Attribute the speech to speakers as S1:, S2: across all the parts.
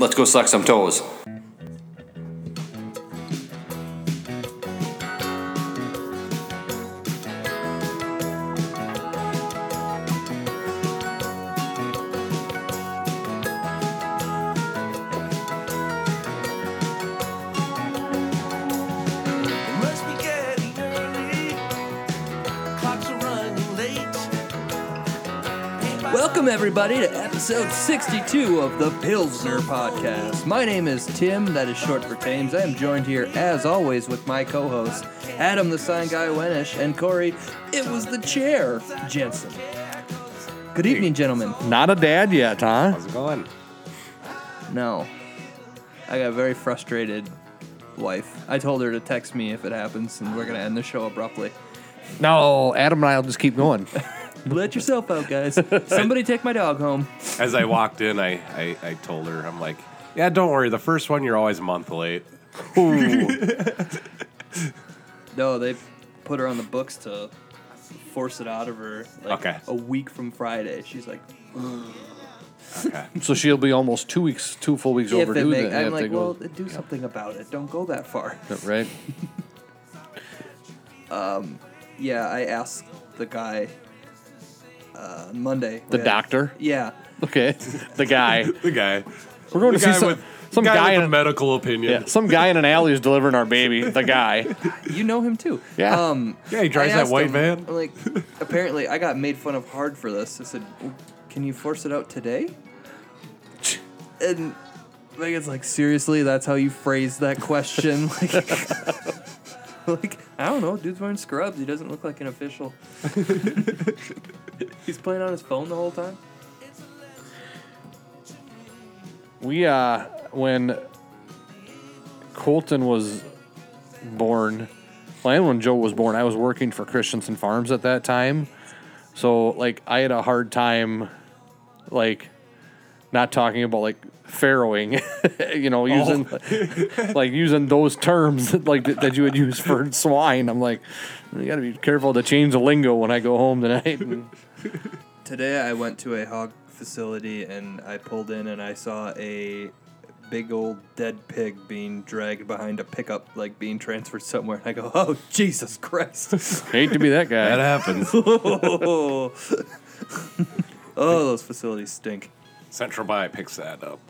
S1: Let's go suck some toes.
S2: It must be getting early. Clocks are running late.
S3: Welcome, everybody, to episode 62 of the Pilsner Podcast. My name is Tim, that is short for Tames. I am joined here, as always, with my co hosts, Adam the Sign Guy Wenish and Corey, it was the chair, Jensen. Good evening, gentlemen.
S4: Not a dad yet, huh?
S5: How's it going?
S3: No, I got a very frustrated wife. I told her to text me if it happens, and we're going to end the show abruptly.
S4: No, Adam and I will just keep going.
S3: Let yourself out, guys. Somebody take my dog home.
S5: As I walked in, I, I, I told her, I'm like, yeah, don't worry. The first one, you're always a month late.
S3: No, they put her on the books to force it out of her. Like
S5: Okay.
S3: A week from Friday, she's like,
S5: Okay.
S4: so she'll be almost two weeks, two full weeks
S3: if they
S4: overdue.
S3: make, I'm
S4: then, if they
S3: like,
S4: go-
S3: well, do something about it. Don't go that far.
S4: right?
S3: Yeah, I asked the guy uh, Monday.
S4: The
S3: we had-
S4: doctor,
S3: Yeah,
S4: okay, the guy.
S5: The guy.
S4: We're going
S5: The
S4: to see
S5: guy
S4: some,
S5: with
S4: some
S5: guy,
S4: guy,
S5: with
S4: in
S5: a
S4: a,
S5: medical opinion.
S4: yeah, some guy in an alley is delivering our baby. The guy.
S3: you know him too.
S4: Yeah.
S3: Um,
S5: Yeah, he drives
S3: I
S5: that
S3: asked
S5: white
S3: him,
S5: van.
S3: I'm like, apparently, I got made fun of hard for this. I said, "Well, "Can you force it out today?" And Megan's like, "Seriously, that's how you phrase that question?" like, like, I don't know. Dude's wearing scrubs. He doesn't look like an official. He's playing on his phone the whole time.
S4: We uh, when Colton was born, well, and when Joe was born, I was working for Christensen Farms at that time. So like, I had a hard time, like, not talking about like farrowing, you know, using like using those terms that, like that, that you would use for swine. I'm like, you got to be careful to change the lingo when I go home tonight. And
S3: Today I went to a hog facility and I pulled in and I saw a big old dead pig being dragged behind a pickup, like being transferred somewhere. And I go, oh, Jesus Christ.
S4: hate to be that guy.
S5: That happens.
S3: oh, those facilities stink.
S5: Central By picks that up.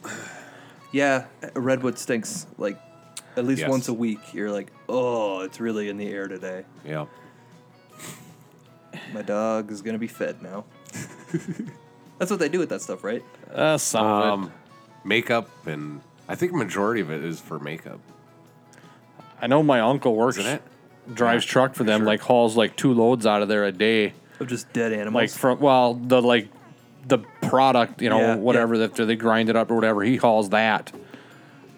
S3: Yeah, Redwood stinks. Like, at least
S5: Yes.
S3: once a week, you're like, oh, it's really in the air today.
S5: Yeah.
S3: My dog is going to be fed now. That's what they do with that stuff, right?
S4: Uh, some of it.
S5: Um, makeup and I think majority of it is for makeup,
S4: I know my uncle works
S5: isn't it?
S4: drives
S5: Yeah,
S4: truck for them, like hauls like two loads out of there a day,
S3: Of just dead
S4: like
S3: animals.
S4: from well the like the product, you know,
S3: Yeah,
S4: whatever that they grind it up or whatever. He hauls that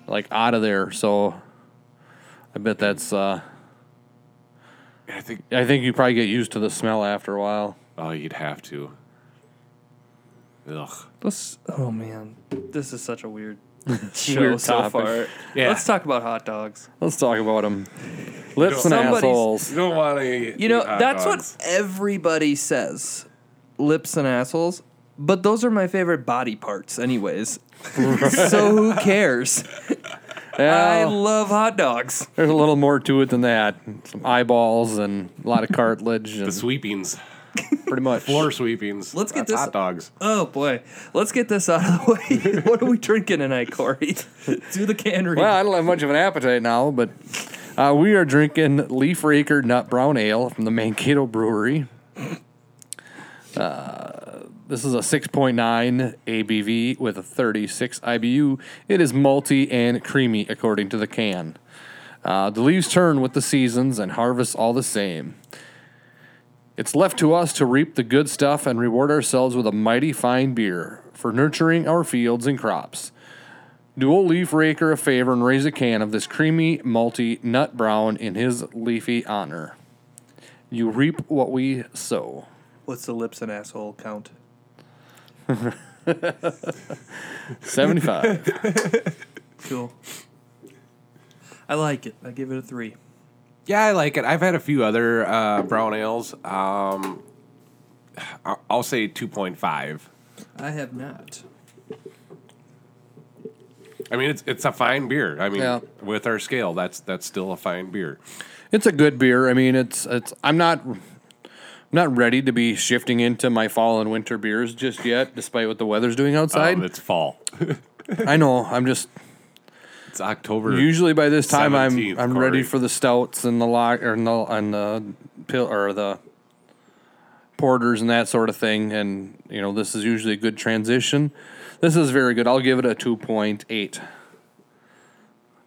S4: like out of there. So I bet that's. uh
S5: I think.
S4: I think you probably get used to the smell after a while.
S5: Oh, you'd have to. Ugh.
S3: Let's. Oh man, this is such a weird show
S4: Weird
S3: so
S4: topic.
S3: far.
S5: Yeah.
S3: Let's talk about hot dogs.
S4: Let's talk about them. Lips and
S3: Somebody's-
S4: assholes.
S5: You don't want to.
S3: You know, that's what everybody says: lips and assholes. But those are my favorite body parts, anyways. so who cares? I
S4: Yeah,
S3: love hot dogs.
S4: there's a little more to it than that. Some eyeballs and a lot of cartilage
S5: The
S4: and
S5: sweepings,
S4: pretty much.
S5: floor sweepings.
S3: Let's get
S5: That's
S3: this-
S5: hot dogs.
S3: Oh boy, let's get this out of the way. what are we drinking tonight, Corey? Do the can read.
S4: Well, I don't have much of an appetite now, but uh, we are drinking Leaf Raker Nut Brown Ale from the Mankato Brewery. Uh, this is a 6.9 ABV with a 36 IBU. It is malty and creamy, according to the can. Uh, the leaves turn with the seasons and harvest all the same. It's left to us to reap the good stuff and reward ourselves with a mighty fine beer for nurturing our fields and crops. Do old leaf raker a favor and raise a can of this creamy, malty nut brown in his leafy honor. You reap what we sow.
S3: What's the lips and asshole count?
S4: 75.
S3: Cool. I like it. I give it a three.
S5: Yeah, I like it. I've had a few other uh, brown ales. Um, I- I'll say 2.5.
S3: I have not.
S5: I mean, it's it's a fine beer. I mean,
S4: Yeah.
S5: with our scale, that's that's still a fine beer.
S4: It's a good beer. I mean, it's it's. I'm not I'm not ready to be shifting into my fall and winter beers just yet, despite what the weather's doing outside.
S5: Um, it's fall.
S4: I know. I'm just
S5: It's October.
S4: usually by this time i I'm
S5: 17th,
S4: I'm ready
S5: Corey.
S4: for the stouts and the lock or and the, and the pill or the porters and that sort of thing. And you know, this is usually a good transition. This is very good. I'll give it a two point eight.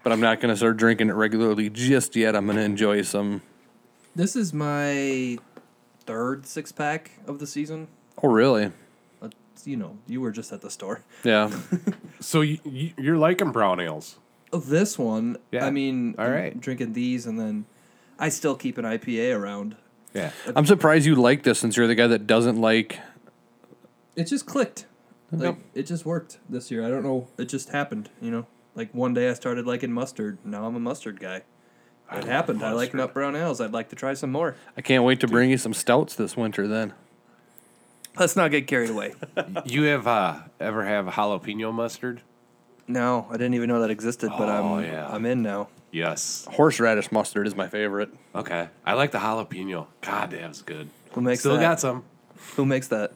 S4: But I'm not going to start drinking it regularly just yet. I'm going to enjoy some.
S3: This is my third six pack of the season.
S4: Oh, really?
S3: But, you know, you were just at the store.
S4: Yeah.
S5: So you, you, you're liking brown ales.
S3: This one,
S5: Yeah.
S3: I mean,
S5: All
S3: I'm
S5: right.
S3: drinking these, and then I still keep an IPA around.
S5: Yeah.
S4: I'm surprised you like this since you're the guy that doesn't like.
S3: It just clicked. Like it just worked this year. I don't know. It just happened. You know, like one day I started liking mustard. Now I'm a mustard guy. It happened. I like nut brown ales. I'd like to try some more.
S4: I can't wait to bring you some stouts this winter then.
S3: Let's not get carried away.
S5: You have uh, ever have jalapeno mustard?
S3: no, I didn't even know that existed, but
S5: Oh,
S3: I'm
S5: yeah.
S3: I'm in now.
S5: Yes.
S4: Horseradish mustard is my favorite.
S5: Okay. I like the jalapeno. God, that's good.
S3: Who makes
S5: Still
S3: that?
S5: got some.
S3: Who makes that?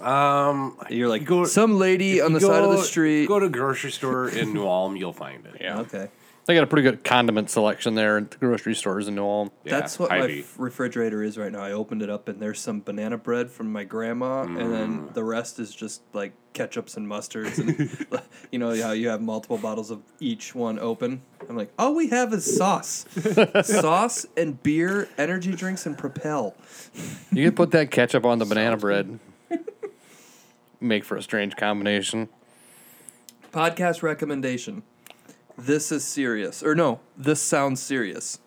S5: Um,
S3: You're like
S5: you go-
S3: some lady on the side of the
S5: go-
S3: street.
S5: Go to grocery store in New Ulm, you'll find it.
S4: Yeah.
S3: okay.
S4: They got a pretty good condiment selection there at the grocery stores in New Ulm.
S5: Yeah,
S3: That's what my
S5: Hy-Vee.
S3: f- refrigerator is right now. I opened it up and there's some banana bread from my grandma, and then
S5: Mm.
S3: the rest is just like ketchups and mustards, and you know how you have multiple bottles of each one open. I'm like, all we have is sauce, sauce and beer, energy drinks, and Propel.
S4: You can put that ketchup on the banana bread. Make for a strange combination.
S3: Podcast recommendation: This is serious, or no? This sounds serious.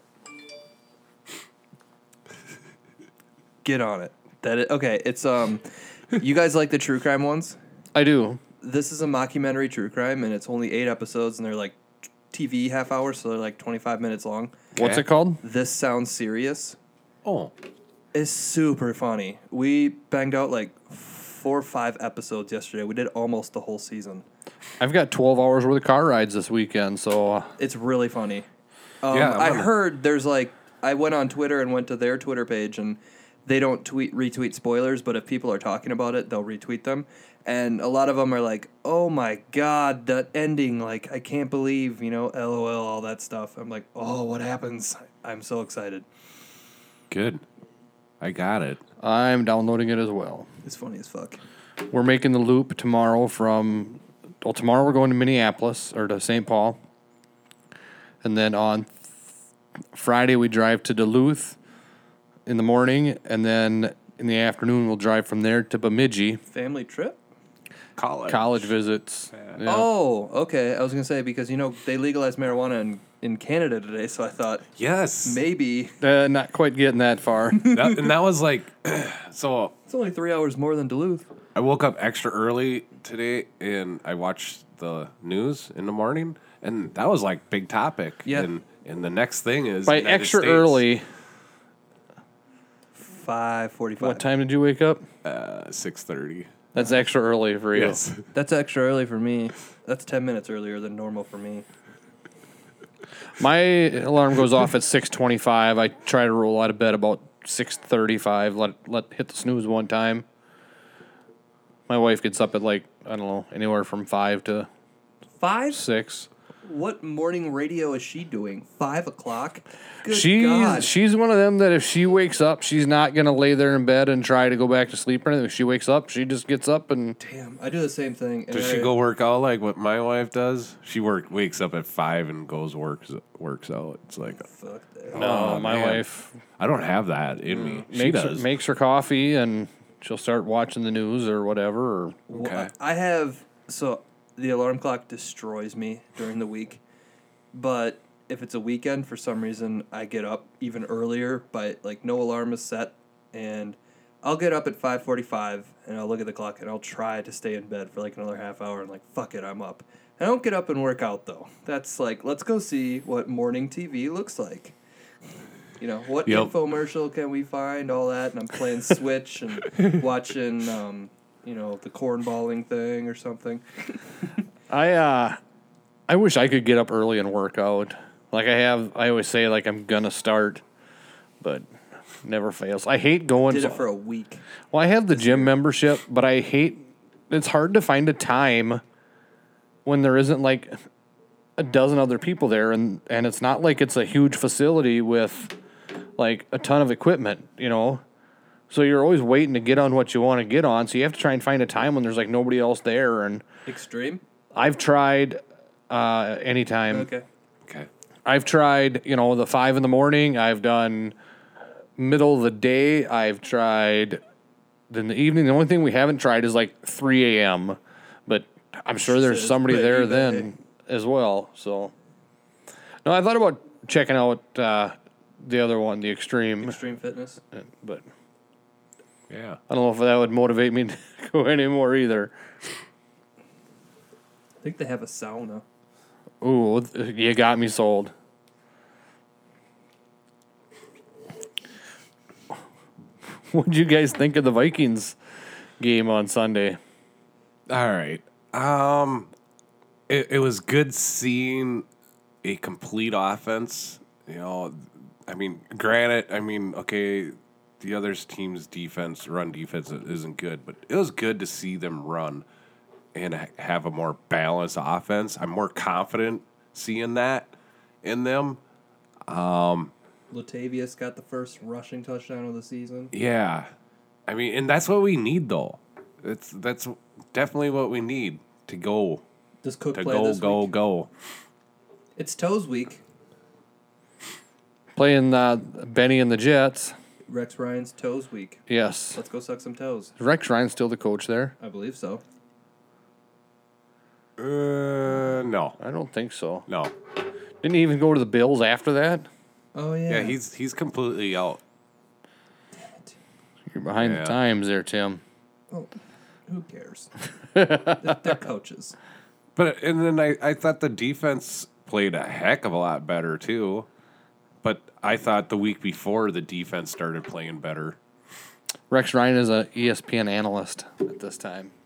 S3: Get on it. That it, okay? It's um, you guys like the true crime ones?
S4: I do.
S3: this is a mockumentary true crime and it's only eight episodes and they're like TV half hours, so they're like 25 minutes long.
S4: What's
S5: Okay.
S4: it called?
S3: This sounds serious.
S5: Oh,
S3: It's super funny. We banged out like four or five episodes yesterday. We did almost the whole season.
S4: I've got 12 hours worth of car rides this weekend, so uh,
S3: It's really funny. Um,
S5: Yeah, I'm
S3: I
S5: gonna-
S3: heard there's like I went on Twitter and went to their Twitter page and they don't tweet retweet spoilers, but if people are talking about it, they'll retweet them. And a lot of them are like, "Oh my god, that ending! Like I can't believe you know, lol, all that stuff." I'm like, "Oh, what happens?" I'm so excited.
S5: good. I got it.
S4: I'm downloading it as well.
S3: It's funny as fuck.
S4: We're making the loop tomorrow from. Well, tomorrow we're going to Minneapolis or to St. Paul. And then on th- Friday, we drive to Duluth in the morning. And then in the afternoon, we'll drive from there to Bemidji.
S3: Family trip.
S5: College.
S4: College visits. Yeah.
S3: Oh, okay. I was gonna say because you know they legalized marijuana in, in Canada today, so I thought
S5: Yes.
S3: maybe
S4: Uh, not quite getting that far.
S5: That- and that was like, so
S3: it's only three hours more than Duluth.
S5: I woke up extra early today and I watched the news in the morning, and that was like big topic.
S3: Yeah.
S5: And, and the next thing is
S4: By
S5: United
S4: extra
S5: States.
S4: early,
S3: Five forty-five.
S4: what time did you wake up?
S5: Uh, Six thirty.
S4: That's extra early for you.
S5: Yes.
S3: That's extra early for me. That's 10 minutes earlier than normal for me.
S4: My alarm goes off at 6:25. I try to roll out of bed about 6:35. Let let hit the snooze one time. My wife gets up at like I don't know anywhere from five to
S3: Five?
S4: six.
S3: What morning radio is she doing? Five o'clock? Good
S4: She's
S3: God.
S4: she's one of them that if she wakes up, she's not gonna lay there in bed and try to go back to sleep or anything. If she wakes up, she just gets up and
S3: Damn, I do the same thing. and
S5: Does
S3: I-
S5: she go work out like what my wife does? She work wakes up at five and goes works works out. It's like
S3: Fuck that.
S4: no,
S5: Oh,
S4: my
S5: man.
S4: wife
S5: I don't have that in me. She
S4: makes her,
S5: does.
S4: makes her coffee and she'll start watching the news or whatever. Or
S3: Well,
S5: Okay.
S3: I I have. So the alarm clock destroys me during the week. But if it's a weekend, for some reason, I get up even earlier, but like no alarm is set. And I'll get up at 5.45 and I'll look at the clock and I'll try to stay in bed for like another half hour and like, fuck it, I'm up. I don't get up and work out though. That's like, let's go see what morning TV looks like. You know, what
S5: Yep.
S3: infomercial can we find? All that. And I'm playing Switch and watching, um, you know, the cornballing thing or something.
S4: I uh, I wish I could get up early and work out. Like I have, I always say like I'm gonna start, but never fails. I hate going.
S3: Did it for a week.
S4: well, I have the gym membership, but I hate. It's hard to find a time when there isn't like a dozen other people there, and and it's not like it's a huge facility with like a ton of equipment, you know. So you're always waiting to get on what you want to get on. So you have to try and find a time when there's like nobody else there. And
S3: Extreme.
S4: I've tried uh, anytime.
S3: Okay.
S5: Okay.
S4: I've tried, you know, the five in the morning. I've done middle of the day. I've tried in the evening. The only thing we haven't tried is like 3 a.m., but I'm sure there's
S3: Says
S4: somebody there
S3: Betty
S4: then as well. So, no, I thought about checking out uh, the other one, the extreme,
S3: Extreme fitness.
S5: Uh.
S4: but
S5: Yeah.
S4: I don't know if that would motivate me to go anymore either.
S3: I think they have a sauna.
S4: Ooh, you got me sold. What would you guys think of the Vikings game on Sunday?
S5: All right. Um, it, it was good seeing a complete offense. You know, I mean, granted, I mean, okay, the other team's defense, run defense, isn't good, but it was good to see them run and ha- have a more balanced offense. I'm more confident seeing that in them.
S3: Latavius got the first rushing touchdown of the season.
S5: Yeah, I mean, and that's what we need, though. It's that's definitely what we need to go
S3: Does Cook
S5: to
S3: play
S5: go
S3: this
S5: go
S3: week?
S5: go.
S3: It's toes week.
S4: Playing uh, Benny and the Jets.
S3: Rex Ryan's toes week.
S4: Yes.
S3: Let's go suck some toes.
S4: Rex Ryan's still the coach there?
S3: I believe so.
S5: Uh, no,
S4: I don't think so.
S5: no.
S4: Didn't he even go to the Bills after that?
S3: Oh yeah.
S5: Yeah, he's he's completely out.
S4: You're behind
S5: Yeah.
S4: the times there, Tim.
S3: Oh, Who cares? they're, they're coaches.
S5: But and then I, I thought the defense played a heck of a lot better too. But I thought the week before the defense started playing better.
S4: Rex Ryan is a E ESPN analyst at this time.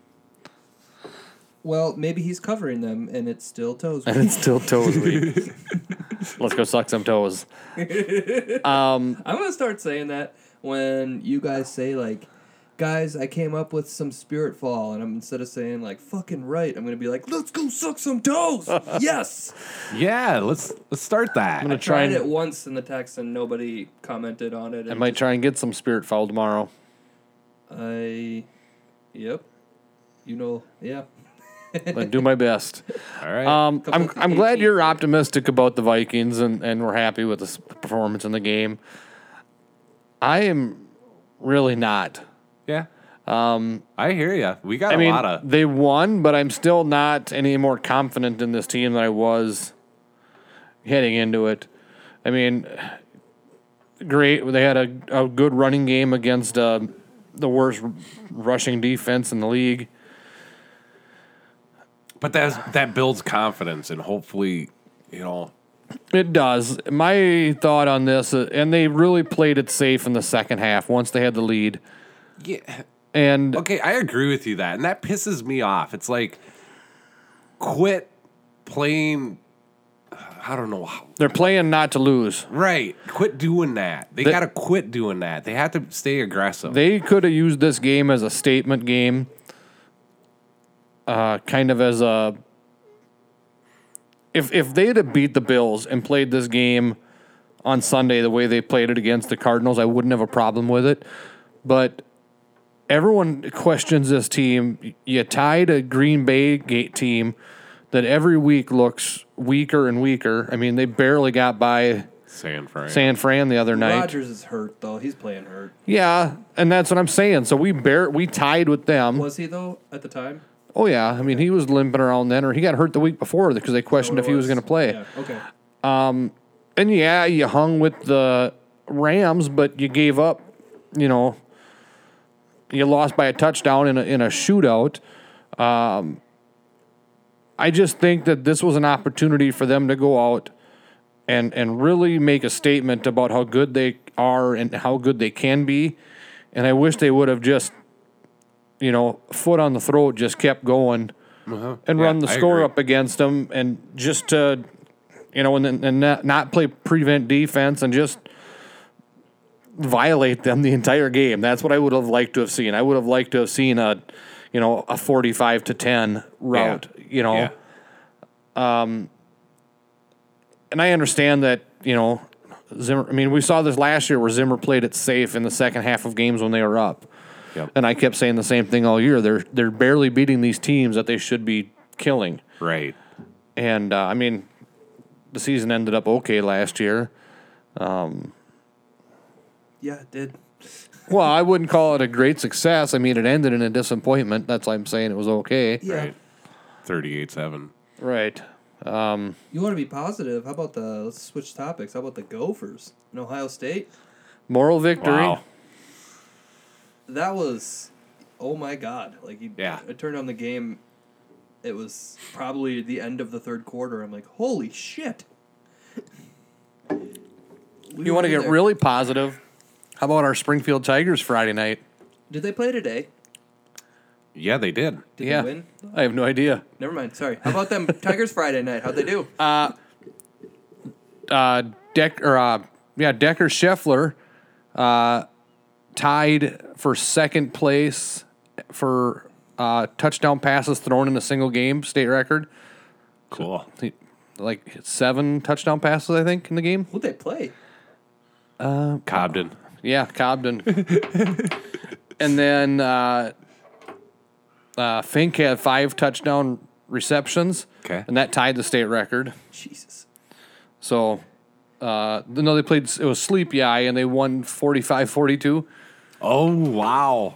S3: Well, maybe he's covering them, and it's still toes
S4: And
S3: week.
S4: it's still toes week. Let's go suck some toes.
S3: I'm gonna start saying that when you guys say like, guys, I came up with some spirit fall, and I'm instead of saying like fucking right, I'm gonna be like, let's go suck some toes. yes.
S5: Yeah, let's let's start that.
S4: I'm gonna try
S3: Tried
S4: and
S3: it once in the text, and nobody commented on it. And
S4: I might try and get some spirit foul tomorrow.
S3: I, yep. You know, yeah.
S4: I do my best.
S5: All right.
S4: Um, I'm
S3: Couple of
S4: I'm glad
S3: days.
S4: you're optimistic about the Vikings and and we're happy with this performance in the game. I am really not.
S5: yeah. Um, I hear you. We got
S4: I
S5: a
S4: mean,
S5: lot of
S4: they won, but I'm still not any more confident in this team than I was heading into it. I mean, great. They had a, a good running game against uh, the worst rushing defense in the league.
S5: but that that builds confidence and hopefully, you know,
S4: It does. My thought on this, uh, and they really played it safe in the second half once they had the lead.
S5: yeah.
S4: And
S5: Okay, I agree with you that, and that pisses me off. It's like, quit playing. I don't know how.
S4: they're playing not to lose.
S5: Right, quit doing that. They got to quit doing that. They have to stay aggressive.
S4: They could have used this game as a statement game, uh, kind of as a. If if they'd have beat the Bills and played this game on Sunday the way they played it against the Cardinals, I wouldn't have a problem with it. But everyone questions this team. You tied a Green Bay gate team that every week looks weaker and weaker. I mean, they barely got by
S5: San Fran.
S4: San Fran the other night.
S3: Rogers is hurt though. He's playing hurt.
S4: Yeah, and that's what I'm saying. So we bear we tied with them.
S3: Was he though at the time?
S4: Oh yeah, I mean he was limping around then, or he got hurt the week before because they questioned if he was going to play.
S3: Yeah. Okay.
S4: And yeah, you hung with the Rams, but you gave up. You know, you lost by a touchdown in a, in a shootout. Um, I just think that this was an opportunity for them to go out and and really make a statement about how good they are and how good they can be. And I wish they would have just, you know, foot on the throat, just kept going and
S5: Uh-huh. Yeah,
S4: run the
S5: I
S4: score
S5: agree.
S4: up against them, and just to you know, and and not, not play prevent defense and just violate them the entire game. That's what I would have liked to have seen. I would have liked to have seen a you know a forty-five to ten route. You know.
S5: Yeah.
S4: and I understand that you know Zimmer. I mean, we saw this last year where Zimmer played it safe in the second half of games when they were up.
S5: Yep.
S4: And I kept saying the same thing all year. They're they're barely beating these teams that they should be killing.
S5: Right.
S4: And uh, I mean, the season ended up okay last year.
S3: Yeah, it did.
S4: Well, I wouldn't call it a great success. I mean, it ended in a disappointment. That's why I'm saying it was okay.
S3: Yeah.
S5: Right. Thirty-eight seven.
S4: Right.
S3: You want to be positive? How about the let's switch topics? How about the Gophers in Ohio State?
S4: Moral victory.
S5: Wow.
S3: That was oh my god! Like you,
S5: Yeah.
S3: I turned on the game. It was probably the end of the third quarter. I'm like, holy shit! We
S4: You
S3: were
S4: want to
S3: in
S4: get
S3: there.
S4: really positive? How about our Springfield Tigers Friday night?
S3: Did they play today?
S5: Yeah, they did.
S3: Did
S4: yeah.
S3: they win?
S4: I have no idea.
S3: Never mind. Sorry. How about them Tigers Friday night? How'd they do?
S4: uh, Deck or uh, yeah, Decker Scheffler uh, tied for second place for uh, touchdown passes thrown in a single game, state record.
S5: Cool.
S4: He- Like seven touchdown passes, I think, in the game.
S3: Who'd they play?
S5: Cobden.
S4: Yeah, Cobden. and then uh, uh, Fink had five touchdown receptions,
S5: Okay.
S4: and that tied the state record.
S3: Jesus.
S4: So, uh, no, they played, it was Sleepy Eye, and they won 45 42.
S5: Oh wow.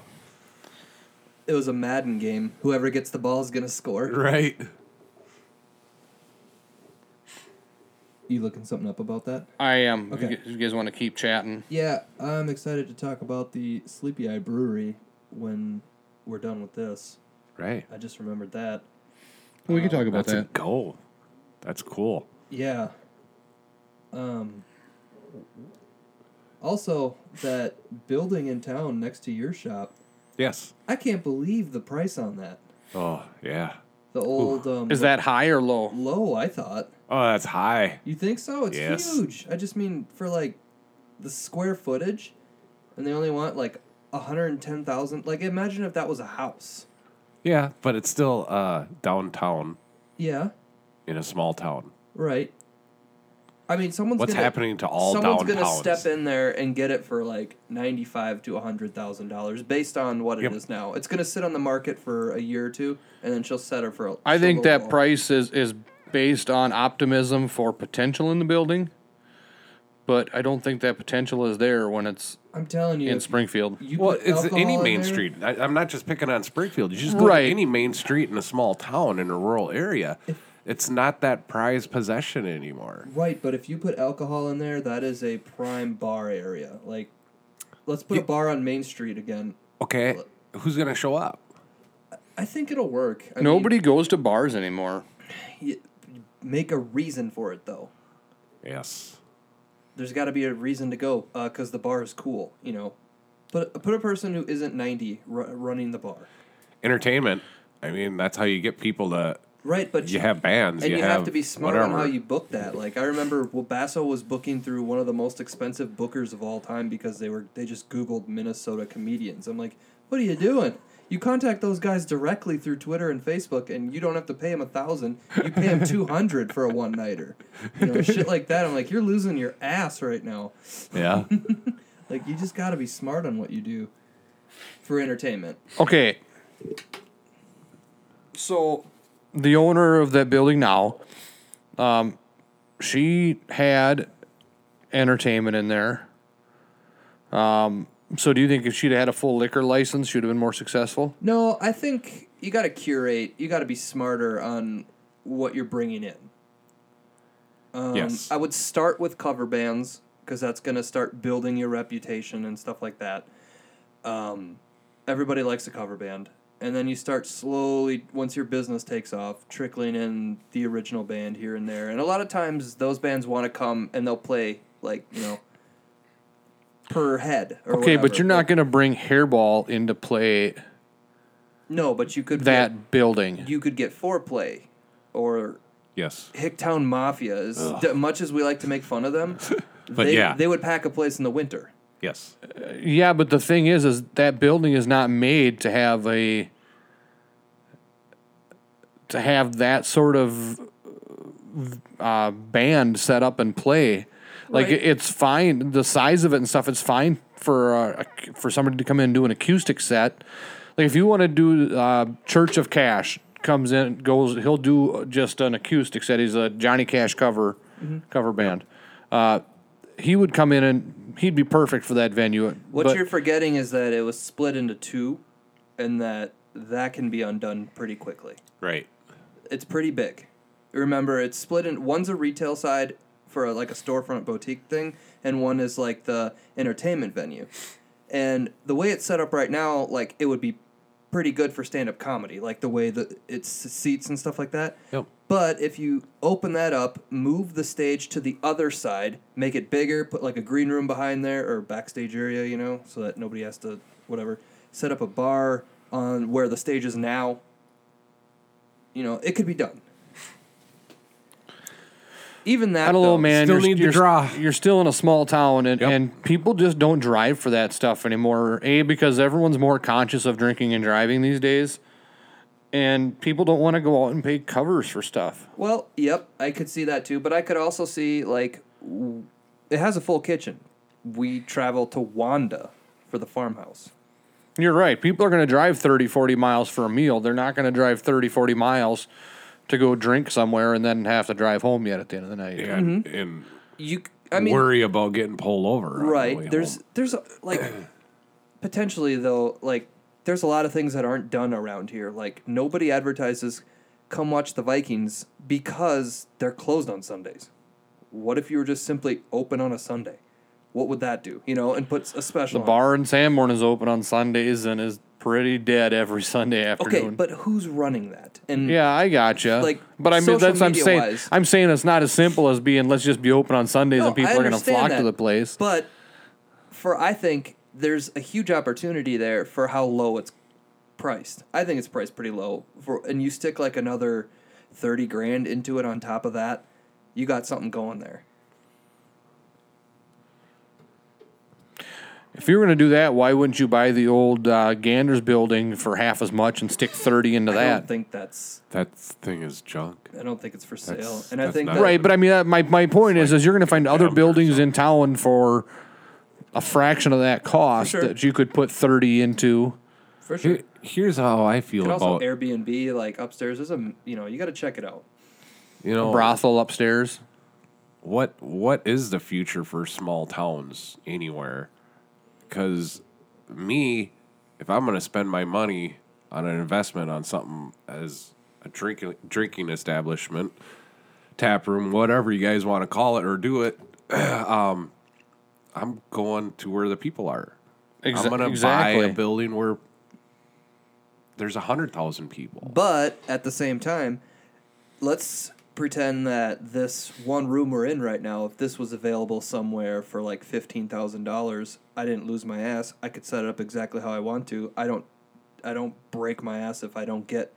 S3: It was a Madden game. Whoever gets the ball is gonna score.
S5: Right.
S3: You looking something up about that?
S4: I am.
S3: Okay.
S4: You g- You guys want to keep chatting?
S3: Yeah, I'm excited to talk about the Sleepy Eye Brewery when we're done with this.
S5: Right.
S3: I just remembered that.
S4: We can talk about
S5: That's a goal. That's cool.
S3: Yeah. Um. Also, that building in town next to your shop,
S5: Yes.
S3: I can't believe the price on that.
S5: Oh yeah.
S3: The old um,
S4: Is that high or low?
S3: low? I thought.
S5: Oh, that's high.
S3: You think so? It's
S5: Yes.
S3: huge. I just mean for like the square footage, and they only want like hundred and ten thousand. Like imagine if that was a house.
S5: Yeah, but it's still uh, downtown
S3: Yeah.
S5: in a small town.
S3: Right. I mean, someone's
S5: What's
S3: gonna,
S5: happening to all
S3: someone's
S5: downtowns?
S3: gonna step in there and get it for like ninety-five to hundred thousand dollars, based on what it is
S5: Yep.
S3: now. It's gonna sit on the market for a year or two, and then she'll set her for. A,
S4: I
S3: she'll
S4: think
S3: go
S4: that
S3: low.
S4: price is is based on optimism for potential in the building, but I don't think that potential is there when it's
S3: I'm telling you.
S4: in Springfield.
S3: you
S5: Well,
S3: put
S5: it's any
S3: alcohol in
S5: main
S3: there-
S5: street. I, I'm not just picking on Springfield. You just go
S4: Right.
S5: to any main street in a small town in a rural area. It's not that prized possession anymore.
S3: Right, but if you put alcohol in there, that is a prime bar area. Like, let's put a bar on Main Street again.
S5: Okay, who's gonna show up?
S3: I think it'll work. I mean,
S4: Nobody goes to bars anymore.
S3: y- make a reason for it though.
S5: Yes.
S3: there's got to be a reason to go because the bar is cool, you know. Put put a person who isn't ninety r- running the bar,
S5: Entertainment. I mean, that's how you get people to.
S3: right? But
S5: You have bands.
S3: and you, have, to be smart on how
S5: whatever.
S3: you book that. Like I remember, well, Basso was booking through one of the most expensive bookers of all time because they were they just Googled Minnesota comedians. I'm like, what are you doing? You contact those guys directly through Twitter and Facebook, and you don't have to pay them a thousand. You pay them two hundred for a one nighter, you know, shit like that. I'm like, you're losing your ass right now.
S5: Yeah.
S3: Like you just got to be smart on what you do for entertainment.
S4: Okay. So the owner of that building now, um, she had entertainment in there. Um, so do you think if she'd had a full liquor license, she'd have been more successful?
S3: No, I think you got to curate. You got to be smarter on what you're bringing in. Um,
S5: Yes.
S3: I would start with cover bands because that's going to start building your reputation and stuff like that. Um, everybody likes a cover band. And then you start slowly, once your business takes off, trickling in the original band here and there. And a lot of times those bands want to come and they'll play, like, you know, per head or
S4: Okay, but
S3: whatever.
S4: you're not going to bring hairball into play
S3: No, but you could
S4: that
S3: get,
S4: building.
S3: you could get foreplay, or
S5: Yes.
S3: Hicktown Mafia is d- much as we like to make fun of them.
S5: But
S3: they,
S5: yeah.
S3: they would pack a place in the winter.
S5: Yes.
S4: yeah, but the thing is, is that building is not made to have a to have that sort of uh, band set up and play. Like
S3: Right.
S4: it's fine, the size of it and stuff. It's fine for uh, ac- for somebody to come in and do an acoustic set. Like if you want to do uh, Church of Cash comes in goes he'll do just an acoustic set. He's a Johnny Cash cover cover band. Uh, he would come in and he'd be perfect for that venue.
S3: What
S4: but-
S3: you're forgetting is that it was split into two, and that that can be undone pretty quickly.
S5: Right.
S3: It's pretty big. Remember, it's split in one's a retail side for like a storefront boutique thing, and one is like the entertainment venue. And the way it's set up right now, like it would be pretty good for stand up comedy, like the way that it's seats and stuff like that.
S5: Yep.
S3: But if you open that up, move the stage to the other side, make it bigger, put like a green room behind there or backstage area, you know, so that nobody has to whatever. Set up a bar on where the stage is now. You know, it could be done. Even that
S4: I don't know,
S3: though,
S4: man.
S5: still
S4: you're,
S5: need to
S4: you're-
S5: draw.
S4: You're still in a small town, and,
S5: Yep.
S4: and people just don't drive for that stuff anymore. A because everyone's more conscious of drinking and driving these days, and people don't want to go out and pay covers for stuff.
S3: Well, yep, I could see that too, but I could also see like w- it has a full kitchen. We travel to Wanda for the farmhouse.
S4: You're right. People are going to drive 30, 40 miles for a meal. They're not going to drive 30, 40 miles to go drink somewhere and then have to drive home yet at the end of the night.
S5: And, and
S3: You, c- I mean,
S5: worry about getting pulled over. on the way
S3: right there's
S5: home.
S3: there's like potentially though like there's a lot of things that aren't done around here like nobody advertises come watch the vikings because they're closed on sundays what if you were just simply open on a sunday what would that do you know and puts a special
S4: The
S3: on.
S4: bar in Sanborn is open on Sundays and is pretty dead every Sunday afternoon.
S3: okay but who's running that and
S4: Yeah, I gotcha.
S3: Like,
S4: but I mean,
S3: social
S4: that's what I'm saying.
S3: media-wise.
S4: I'm saying it's not as simple as being let's just be open on Sundays
S3: No,
S4: and people
S3: I
S4: are going to
S3: understand
S4: flock to
S3: that,
S4: the place.
S3: But for I think there's a huge opportunity there for how low it's priced. I think it's priced pretty low for and you stick like another 30 grand into it on top of that, you got something going there.
S4: If you were going to do that, why wouldn't you buy the old uh, Ganders building for half as much and stick thirty into
S3: I don't
S4: that?
S3: think that's
S5: that thing is junk.
S3: I don't think it's for sale.
S5: That's-
S3: and I
S5: that's
S3: think
S5: not-
S3: that,
S4: Right, but I mean, that, my my point is, is you're going to find other
S5: Ganders
S4: buildings in town for a fraction of that cost
S3: sure.
S4: that you could put thirty into.
S3: for sure.
S5: Here, here's how I feel
S3: And also
S5: about
S3: Airbnb like upstairs is a you know, you got to check it out.
S5: you
S3: Oh.
S5: know
S4: Brothel upstairs.
S5: what what is the future for small towns anywhere? Because me, if I'm going to spend my money on an investment on something as a drinking drinking establishment, tap room, whatever you guys want to call it or do it, um, I'm going to where the people are.
S4: Exa-
S5: I'm going to
S4: exactly.
S5: buy a building where there's a hundred thousand people.
S3: But at the same time, let's pretend that this one room we're in right now, if this was available somewhere for like fifteen thousand dollars, I didn't lose my ass. I could set it up exactly how I want to. I don't I don't break my ass if I don't get,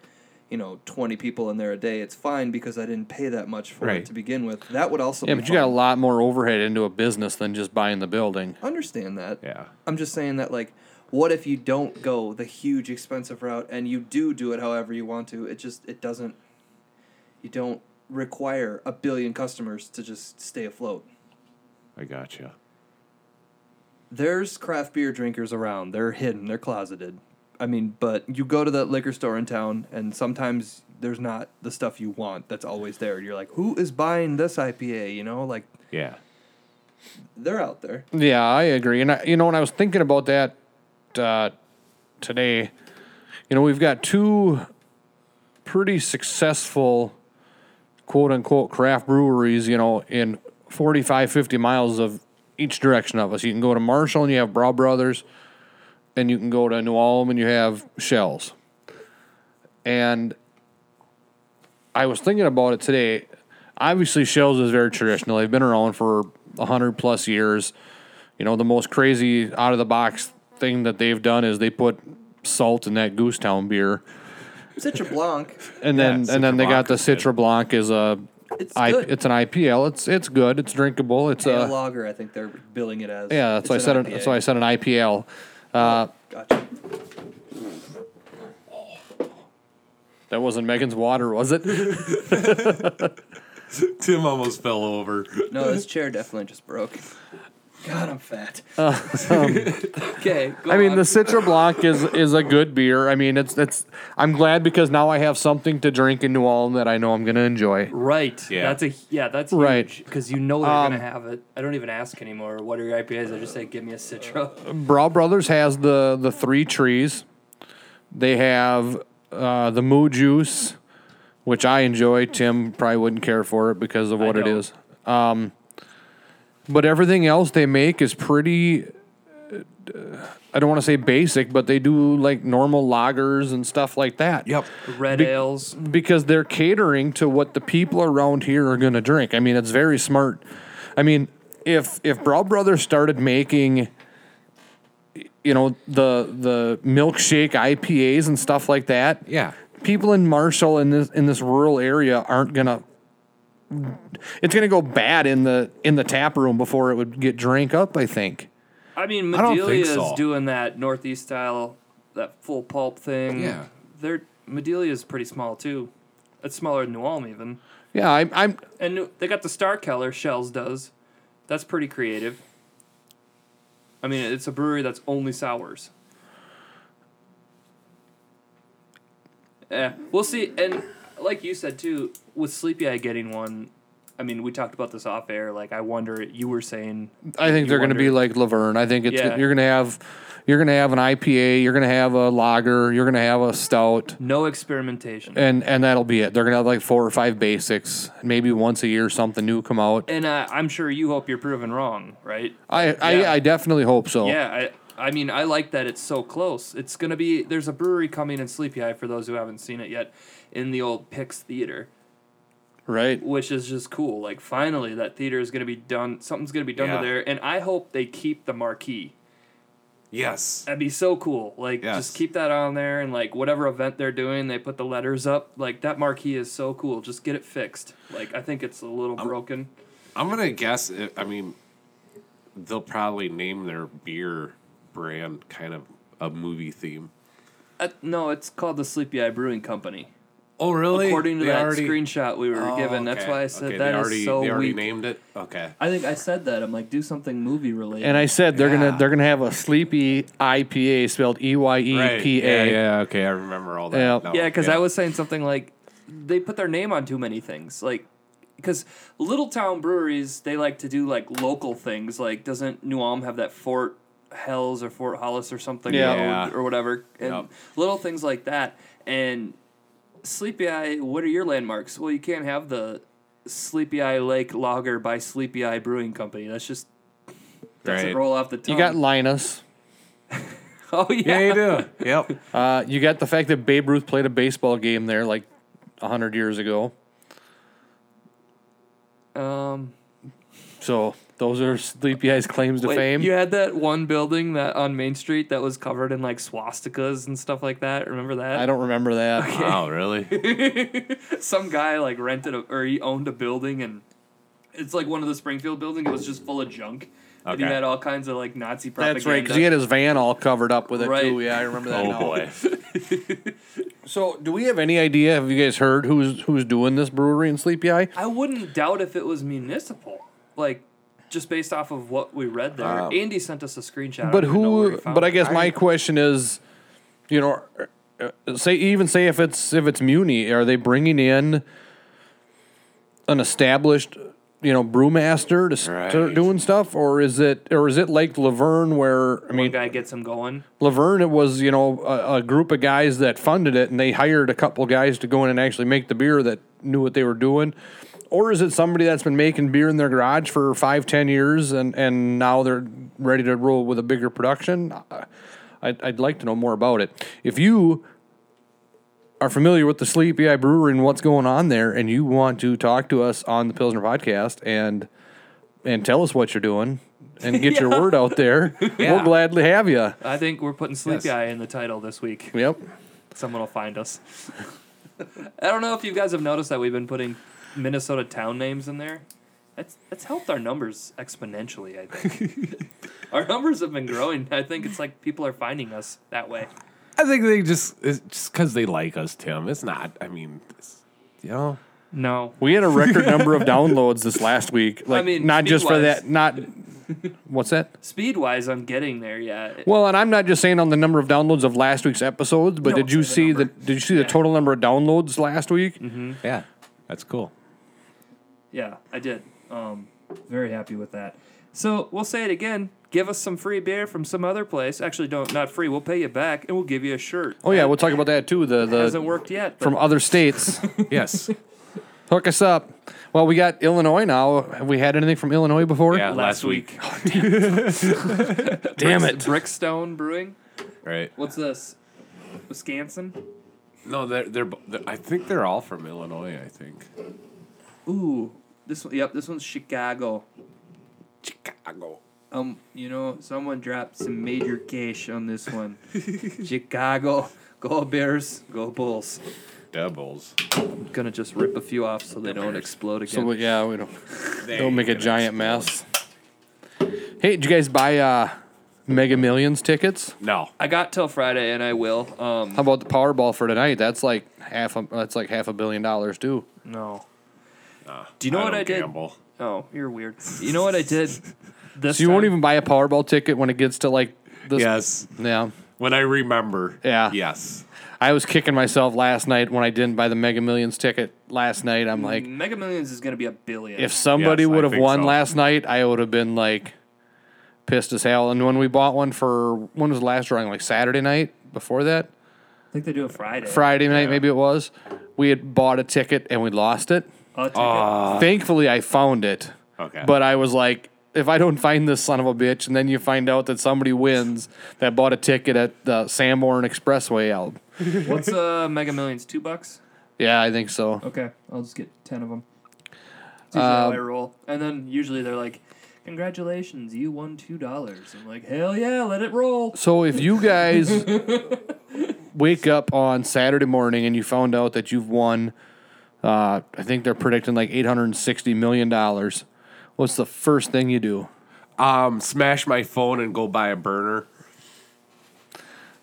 S3: you know, twenty people in there a day. It's fine because I didn't pay that much for
S5: Right.
S3: it to begin with. That would also
S4: Yeah,
S3: be
S4: but you got a
S3: fun.
S4: lot more overhead into a business than just buying the building.
S3: understand that.
S5: Yeah.
S3: I'm just saying that like what if you don't go the huge expensive route and you do do it however you want to? It just it doesn't you don't require a billion customers to just stay afloat.
S5: I gotcha.
S3: There's craft beer drinkers around. They're hidden, they're closeted. I mean, but you go to that liquor store in town and sometimes there's not the stuff you want that's always there. You're like, "Who is buying this IPA?" you know, like
S5: Yeah.
S3: they're out there.
S4: Yeah, I agree. And I, you know, when I was thinking about that uh, today, you know, we've got two pretty successful quote unquote craft breweries, you know, in 45, 50 miles of each direction of us. You can go to Marshall and you have Brow Brothers, and you can go to New Ulm and you have Shells. And I was thinking about it today. Obviously, Shells is very traditional. They've been around for 100 plus years. You know, the most crazy out of the box thing that they've done is they put salt in that Goosetown beer.
S6: Citra Blanc.
S4: And
S5: Yeah,
S4: then and then
S5: Citra
S4: they got
S5: Blanc
S4: the
S5: is good.
S4: Citra Blanc is a
S6: It's
S4: I,
S6: good.
S4: it's an IPL. It's it's good. It's drinkable. It's
S6: Ale
S4: a
S6: lager, I think they're billing it as.
S4: yeah. That's why I said an, that's why I said an IPL. Uh,
S6: Gotcha.
S4: that wasn't Megan's water, was it?
S5: Tim almost fell over.
S6: No, this chair definitely just broke. God, I'm fat. okay, go
S4: I mean,
S6: on.
S4: the Citra Blanc is is a good beer. I mean, it's it's. I'm glad because now I have something to drink in New Orleans that I know I'm going to enjoy.
S3: Right.
S5: Yeah.
S3: That's a yeah. That's
S4: Right.
S3: huge because you know they're gonna have it. I don't even ask anymore. What are your IPAs? I just say give me a Citra.
S4: Brawl Brothers has the the three trees. They have uh, the Moo Juice, which I enjoy. Tim probably wouldn't care for it because of what it
S3: don't.
S4: is. Um, but everything else they make is pretty. uh, I don't want to say basic, but they do like normal lagers and stuff like that.
S5: Yep.
S3: Red ales.
S4: because they're catering to what the people around here are going to drink. I mean, it's very smart. I mean, if if Brawl Brothers started making you know the the milkshake IPAs and stuff like that,
S5: Yeah.
S4: people in Marshall in this in this rural area aren't going to it's going to go bad in the in the tap room before it would get drank up, I think.
S3: I mean,
S5: don't think
S3: Medelia's
S5: so.
S3: doing that Northeast style, that full pulp thing.
S5: Yeah.
S3: They're Medelia's pretty small too. It's smaller than New Ulm even.
S4: Yeah, I, I'm
S3: And New- they got the Star Keller Shells does. That's pretty creative. I mean, it's a brewery that's only sours. Yeah, Eh, we'll see. And like you said too, with Sleepy Eye getting one, I mean, we talked about this off air. Like, I wonder. You were saying
S4: I think
S3: You
S4: they're going to be
S3: wonder.
S4: like Laverne. I think it's
S3: Yeah.
S4: you're going to have you're going to have an IPA, you're going to have a lager, you're going to have a stout,
S3: no experimentation.
S4: and and that'll be it. They're going to have like four or five basics, maybe once a year something new come out.
S3: And uh, I'm sure you hope you're proven wrong, right?
S4: I
S3: Yeah.
S4: I, I definitely hope
S5: Oh.
S4: so.
S3: Yeah, I, I mean, I like that it's so close. It's gonna be there's a brewery coming in Sleepy Eye for those who haven't seen it yet, in the old Pix Theater,
S4: Right.
S3: which is just cool. Like finally, that theater is gonna be done. Something's gonna be done
S5: Yeah.
S3: to there, and I hope they keep the marquee.
S5: Yes.
S3: That'd be so cool. Like
S5: Yes.
S3: just keep that on there, and like whatever event they're doing, they put the letters up. Like that marquee is so cool. Just get it fixed. Like I think it's a little broken.
S5: I'm gonna guess. It, I mean, they'll probably name their beer brand kind of a movie theme.
S3: Uh, no, it's called the Sleepy Eye Brewing Company.
S5: Oh, really?
S3: According to
S5: They
S3: that
S5: already-
S3: screenshot we were
S5: Oh,
S3: given, that's
S5: okay.
S3: why I said
S5: Okay,
S3: that
S5: they
S3: is
S5: already,
S3: so
S5: They already
S3: weak.
S5: named it. Okay.
S6: I think I said that. I'm like, do something movie related.
S4: And I said they're
S5: Yeah.
S4: gonna they're gonna have a sleepy IPA spelled E Y E P
S5: Yeah,
S4: A.
S5: yeah. Okay, I remember all that.
S4: Yeah.
S5: now.
S3: Yeah, because I was saying something like they put their name on too many things. Like, because little town breweries, they like to do like local things. Like, doesn't New Ulm have that Fort Hells or Fort Hollis or something?
S4: Yeah.
S3: road
S5: Yeah.
S3: Or whatever. And
S5: Yep.
S3: little things like that. And Sleepy Eye, what are your landmarks? Well, you can't have the Sleepy Eye Lake Lager by Sleepy Eye Brewing Company. That's just. Doesn't
S5: Right.
S3: roll off the tongue.
S4: You got Linus.
S3: oh
S5: Yeah, you do. Yep.
S4: Uh, you got the fact that Babe Ruth played a baseball game there like hundred years ago.
S3: Um,
S4: So those are Sleepy Eye's claims to
S3: Wait,
S4: fame.
S3: You had that one building that on Main Street that was covered in like swastikas and stuff like that. Remember that?
S4: I don't remember that.
S5: Wow, Oh, really?
S3: Some guy like rented a, or he owned a building and it's like one of the Springfield buildings. It was just full of junk. And he
S5: Okay.
S3: had all kinds of like Nazi propaganda.
S4: That's right, because he had his van all covered up with it
S3: Right.
S4: too. Yeah, I remember that.
S5: oh
S4: now.
S5: boy.
S4: So, do we have any idea? Have you guys heard who's who's doing this brewery in Sleepy Eye?
S3: I wouldn't doubt if it was municipal, like just based off of what we read there. Andy sent us a screenshot. I
S4: But
S3: don't even know where he
S4: who?
S3: found
S4: But I
S3: it.
S4: guess my question is, you know, uh, say even say if it's if it's Muni, are they bringing in an established? You know, brewmaster to start
S5: Right.
S4: doing stuff, or is it, or is it like Laverne, where I
S3: one
S4: mean,
S3: guy gets him going.
S4: Laverne, it was you know a, a group of guys that funded it, and they hired a couple guys to go in and actually make the beer that knew what they were doing, or is it somebody that's been making beer in their garage for five, ten years, and and now they're ready to roll with a bigger production? I- I'd, I'd like to know more about it. If you are familiar with the Sleepy Eye Brewery and what's going on there, and you want to talk to us on the Pilsner Podcast and and tell us what you're doing, and get your word out there, we'll gladly have you.
S3: I think we're putting Sleepy
S5: Yes.
S3: Eye in the title this week.
S4: Yep.
S3: Someone will find us. I don't know if you guys have noticed that we've been putting Minnesota town names in there. That's that's helped our numbers exponentially. I think our numbers have been growing. I think it's like people are finding us that way.
S5: I think they just it's just because they like us, Tim. It's not. I mean, it's, you know,
S3: No,
S4: We had a record number of downloads this last week. Like
S3: mean,
S4: not just for
S3: speed-wise.
S4: that not what's that?
S3: speed wise, I'm getting there. Yeah, It-
S4: Well, and I'm not just saying on the number of downloads of last week's episodes, but
S3: No,
S4: did you
S3: it's the
S4: see the
S3: number. Mm-hmm.
S4: did you see the total number of downloads last week?
S5: yeah, that's cool.
S3: yeah, I did. Um, very happy with that. So we'll say it again. Give us some free beer from some other place. Actually, don't not free. We'll pay you back, and we'll give you a shirt.
S4: Oh yeah, we'll talk about that too. The the
S3: hasn't worked yet. but-
S4: from other states.
S5: Yes,
S4: Hook us up. Well, we got Illinois now. Have we had anything from Illinois before?
S5: Yeah.
S3: last
S5: last
S3: week.
S4: Damn it.
S3: Brickstone Brewing.
S5: right.
S3: What's this? Wisconsin.
S5: No, they're, they're they're. I think they're all from Illinois. I think
S3: Ooh, this one. Yep, this one's Chicago.
S5: Chicago.
S3: Um, you know, someone dropped some major cash on this one. Chicago, go Bears, go Bulls.
S5: Devils.
S3: gonna just rip a few off so they don't explode again.
S4: So we- yeah, we don't don't make a giant mess. Hey, did you guys buy uh, Mega Millions tickets?
S5: No,
S3: I got till Friday, and I will. Um,
S4: How about the Powerball for tonight? That's like half a that's like half a billion dollars too.
S3: no. Do you know
S5: I
S3: what
S5: don't
S3: I did?
S5: gamble.
S3: Oh, you're weird. You know what I did? This
S4: So you won't
S3: time?
S4: even buy a Powerball ticket when it gets to like this.
S5: Yes,
S4: Yeah.
S5: when I remember.
S4: Yeah.
S5: Yes.
S4: I was kicking myself last night when I didn't buy the Mega Millions ticket last night. I'm like,
S3: Mega Millions is gonna be a billion.
S4: if somebody
S5: Yes, I
S4: would have
S5: think
S4: won
S5: so.
S4: last night, I would have been like pissed as hell. And when we bought one for when was the last drawing? Like Saturday night before that,
S3: I think they do it Friday.
S4: Friday night maybe it was. We had bought a ticket and we lost it.
S3: I'll take it.
S5: Uh.
S4: Thankfully, I found it.
S5: Okay.
S4: But I was like, if I don't find this son of a bitch, and then you find out that somebody wins that bought a ticket at the Sanborn Expressway out.
S3: What's uh Mega Millions? Two bucks.
S4: Yeah, I think so.
S3: Okay, I'll just get ten of them. That's usually how I roll, and then usually they're like, "Congratulations, you won two dollars." I'm like, "Hell yeah, let it roll."
S4: So if you guys wake up on Saturday morning and you found out that you've won, uh, I think they're predicting like eight hundred and sixty million dollars. What's the first thing you do?
S5: Um, smash my phone and go buy a burner.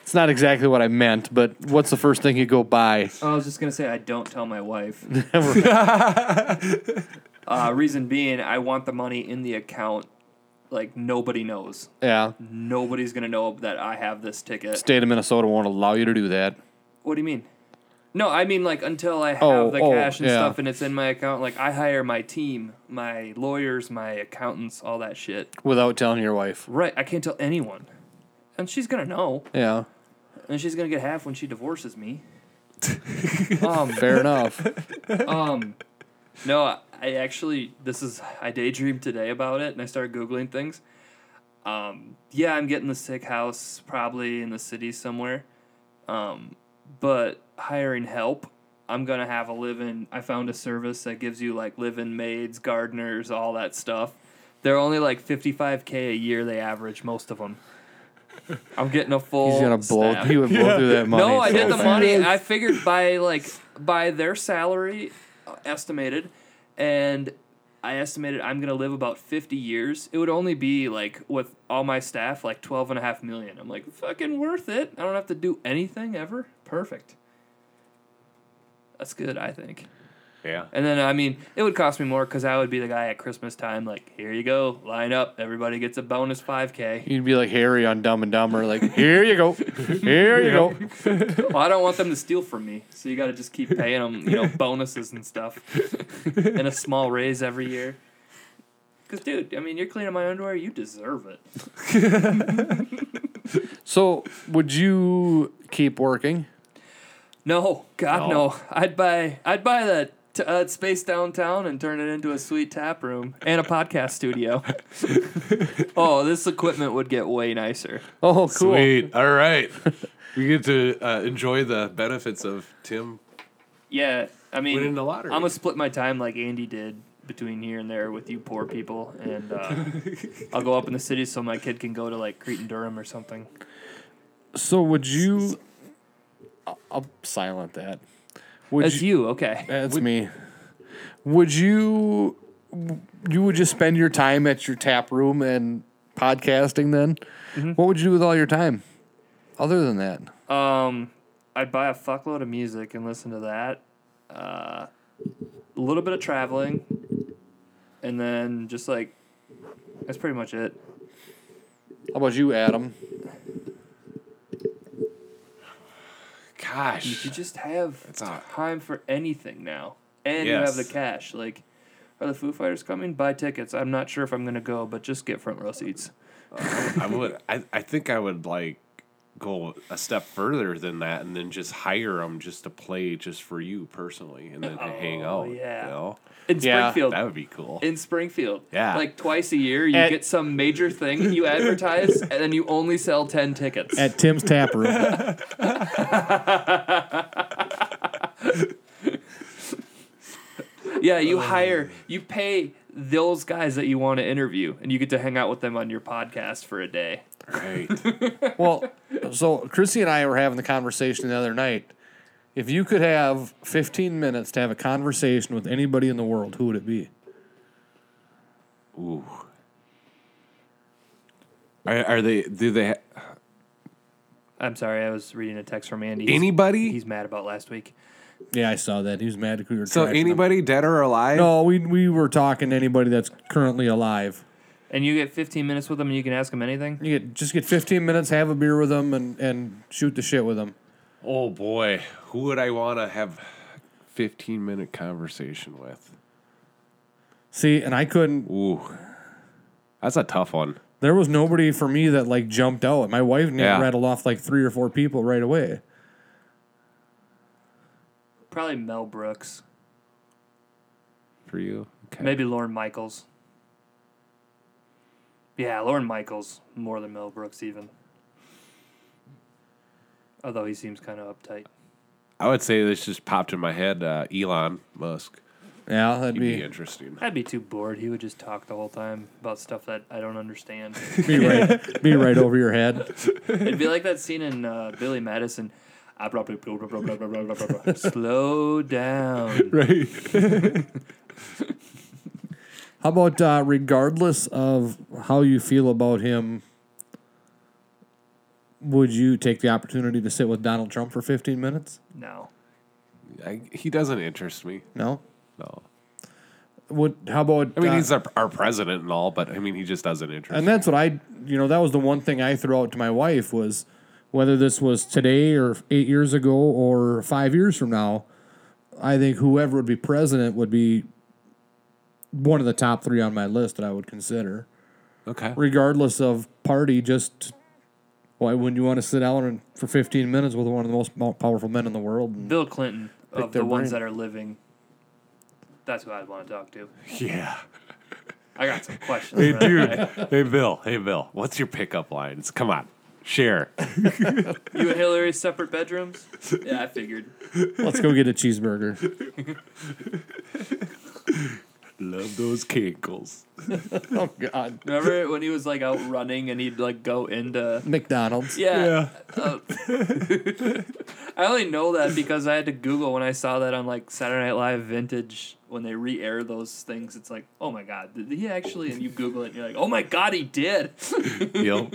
S4: It's not exactly what I meant, but what's the first thing you go buy?
S3: I was just gonna say I don't tell my wife. uh, reason being, I want the money in the account. Like nobody knows.
S4: Yeah,
S3: Mm-hmm. Nobody's gonna know that I have this ticket.
S4: state of Minnesota won't allow you to do that.
S3: What do you mean? No, I mean like until I have
S4: Oh,
S3: the
S4: oh,
S3: cash and
S4: yeah.
S3: stuff and it's in my account. Like I hire my team, my lawyers, my accountants, all that shit.
S4: without telling your wife.
S3: Right, I can't tell anyone. And she's gonna know.
S4: Yeah,
S3: And she's gonna get half when she divorces me. Um,
S4: fair enough.
S3: No, I- I actually this is I daydreamed today about it and I started googling things. Um, yeah, I'm getting the sick house probably in the city somewhere. Um, but hiring help, I'm gonna have a live in I found a service that gives you like live in maids, gardeners, all that stuff. They're only like fifty five K a year they average, most of them. I'm getting a full
S4: He's gonna blow.
S3: staff.
S4: He would blow through that money.
S3: No, I
S4: so
S3: did the
S4: fast.
S3: money. I figured by like by their salary uh, estimated, and I estimated I'm gonna live about 50 years. It would only be like with all my staff like 12 and a half million. I'm like fucking worth it. I don't have to do anything ever. Perfect. That's good, I think.
S5: Yeah.
S3: And then I mean, it would cost me more because I would be the guy at Christmas time. Like, here you go, line up. Everybody gets a bonus 5k.
S4: You'd be like Harry on Dumb and Dumber, like here you go, here you go.
S3: Well, I don't want them to steal from me, so you got to just keep paying them, you know, bonuses and stuff, and a small raise every year. Cause, dude, I mean, you're cleaning my underwear, you deserve it.
S4: So, would you keep working?
S3: No, God, no.
S5: No.
S3: I'd buy, I'd buy that t- uh, space downtown and turn it into a sweet tap room and a podcast studio. oh, this equipment would get way nicer.
S4: Oh, cool.
S5: Sweet. All right. we get to uh, enjoy the benefits of Tim
S3: Yeah, I mean,
S5: Winning the lottery.
S3: I'm gonna split my time like Andy did between here and there with you poor people, and uh, I'll go up in the city so my kid can go to like Crete and Durham or something.
S7: So would you? I'll, I'll silent that. Would
S3: That's you, okay?
S7: That's me. Would you? You would just spend your time at your tap room and podcasting. Then,
S3: Mm-hmm.
S7: what would you do with all your time? Other than that,
S3: Um, I'd buy a fuckload of music and listen to that. Uh, a little bit of traveling, and then just like that's pretty much it.
S7: how about you, Adam?
S5: Gosh.
S3: You just have
S5: not-
S3: time for anything now, and you have
S5: Yes.
S3: the cash. Like, are the Foo Fighters coming? Buy tickets. I'm not sure if I'm gonna go, but just get front row seats.
S5: I would. I, I think I would like go a step further than that, and then just hire them just to play just for you personally, and then to hang
S3: Oh,
S5: out.
S3: yeah.
S5: You know?
S3: In
S7: Yeah,
S3: Springfield,
S5: That would be cool.
S3: in Springfield.
S5: Yeah.
S3: Like twice a year, you
S7: At-
S3: get some major thing you advertise, and then you only sell 10 tickets.
S4: At Tim's Tap Room.
S3: yeah,
S5: Oh.
S3: you hire, you pay those guys that you want to interview, and you get to hang out with them on your podcast for a day.
S5: right.
S7: Well, so Chrissy and I were having the conversation the other night. If you could have 15 minutes to have a conversation with anybody in the world, who would it be?
S5: Ooh. Are, are they? Do they? ha-
S3: I'm sorry, I was reading a text from Andy. He's-
S5: Anybody?
S3: He's mad about last week.
S4: Yeah, I saw that. He was mad we were
S5: so
S4: trashing him.
S5: anybody, dead or alive?
S4: No, we we were talking to anybody that's currently alive.
S3: And you get 15 minutes with them, and you can ask them anything?
S4: You get just get 15 minutes, have a beer with them, and and shoot the shit with them.
S5: Oh boy, who would I want to have fifteen minute conversation with?
S4: See, and I couldn't.
S5: Ooh, that's a tough one.
S4: There was nobody for me that like jumped out. My wife na-
S5: Yeah.
S4: rattled off like three or four people right away.
S3: Probably Mel Brooks,
S5: for you. Okay.
S3: maybe Lauren Michaels. Yeah, Lauren Michaels more than Mel Brooks even. Although he seems kind of uptight.
S5: I would say this just popped in my head. Uh, Elon Musk.
S4: Yeah, that'd
S5: He'd be
S4: be,
S5: interesting.
S3: I'd be too bored. He would just talk the whole time about stuff that I don't understand.
S4: be right be right over your head.
S3: It'd be like that scene in uh, Billy Madison. Ah, blah, blah, blah, blah, blah, blah, blah, blah, blah, blah. Slow down.
S5: Right.
S4: How about uh, regardless of how you feel about him, would you take the opportunity to sit with Donald Trump for 15 minutes?
S3: No.
S5: I, he doesn't interest me.
S4: No.
S5: No.
S4: Would how about
S5: I mean,
S4: uh,
S5: he's our, our president and all, but I mean, he just doesn't interest.
S4: And
S5: me.
S4: that's what I, you know, that was the one thing I threw out to my wife was whether this was today or eight years ago or five years from now, I think whoever would be president would be one of the top three on my list that I would consider,
S5: okay.
S4: regardless of party. Just why wouldn't you want to sit down and, for 15 minutes with one of the most mo- powerful men in the world? And
S3: Bill Clinton, of the
S4: their
S3: ones
S4: brain.
S3: that are living, that's who I'd want to talk to.
S5: Yeah.
S3: I got some questions.
S5: Hey,
S3: right?
S5: dude. hey, Bill. Hey, Bill. What's your pickup lines? Come on. Share.
S3: You and Hillary separate bedrooms? Yeah, I figured.
S4: let's go get a cheeseburger.
S5: Love those cankles.
S4: oh, God.
S3: Remember when he was like out running and he'd like go into
S4: McDonald's.
S3: yeah. uh, I only know that because I had to Google when I saw that on like Saturday Night Live Vintage when they re-air those things. It's like, oh my god, did he actually? And you Google it, and you're like, oh my god, he did.
S5: Yep.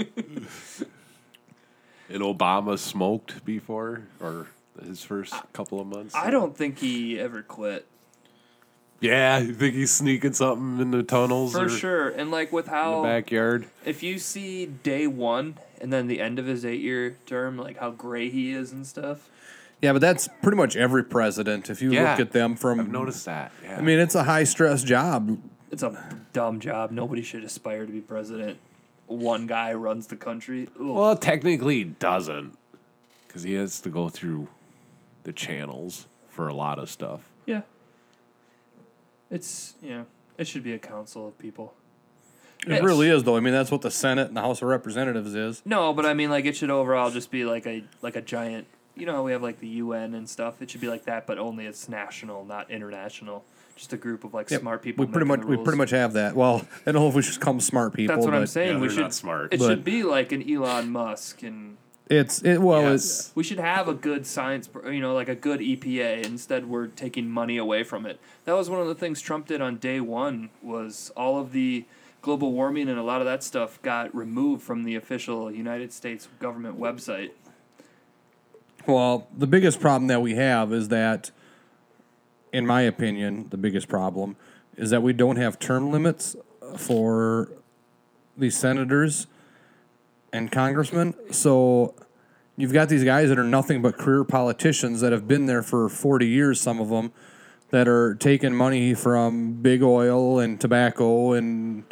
S5: and Obama smoked before or his first couple of months.
S3: I don't think he ever quit
S5: Yeah, you think he's sneaking something in the tunnels
S3: for
S5: or
S3: sure. And like with
S5: in the
S3: how
S5: backyard?
S3: if you see day one and then the end of his eight-year term, like how gray he is and stuff.
S4: Yeah, but that's pretty much every president. If you
S5: Yeah.
S4: look at them from
S5: I've noticed that. Yeah.
S4: I mean, it's a high stress job.
S3: It's a dumb job. Nobody should aspire to be president. One guy runs the country. Ugh.
S5: well, technically he doesn't because he has to go through the channels for a lot of stuff.
S3: Yeah. It's yeah. It should be a council of people.
S4: It really is, though. I mean, that's what the Senate and the House of Representatives is.
S3: No, but I mean, like, it should overall just be like a like a giant. You know, how we have like the UN and stuff. It should be like that, but only it's national, not international.
S8: just a group of like
S4: Yep.
S8: smart people.
S4: We pretty much
S8: making the
S4: we
S8: rules.
S4: pretty much have that. Well, I don't know if we should call them smart people.
S8: That's what I'm
S4: but
S8: saying.
S5: Yeah,
S8: we
S5: they're
S8: should
S5: not smart.
S8: It
S4: But-
S8: should be like an Elon Musk, and
S4: It's it. Well, it's
S5: Yes.
S8: we should have a good science, pr- you know, like a good EPA. Instead, we're taking money away from it. That was one of the things Trump did on day one. Was all of the global warming and a lot of that stuff got removed from the official United States government website.
S4: Well, the biggest problem that we have is that, in my opinion, the biggest problem is that we don't have term limits for these senators and congressmen. So you've got these guys that are nothing but career politicians that have been there for 40 years, some of them, that are taking money from big oil and tobacco and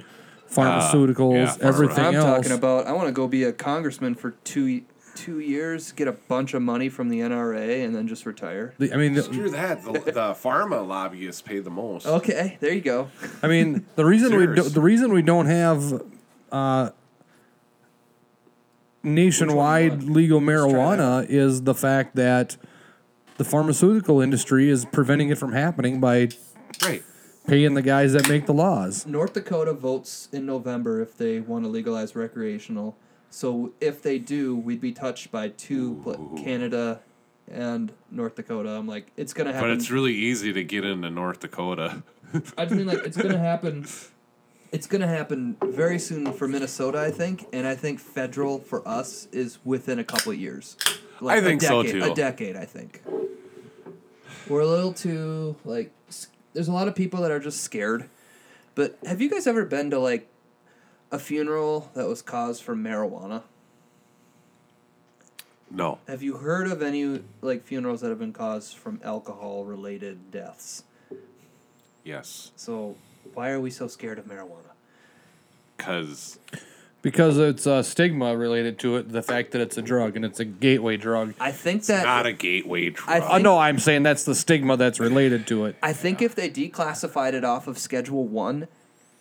S4: pharmaceuticals,
S5: pharma.
S4: everything
S5: Thing
S3: I'm
S4: else.
S3: talking about. I want to go be a congressman for two two years, get a bunch of money from the NRA, and then just retire.
S4: The- I mean, the-
S5: Screw that. The, the pharma lobbyists pay the most.
S3: Okay, there you go.
S4: I mean, the reason we do,
S5: Serious.
S4: the reason we don't have uh, nationwide legal marijuana is the fact that the pharmaceutical industry is preventing it from happening by
S5: Right.
S4: paying the guys that make the laws.
S3: North Dakota votes in November if they want to legalize recreational. So if they do, we'd be touched by two pla- Canada and North Dakota. I'm like, it's gonna happen.
S5: But it's really easy to get into North Dakota.
S3: I just mean like it's gonna happen. It's gonna happen very soon for Minnesota, I think, and I think federal for us is within a couple of years. Like
S5: I think
S3: a
S5: so,
S3: decade,
S5: too.
S3: A decade, I think. We're a little too like. s- There's a lot of people that are just scared. But have you guys ever been to like a funeral that was caused from marijuana?
S5: No.
S3: Have you heard of any like funerals that have been caused from alcohol related deaths?
S5: Yes.
S3: So why are we so scared of marijuana?
S5: Because
S4: Because it's a stigma related to it, the fact that it's a drug and it's a gateway drug.
S3: I think that
S5: not a gateway drug.
S3: I
S4: Uh, no, I'm saying that's the stigma that's related to it.
S3: I think if they declassified it off of Schedule One,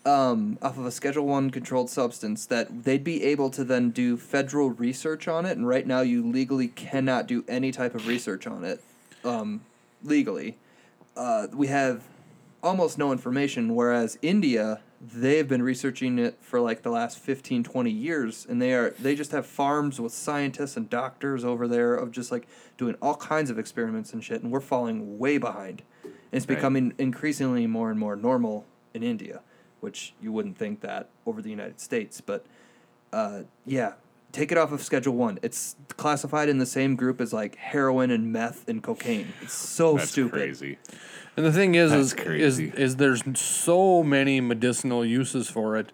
S3: um, off of a Schedule One controlled substance, that they'd be able to then do federal research on it. And right now, you legally cannot do any type of research on it. Um, legally, uh, we have almost no information. Whereas India, they've been researching it for like the last 15, 20 years, and they are they just have farms with scientists and doctors over there of just like doing all kinds of experiments and shit. And we're falling way behind. And it's becoming increasingly more and more normal in India, which you wouldn't think that over the United States, but uh, yeah. Take it off of Schedule One. It's classified in the same group as like heroin and meth and cocaine. It's so
S5: That's
S3: stupid.
S5: crazy.
S4: And the thing is,
S5: That's
S4: is, is
S5: crazy.
S4: is there's so many medicinal uses for it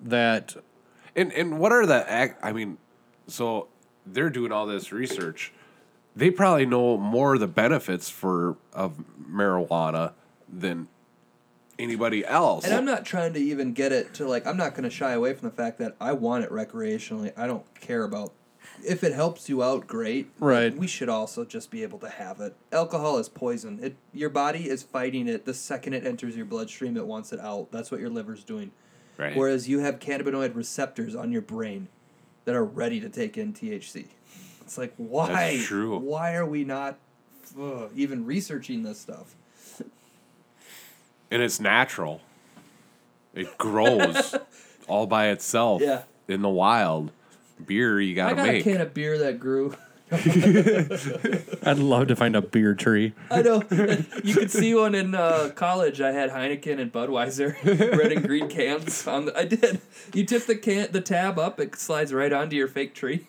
S4: that
S5: And and what are the ac- I mean, so they're doing all this research. They probably know more of the benefits for of marijuana than anybody else.
S3: And I'm not trying to even get it to like I'm not going to shy away from the fact that I want it recreationally. I don't care about if it helps you out, great.
S4: Right.
S3: We should also just be able to have it. Alcohol is poison. It your body is fighting it the second it enters your bloodstream. It wants it out. That's what your liver's doing.
S5: right.
S3: Whereas you have cannabinoid receptors on your brain that are ready to take in THC. It's like why?
S5: That's true.
S3: Why are we not ugh, even researching this stuff?
S5: and it's natural. It grows all by itself
S3: Yeah.
S5: in the wild. Beer you
S3: I
S5: gotta
S3: got a
S5: make.
S3: can of beer that grew.
S4: I'd love to find a beer tree.
S3: I know. You could see one in uh, college. I had Heineken and Budweiser, red and green cans. On the, I did. You tip the can, the tab up, it slides right onto your fake tree.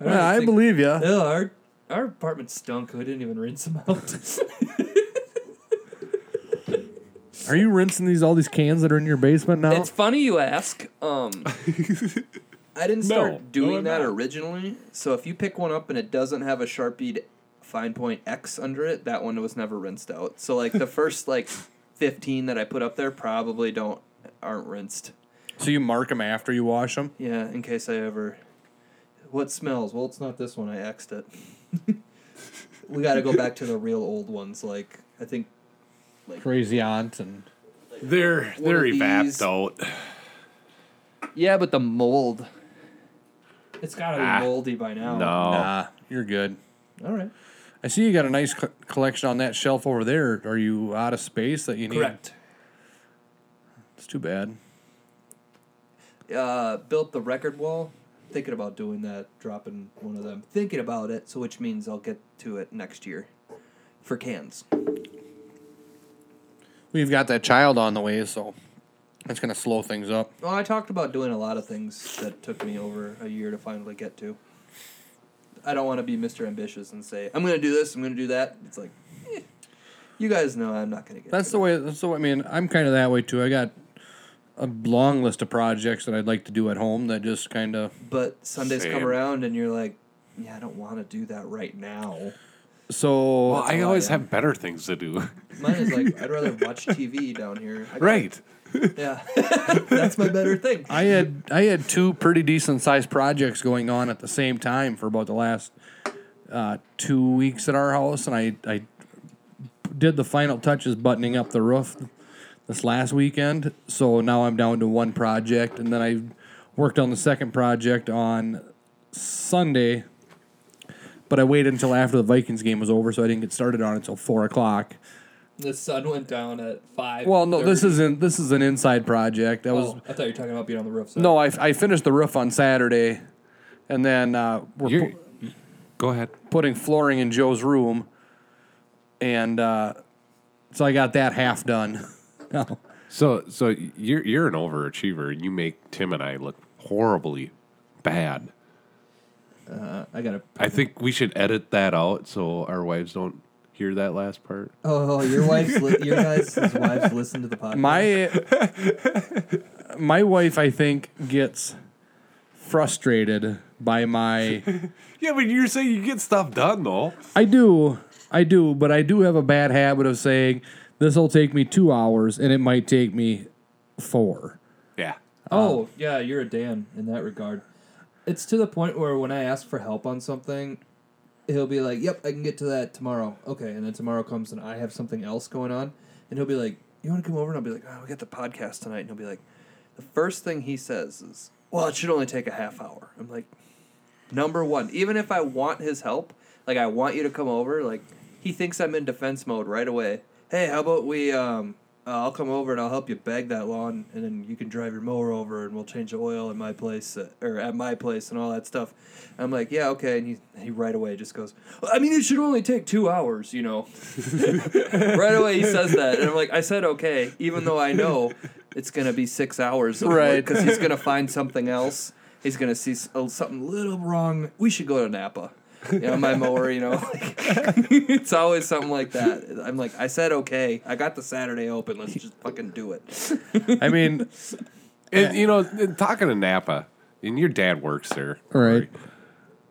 S3: I, don't
S4: I
S3: think-
S4: believe you.
S3: Ew, our our apartment stunk. We didn't even rinse them out.
S4: Are you rinsing these all these cans that are in your basement now?
S3: it's funny you ask. Um, I didn't
S5: No,
S3: start
S5: no,
S3: doing
S5: I'm
S3: that
S5: not.
S3: originally. So if you pick one up and it doesn't have a Sharpie fine point X under it, that one was never rinsed out. So like the first like fifteen that I put up there probably don't aren't rinsed.
S4: so you mark them after you wash them.
S3: Yeah, in case I ever. What smells? Well, it's not this one. I X'd it. we got to go back to the real old ones. Like I think
S4: Crazy aunt and
S5: they're
S3: One of
S5: they're
S3: these-
S5: evapped out.
S3: Yeah, but the mold. It's gotta be
S5: Ah.
S3: moldy by now.
S5: No.
S4: nah, you're good.
S3: All right.
S4: I see you got a nice co- collection on that shelf over there. Are you out of space that you need?
S1: Correct.
S4: It's too bad.
S3: uh, built the record wall. Thinking about doing that, dropping one of them. Thinking about it, so which means I'll get to it next year for cans.
S4: We've got that child on the way, so that's gonna slow things up.
S3: Well, I talked about doing a lot of things that took me over a year to finally get to. I don't want to be Mr. Ambitious and say I'm going to do this, I'm going to do that. It's like, eh, you guys know I'm not going to get.
S4: That's the way. That's the way. I mean, I'm kind of that way too. I got a long list of projects that I'd like to do at home that just kind of.
S3: But Sundays come
S5: Same.
S3: around and you're like, yeah, I don't want to do that right now.
S4: So
S5: Well, I
S3: all I
S5: always
S3: am.
S5: have better things to do.
S3: Mine is like I'd rather watch TV down here. I-
S5: right.
S3: Yeah, that's my better thing.
S4: I had I had two pretty decent sized projects going on at the same time for about the last uh, two weeks at our house, and I I did the final touches buttoning up the roof this last weekend. So now I'm down to one project, and then I worked on the second project on Sunday. But I waited until after the Vikings game was over, so I didn't get started on it until four o'clock.
S3: The sun went down at five.
S4: Well, no, this isn't. This is an inside project. That was
S3: I thought you were talking about being on the roof. So.
S4: No, I, I finished the roof on Saturday, and then uh, we're
S5: You're,
S4: pu-
S5: go ahead.
S4: putting flooring in Joe's room, and uh, so I got that half done. No.
S5: So so you're you're an overachiever and you make Tim and I look horribly bad.
S3: I gotta.
S5: I think we should edit that out so our wives don't hear that last part.
S3: Oh, your wife's li- your guys' wives listen to the podcast.
S4: My my wife, I think, gets frustrated by my.
S5: Yeah, but you're saying you get stuff done though.
S4: I do, I do, but I do have a bad habit of saying this will take me two hours, and it might take me four.
S5: Yeah.
S9: Oh, yeah, you're a Dan in that regard. It's to the point where when I ask for help on something, he'll be like, "Yep, I can get to that tomorrow." Okay, and then tomorrow comes and I have something else going on, and he'll be like,
S3: you want to come over and I'll be like, oh, we got the podcast tonight, and he'll be like, the first thing he says is, well, it should only take a half hour. I'm like, number one, even if I want his help, like I want you to come over, like he thinks I'm in defense mode right away. Hey, how about we? Um, uh, I'll come over and I'll help you bag that lawn, and then you can drive your mower over, and we'll change the oil in my place uh, or at my place and all that stuff. I'm like, yeah, okay, and he, he right away just goes, I mean, it should only take two hours, you know right away he says that and i'm like i said okay even though i know it's going to be six hours of
S4: Right.
S3: because he's going to find something else he's going to see s- oh, something a little wrong we should go to napa you know my mower you know like, it's always something like that i'm like i said okay i got the saturday open let's just fucking do it
S4: I mean,
S5: And you know, and talking to Napa, and your dad works there.
S10: All right.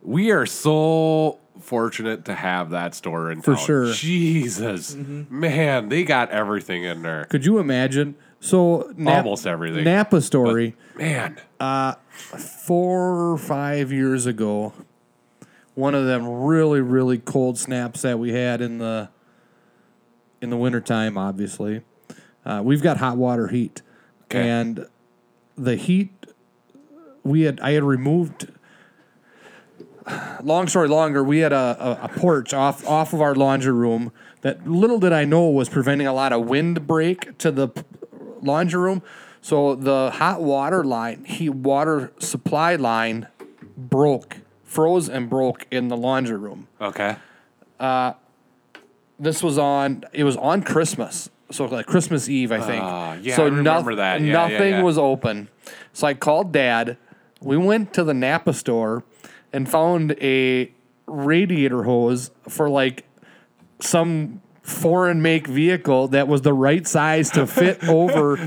S5: We are so fortunate to have that store in
S10: For
S5: town.
S10: sure.
S5: Jesus, man, they got everything in there.
S10: Could you imagine? So Nap-
S5: Almost everything.
S10: Napa story.
S5: Man,
S10: Uh, four or five years ago, one of them really, really cold snaps that we had in the in the wintertime, obviously. Uh, we've got hot water heat.
S5: Okay.
S10: And the heat we had I had removed long story longer, we had a, a, a porch off off of our laundry room that little did I know was preventing a lot of wind break to the p- laundry room. So the hot water line, heat water supply line broke, froze and broke in the laundry room.
S5: okay.
S10: This was on it was on Christmas. So like Christmas Eve, I think.
S5: Ah, yeah,
S10: so
S5: I remember that. Yeah, yeah,
S10: nothing
S5: yeah.
S10: was open. So I called dad. We went to the Napa store and found a radiator hose for like some foreign make vehicle that was the right size to fit over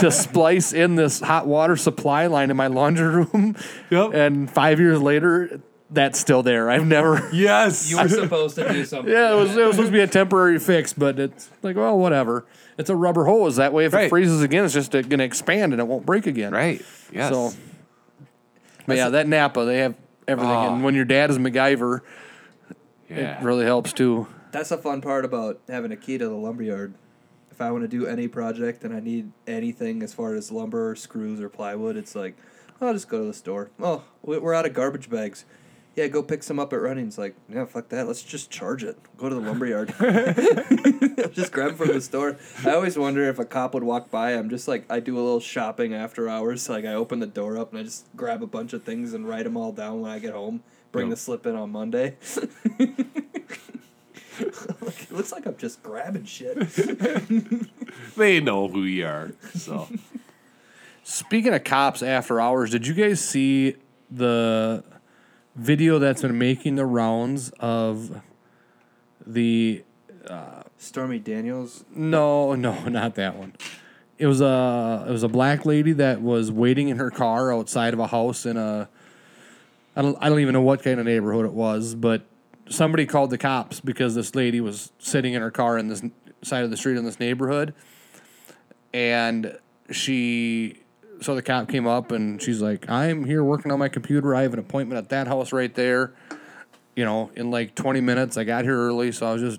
S10: to splice in this hot water supply line in my laundry room.
S5: Yep.
S10: And five years later, that's still there. I've never.
S5: Yes,
S9: "You were supposed to do something."
S10: Yeah, it was, it was supposed to be a temporary fix, but it's like, well, whatever. It's a rubber hose. That way, if it
S5: Right.
S10: freezes again, it's just going to expand and it won't break again.
S5: right. Yes.
S10: So, but yeah, that Napa, they have everything.
S5: Ah.
S10: And when your dad is MacGyver,
S5: yeah.
S10: it really helps too.
S3: that's the fun part about having a key to the lumberyard if i want to do any project and i need anything as far as "Oh, lumber screws or plywood it's like i'll just go to the store oh we- we're out of garbage bags yeah, go pick some up at Runnings. Like, yeah, fuck that. Let's just charge it. Go to the lumberyard. just grab 'em from the store. I always wonder if a cop would walk by. I'm just like, I do a little shopping after hours. Like, I open the door up and I just grab a bunch of things and write them all down when I get home. Bring the slip in on Monday. it looks like I'm just grabbing shit.
S5: They know who you are. So
S4: Speaking of cops after hours, did you guys see the video that's been making the rounds of the
S3: Stormy Daniels.
S4: no, no, not that one. It was a it was a black lady that was waiting in her car outside of a house in a I don't I don't even know what kind of neighborhood it was, but somebody called the cops because this lady was sitting in her car in this n- side of the street in this neighborhood and she so the cop came up and she's like i'm here working on my computer i have an appointment at that house right there you know in like 20 minutes i got here early so i was just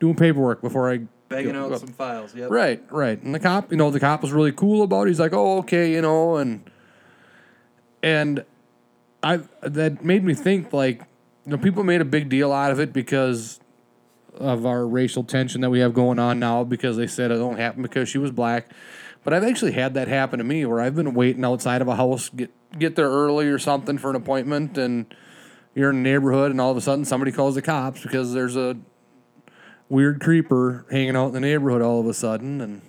S4: doing paperwork before i
S3: Banging out some files. Yep.
S4: Right, right. And the cop, you know, the cop was really cool about it. He's like, "Oh, okay," you know, and and I that made me think like, you know, people made a big deal out of it because of our racial tension that we have going on now because they said it don't happen because she was black. But I've actually had that happen to me where I've been waiting outside of a house get get there early or something for an appointment and you're in a neighborhood and all of a sudden somebody calls the cops because there's a weird creeper hanging out in the neighborhood all of a sudden, and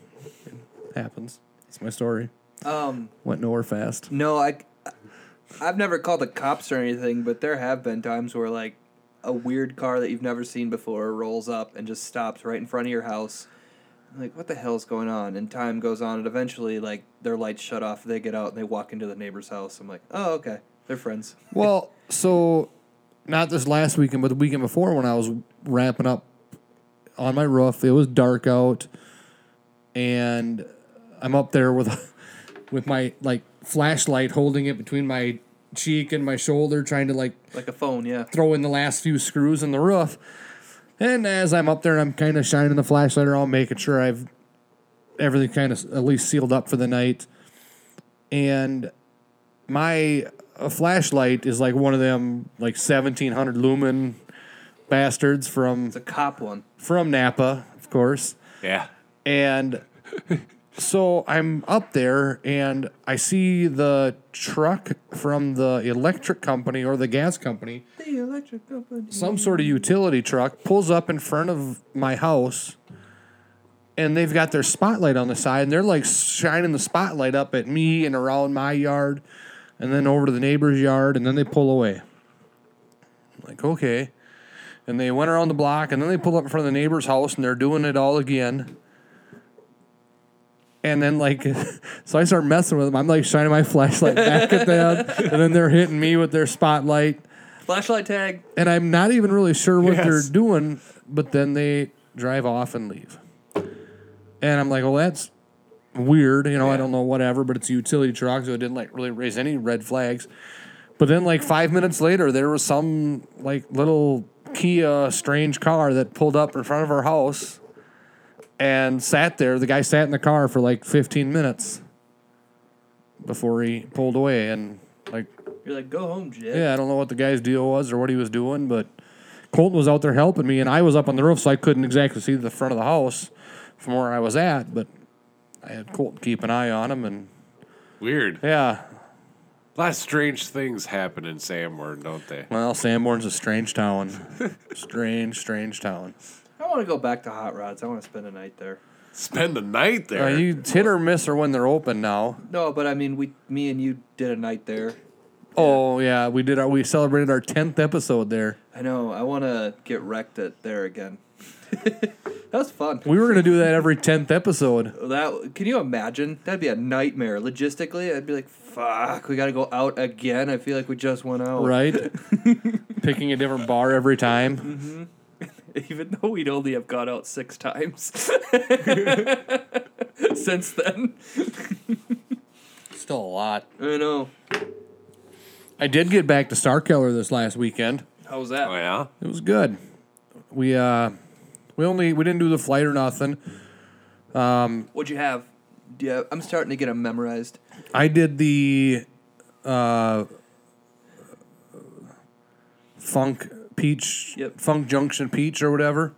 S4: it happens. That's my story.
S3: Um.
S4: Went nowhere fast.
S3: No, I, I've never called the cops or anything, but there have been times where like a weird car that you've never seen before rolls up and just stops right in front of your house. I'm like, what the hell's going on? And time goes on, and eventually, like their lights shut off. They get out and they walk into the neighbor's house. I'm like, oh okay, they're friends.
S4: Well, so not this last weekend, but the weekend before when I was wrapping up on my roof, it was dark out, and I'm up there with with my like flashlight, holding it between my cheek and my shoulder, trying to like
S3: Like a phone, yeah.
S4: throw in the last few screws in the roof. And as I'm up there and I'm kind of shining the flashlight around, making sure I've everything kind of at least sealed up for the night. And my uh, flashlight is like one of them like 1700 lumen bastards from
S3: It's a cop one.
S4: from Napa, of course.
S5: yeah,
S4: And so I'm up there and I see the truck from the electric company or the gas company
S3: The electric company.
S4: some sort of utility truck pulls up in front of my house and they've got their spotlight on the side and they're like shining the spotlight up at me and around my yard and then over to the neighbor's yard and then they pull away. I'm like, okay. And they went around the block and then they pulled up in front of the neighbor's house and they're doing it all again. And then like so I start messing with them. I'm like shining my flashlight back at them and then they're hitting me with their spotlight
S3: Flashlight tag.
S4: and I'm not even really sure what
S5: Yes.
S4: they're doing, but then they drive off and leave. And I'm like, well, that's weird. You know, I don't know, whatever, but it's a utility truck, so it didn't like really raise any red flags. But then, like, five minutes later, there was some like little Kia strange car that pulled up in front of our house and sat there. The guy sat in the car for like 15 minutes before he pulled away. And like,
S3: You're like, go home, Jed.
S4: yeah, I don't know what the guy's deal was or what he was doing, but Colton was out there helping me, and I was up on the roof, so I couldn't exactly see the front of the house from where I was at. But I had Colton keep an eye on him, and
S5: weird.
S4: yeah,
S5: A lot of strange things happen in Sanborn, don't they?
S4: well, Sanborn's a strange town, strange, strange town.
S3: I want to go back to Hot Rods. I want to spend a night there.
S5: Spend the night
S4: Uh,
S5: there.
S4: you it's hit or miss or when they're open now.
S3: No, but I mean, we, me and you did a night there.
S4: Oh yeah, we did. Our, we celebrated our tenth episode there.
S3: I know. I want to get wrecked at there again. that was fun.
S4: We were gonna do that every tenth episode.
S3: That can you imagine? That'd be a nightmare logistically. I'd be like, "Fuck, we gotta go out again." I feel like we just went out,
S4: Right, picking a different bar every time.
S3: Even though we'd only have gone out six times since then.
S4: Still a lot.
S3: I know.
S4: I did get back to Star Killer this last weekend.
S3: How was that?
S5: oh yeah,
S4: It was good. We uh we only we didn't do the flight or nothing.
S3: What'd you have? Yeah, I'm starting to get them memorized.
S4: I did the uh Funk Peach,
S3: Yep.
S4: Funk Junction Peach or whatever.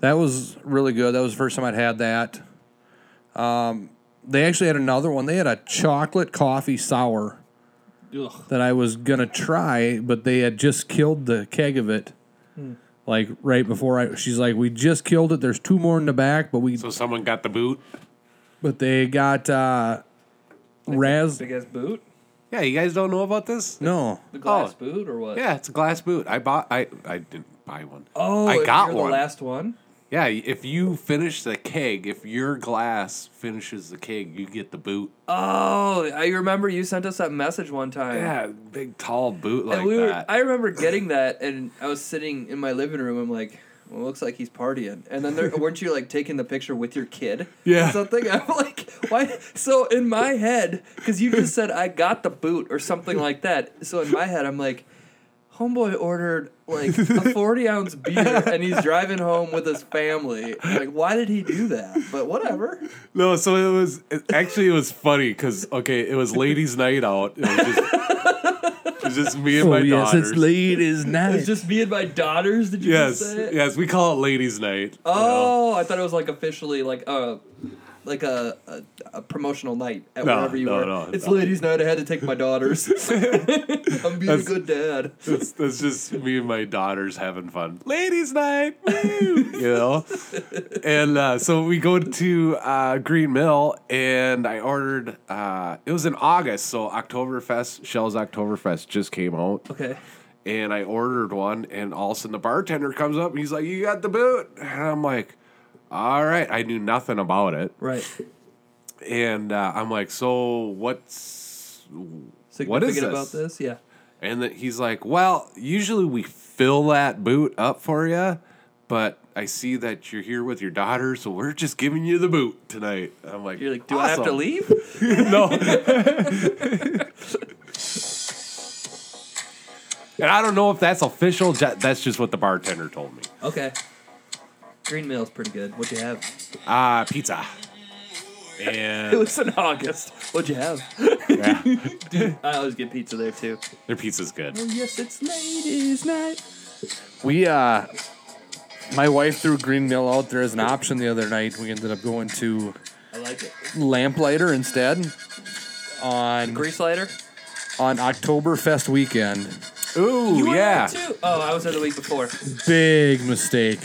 S4: That was really good. That was the first time I'd had that. Um, they actually had another one. They had a chocolate coffee sour
S11: Ugh.
S4: that I was gonna try, but they had just killed the keg of it. Like right before I, she's like, "We just killed it. There's two more in the back, but we,
S5: So someone got the boot.
S4: but they got uh, raz.
S3: Big ass boot?
S5: Yeah, you guys don't know about this?
S4: No,
S3: The glass
S5: Oh.
S3: boot or what?
S5: Yeah, it's a glass boot. I bought. I I didn't buy one.
S11: Oh,
S5: I
S11: if
S5: got
S11: you're
S5: one.
S11: The last one.
S5: Yeah, if you finish the keg, if your glass finishes the keg, you get the boot.
S3: Oh, I remember you sent us that message one time.
S5: Yeah, big tall boot like
S3: and we were,
S5: that.
S3: I remember getting that, and I was sitting in my living room. I'm like, well, it looks like he's partying. And then there, weren't you like taking the picture with your kid?
S4: Yeah.
S3: Or something. I'm like, why? So in my head, because you just said I got the boot or something like that. So in my head, I'm like. Homeboy ordered like a 40 ounce beer and he's driving home with his family. Like, why did he do that? But whatever.
S5: no, so it was it, actually it was funny because okay, it was ladies' night out. It was just, it was just me and my daughters.
S4: Oh, late as night.
S3: It's just me and my daughters. Did you just
S5: yes,
S3: say it?
S5: yes, we call it ladies' night. you know.
S3: Oh, I thought it was like officially like a like a a, a promotional night at
S5: No,
S3: wherever you
S5: no,
S3: were.
S5: no,
S3: it's
S5: no.
S3: ladies' night. I had to take my daughters. I'm being a good dad.
S5: That's, that's just me and my daughters having fun. Ladies' night, woo! you know. And uh, so we go to uh, Green Mill, and I ordered. Uh, it was in August, so Oktoberfest Shell's Oktoberfest just came out,
S3: Okay.
S5: and I ordered one. And all of a sudden, the bartender comes up, and he's like, "You got the boot?" And I'm like, "All right." I knew nothing about it,
S3: Right.
S5: and uh, I'm like, "So what's?"
S3: Significant
S5: What is
S3: about
S5: this?
S3: this? Yeah.
S5: And that he's like, "Well, usually we fill that boot up for you, but I see that you're here with your daughter, so we're just giving you the boot tonight." I'm like,
S3: You're like, do I have to
S5: "Awesome."
S3: leave?
S5: And I don't know if that's official. ju- That's just what the bartender told me.
S3: Okay. Green Mill's pretty good. What'd you have?
S5: Uh, pizza.
S3: It
S5: And
S3: was in August. What'd you have? I always get pizza there too.
S5: their pizza's good.
S3: Yes, it's ladies' night.
S4: We uh my wife threw Green Mill out there as an option the other night. We ended up going to
S3: I like it.
S4: Lamplighter instead on
S3: Grease lighter.
S4: on Oktoberfest weekend.
S5: Ooh,
S3: You were
S5: yeah.
S3: there, too? Oh, I was there the week before.
S4: Big mistake.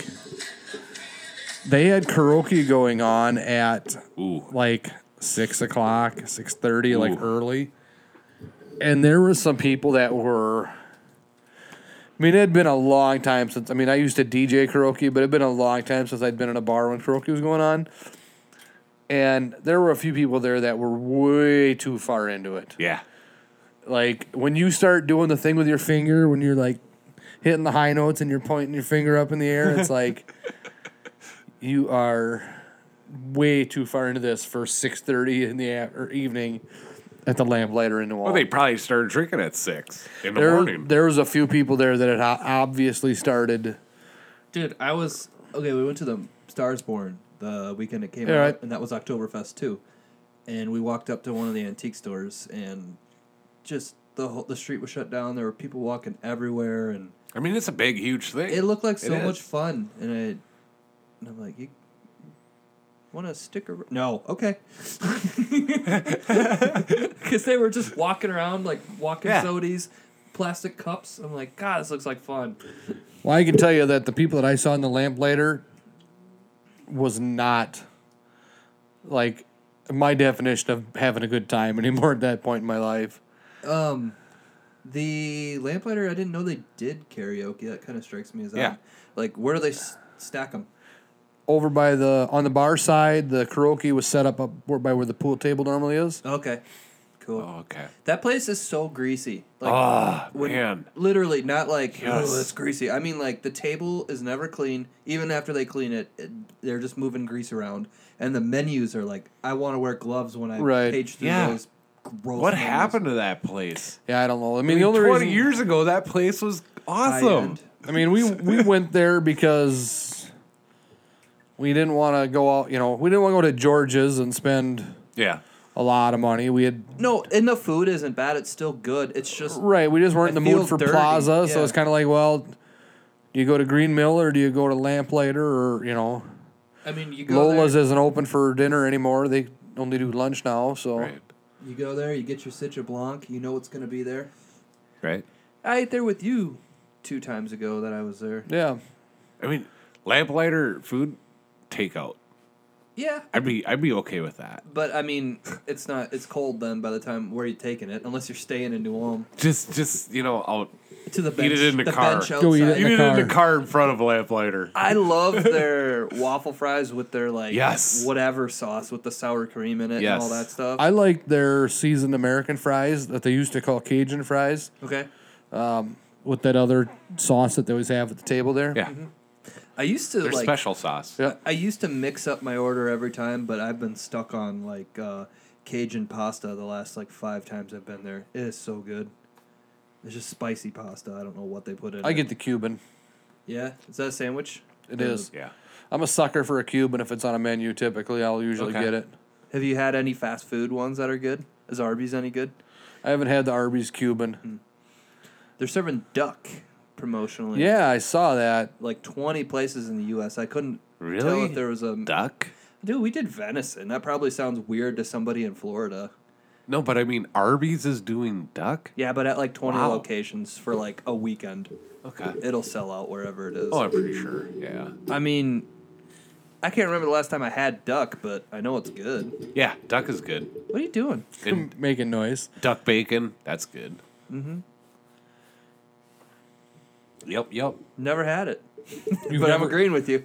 S4: They had karaoke going on at
S5: Ooh,
S4: like six o'clock, six thirty, like
S5: Ooh.
S4: early. And there were some people that were. I mean, it had been a long time since. I mean, I used to DJ karaoke, but it had been a long time since I'd been in a bar when karaoke was going on. And there were a few people there that were way too far into it
S5: yeah.
S4: like when you start doing the thing with your finger when you're like hitting the high notes and you're pointing your finger up in the air it's like you are way too far into this for 6.30 in the a- or evening at the lamplighter in new
S5: Well, they
S4: orleans
S5: probably started drinking at six in the
S4: there,
S5: morning.
S4: there was a few people there that had o- obviously started
S11: Dude, I was okay. We went to the Stars Born the weekend it came
S4: Yeah,
S11: out,
S4: right.
S11: and that was Oktoberfest too. And we walked up to one of the antique stores, and just the whole, the street was shut down. There were people walking everywhere, and
S5: I mean, it's a big, huge thing.
S11: it looked like so
S5: is.
S11: much fun. And I and I'm like, you want to stick around? No, okay.
S3: Because they were just walking around, like walking
S5: Yeah.
S3: sodies, plastic cups. I'm like, God, this looks like fun.
S4: well i can tell you that the people that i saw in the lamplighter was not like my definition of having a good time anymore at that point in my life
S11: Um, the lamplighter, I didn't know they did karaoke. That kind of strikes me as
S5: Yeah.
S11: odd. Like, where do they s- stack them?
S4: over by the on the bar side, the karaoke was set up up where- by where the pool table normally is.
S11: Okay, cool.
S5: Oh, okay.
S11: That place is so greasy. Like,
S5: Oh,
S11: when-
S5: man.
S11: Literally, not like,
S5: Yes.
S11: oh, it's greasy. I mean, like, the table is never clean. Even after they clean it, it they're just moving grease around. And the menus are like, I want to wear gloves when I
S4: Right.
S11: page through
S5: Yeah.
S11: those gross
S5: What
S11: menus.
S5: happened to that place?
S4: Yeah, I don't know. I mean,
S5: I mean,
S4: the only
S5: 20
S4: reason
S5: years ago, that place was
S11: High
S5: awesome.
S11: end.
S4: I mean we we went there because we didn't want to go out. You know, we didn't want to go to George's and spend
S5: Yeah.
S4: a lot of money. We had
S12: No, and the food isn't bad. It's still good. It's just
S4: right. We just weren't in the
S12: It
S4: mood
S12: feels
S4: for
S12: dirty,
S4: Plaza, so
S12: yeah.
S4: it's kind of like, well, do you go to Green Mill or do you go to Lamplighter or you know,
S3: I mean, you go
S4: Lola's
S3: there,
S4: isn't open for dinner anymore. They only do lunch now, so
S5: Right.
S3: you go there, you get your Citra Blanc, you know what's gonna be there.
S5: Right.
S3: I ate there with you two times ago that I was there.
S4: yeah.
S5: I mean, lamplighter food takeout.
S3: Yeah,
S5: I'd be I'd be okay with that.
S3: but I mean, it's not. It's cold then by the time where you're taking it, unless you're staying in New Ulm
S5: Just just you know, out
S3: to the
S5: Eat
S3: bench.
S5: it in the car.
S3: bench
S13: Go eat it
S3: outside.
S5: you
S13: the
S5: did it in the
S13: car.
S5: car in front of a lamplighter.
S3: I love their waffle fries with their like
S5: Yes.
S3: whatever sauce with the sour cream in it and all
S5: Yes.
S3: that stuff.
S4: I like their seasoned American fries that they used to call Cajun fries
S3: okay.
S4: with that other sauce that they always have at the table there.
S5: Yeah,
S3: I used to
S5: their
S3: like
S5: special sauce.
S4: Yeah.
S3: I used to mix up my order every time, but I've been stuck on like uh, Cajun pasta the last like five times I've been there. It is so good. It's just spicy pasta. I don't know what they put in.
S4: I
S3: it.
S4: get the Cuban.
S3: Yeah, is that a sandwich?
S4: It is.
S5: Yeah.
S4: I'm a sucker for a Cuban if it's on a menu. Typically, I'll usually
S5: Okay.
S4: get it.
S3: Have you had any fast food ones that are good? Is Arby's any good?
S4: I haven't had the Arby's
S5: Mm-hmm.
S4: Cuban.
S3: They're serving duck promotionally.
S4: Yeah, I saw that.
S3: like twenty places in the U.S. I couldn't tell
S5: Really?
S3: if there was a
S5: Duck?
S3: dude. We did venison. That probably sounds weird to somebody in Florida.
S5: No, but I mean Arby's is doing duck.
S3: Yeah, but at like twenty
S5: Wow.
S3: locations for like a weekend,
S5: Okay.
S3: it'll sell out wherever it is.
S5: Oh, I'm pretty sure. Yeah.
S3: I mean, I can't remember the last time I had duck, but I know it's good.
S5: Yeah, duck is good.
S3: What are you doing?
S5: And
S4: Making noise.
S5: duck bacon, that's good. Mm-hmm. Yep, yep.
S3: Never had it,
S13: You've
S3: but I'm
S13: never-
S3: agreeing with you.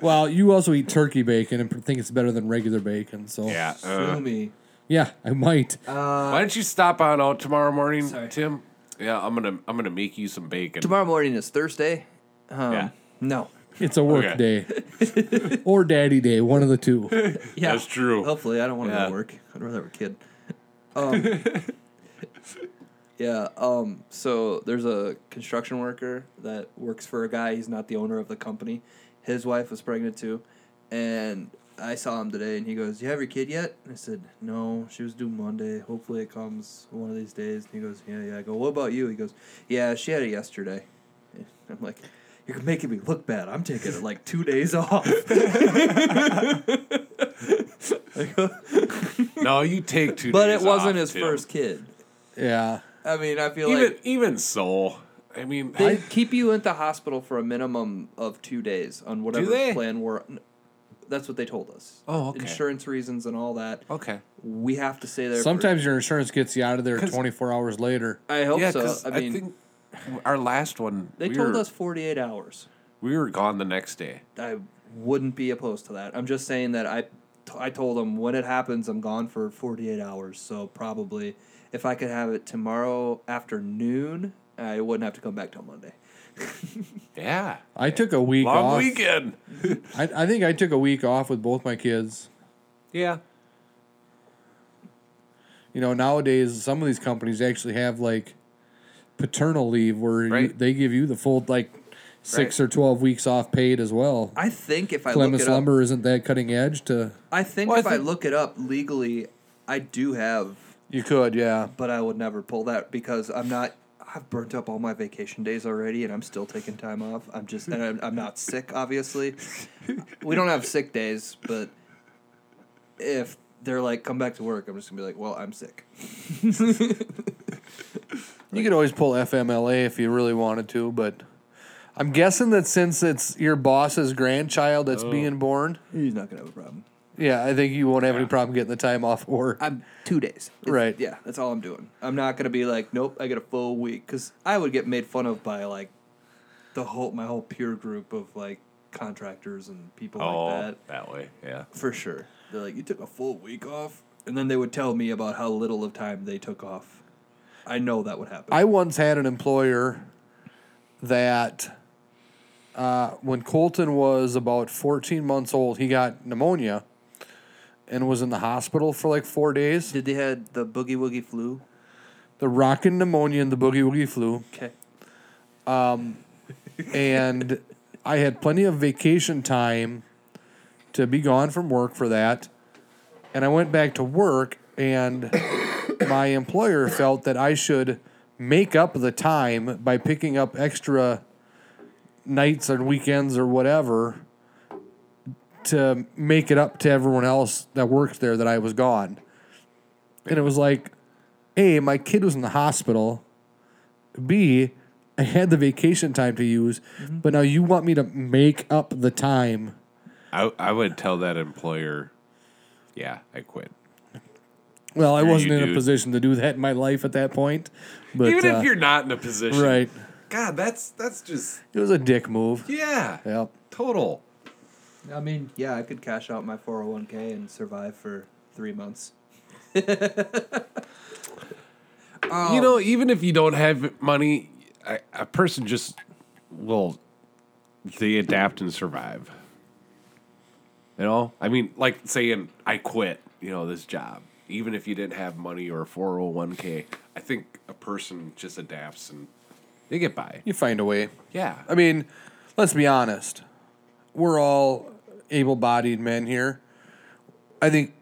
S13: Well, you also eat turkey bacon and think it's better than regular bacon. So
S5: Yeah.
S3: Sue
S5: uh,
S3: me.
S13: yeah, I might.
S5: why don't you stop on out tomorrow morning,
S3: Sorry.
S5: Tim? Yeah, I'm gonna I'm gonna make you some bacon.
S3: Tomorrow morning is Thursday. Um,
S5: Yeah.
S3: No.
S13: It's a work day or daddy day, one of the two.
S3: Yeah.
S5: That's true.
S3: Hopefully, I don't want to go
S5: Yeah.
S3: to work. I'd rather have a kid. Um, yeah. Um, so there's a construction worker that works for a guy. He's not the owner of the company. His wife was pregnant too, and I saw him today, and he goes, "You have your kid yet?" And I said, "No. She was due Monday. Hopefully, it comes one of these days." And he goes, "Yeah, yeah." I go, "What about you?" He goes, "Yeah, she had it yesterday." And I'm like. You're making me look bad. I'm taking like two days off.
S5: No, you take two.
S3: But
S5: days
S3: it wasn't
S5: off,
S3: his
S5: Tim.
S3: first kid.
S4: Yeah.
S3: I mean, I feel
S5: Even
S3: like
S5: even so, I mean,
S3: they keep you at the hospital for a minimum of two days on whatever
S5: they?
S3: plan we're. n- That's what they told us.
S5: Oh, okay.
S3: Insurance reasons and all that.
S5: okay.
S3: We have to stay there.
S4: Sometimes your insurance gets you out of there 24 hours later.
S3: For, I hope
S5: Yeah,
S3: so.
S5: because
S3: I mean,
S5: think our last one
S3: they
S5: we
S3: told
S5: were,
S3: us forty-eight hours.
S5: we were gone the next day.
S3: I wouldn't be opposed to that. I'm just saying that I, t- I told them when it happens, I'm gone for 48 hours. So probably if I could have it tomorrow afternoon, I wouldn't have to come back till Monday.
S5: Yeah,
S4: I took a week
S5: long
S4: off.
S5: weekend.
S4: I, I think I took a week off with both my kids.
S5: Yeah,
S4: You know, nowadays some of these companies actually have like paternal leave where you,
S5: Right.
S4: they give you the full like six or twelve weeks off paid as well.
S3: I think if I look
S4: Clemens
S3: it up,
S4: Lumber isn't that cutting edge to.
S3: I think
S5: Well, I
S3: if I,
S5: think-
S3: look it up legally, I do have,
S4: You could, yeah.
S3: but I would never pull that because I'm not. I've burnt up all my vacation days already, and I'm still taking time off. I'm just, and I'm, I'm not sick, obviously. we don't have sick days, but if they're like, come back to work, I'm just gonna be like, well, I'm sick.
S4: You could always pull FMLA if you really wanted to, but I'm guessing that since it's your boss's grandchild that's being born,
S3: He's not gonna have a problem.
S4: yeah, I think you won't have any problem getting the time off work.
S3: I'm two days. It's-
S4: Right.
S3: Yeah, that's all I'm doing. I'm not gonna be like, nope, I get a full week because I would get made fun of by like the whole my whole peer group of like contractors and people
S5: oh,
S3: like that
S5: that. way. Yeah,
S3: for sure. They're like, you took a full week off, and then they would tell me about how little of time they took off. I know that would happen.
S4: I once had an employer that uh, when Colton was about 14 months old, he got pneumonia and was in the hospital for like four days.
S3: Did they had the boogie woogie flu?
S4: The rockin' pneumonia and the boogie woogie flu.
S3: Okay.
S4: and I had plenty of vacation time to be gone from work for that. and I went back to work, and my employer felt that I should make up the time by picking up extra nights and weekends or whatever to make it up to everyone else that works there that I was gone. And it was like, A, my kid was in the hospital. B, I had the vacation time to use, but now you want me to make up the time.
S5: I, I would tell that employer, yeah, I quit.
S4: Well, I
S5: you
S4: wasn't in a
S5: dude.
S4: position to do that in my life at that point. But
S5: Even
S4: uh,
S5: if you're not in a position,
S4: right,
S5: God, that's that's just
S4: it was a dick move.
S5: yeah,
S4: Yep.
S5: total.
S3: I mean, yeah, I could cash out my 401k and survive for three months.
S4: Um,
S5: you know, even if you don't have money, a, a person just will they adapt and survive. You know, I mean, like saying I quit, you know, this job, even if you didn't have money or a four hundred one k, I think a person just adapts and they get by.
S4: You find a way.
S5: Yeah,
S4: I mean, let's be honest. We're all able bodied men here. I think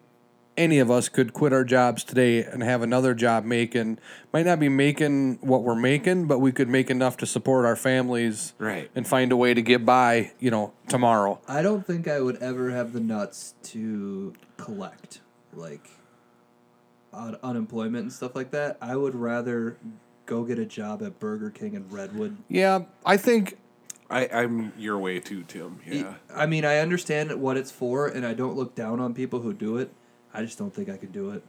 S4: any of us could quit our jobs today and have another job making. Might not be making what we're making, but we could make enough to support our families
S5: Right.
S4: and find a way to get by, you know, tomorrow.
S3: I don't think I would ever have the nuts to collect like un- unemployment and stuff like that. I would rather go get a job at Burger King and Redwood.
S4: Yeah, I think
S5: I, I'm your way too, Tim.
S4: E
S5: Yeah,
S3: I mean, I understand what it's for, and I don't look down on people who do it. I just don't think I could do it.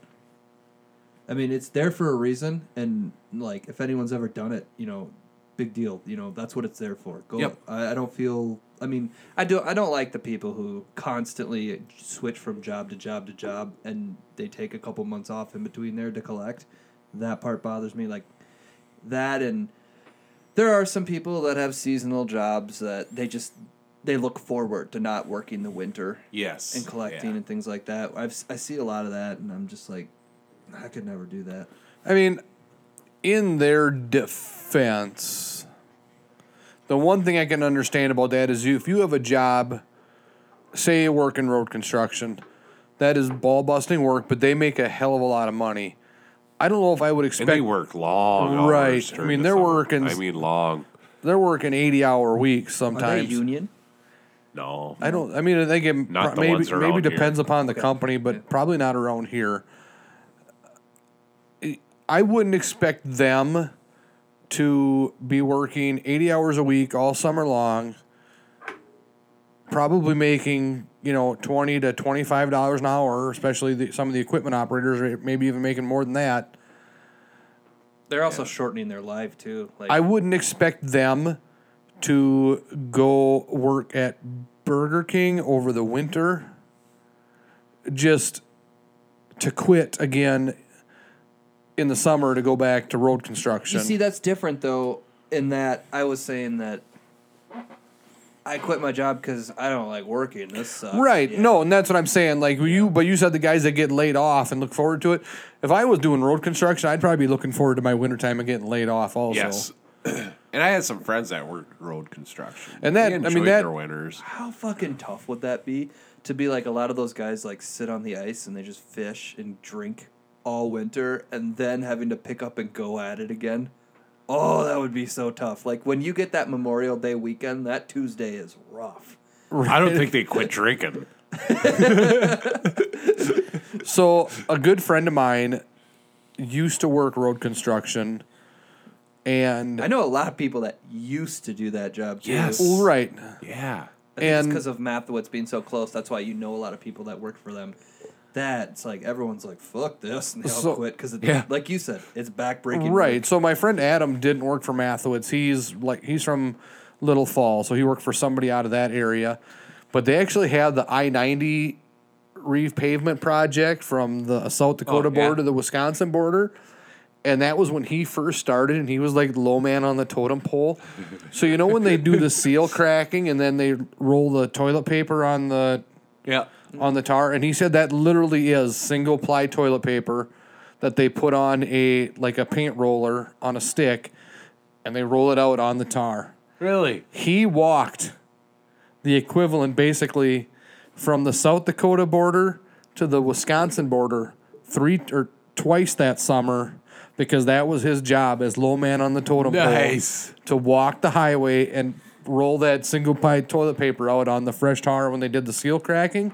S3: I mean, it's there for a reason, and like if anyone's ever done it, you know, big deal. You know, that's what it's there for. Go.
S5: Yep.
S3: I, I don't feel. I mean, I do. I don't like the people who constantly switch from job to job to job, and they take a couple months off in between there to collect. That part bothers me. Like that, and there are some people that have seasonal jobs that they just they look forward to not working the winter
S5: yes,
S3: and collecting
S5: Yeah.
S3: and things like that. I've s- I see a lot of that, and I'm just like, I could never do that.
S4: I mean, in their defense, the one thing I can understand about that is you, if you have a job, say you work in road construction, that is ball busting work, but they make a hell of a lot of money. I don't know if I would
S5: And
S4: expect
S5: they work long, hours
S4: Right. I
S5: during
S4: mean,
S5: the
S4: they're
S5: summer.
S4: working-
S5: I mean, long.
S4: they're working eighty hour weeks
S3: Are
S4: sometimes.
S3: they union?
S5: No,
S4: I don't. I mean, I think it
S5: Not the
S4: maybe
S5: ones around
S4: maybe
S5: here.
S4: depends upon the company, but probably not around here. I wouldn't expect them to be working eighty hours a week all summer long. Probably making you know twenty to twenty five dollars an hour, especially the, some of the equipment operators are maybe even making more than that.
S3: They're also shortening their life too. Like
S4: I wouldn't expect them to go work at Burger King over the winter just to quit again in the summer to go back to road construction.
S3: you see, that's different though. In that I was saying that I quit my job because I don't like working. This sucks.
S4: Right.
S3: Yeah.
S4: No, and that's what I'm saying. Like you, but you said the guys that get laid off and look forward to it. If I was doing road construction, I'd probably be looking forward to my wintertime and getting laid off also.
S5: Yes. and I had some friends that worked road construction.
S4: And that-
S5: They
S4: I mean,
S5: enjoyed
S4: that-
S5: their winters.
S3: How fucking tough would that be to be like a lot of those guys like sit on the ice and they just fish and drink all winter and then having to pick up and go at it again? Oh, that would be so tough. Like when you get that Memorial Day weekend, that Tuesday is rough.
S5: I don't think they quit drinking.
S4: So a good friend of mine used to work road construction, and
S3: I know a lot of people that used to do that job too.
S5: Yes.
S4: Well, right.
S5: Yeah.
S3: and
S4: And-
S3: because of Mathewitz being so close, that's why you know a lot of people that work for them. That's like everyone's like, "Fuck this," and they all
S4: So-
S3: quit because,
S5: Yeah.
S3: like you said, it's backbreaking.
S4: Right. So my friend Adam didn't work for Mathewitz. He's like he's from Little Falls, so he worked for somebody out of that area. But they actually had the I ninety repavement project from the South Dakota
S5: yeah.
S4: border to the Wisconsin border. And that was when he first started, and he was like low man on the totem pole. So you know when they do the seal cracking, and then they roll the toilet paper on the
S5: Yeah.
S4: Mm-hmm. on the tar, and he said that literally is single ply toilet paper that they put on a like a paint roller on a stick, and they roll it out on the tar.
S5: Really?
S4: He walked the equivalent basically from the South Dakota border to the Wisconsin border three or twice that summer because that was his job as low man on the totem pole
S5: Nice.
S4: to walk the highway and roll that single ply toilet paper out on the fresh tar when they did the seal cracking.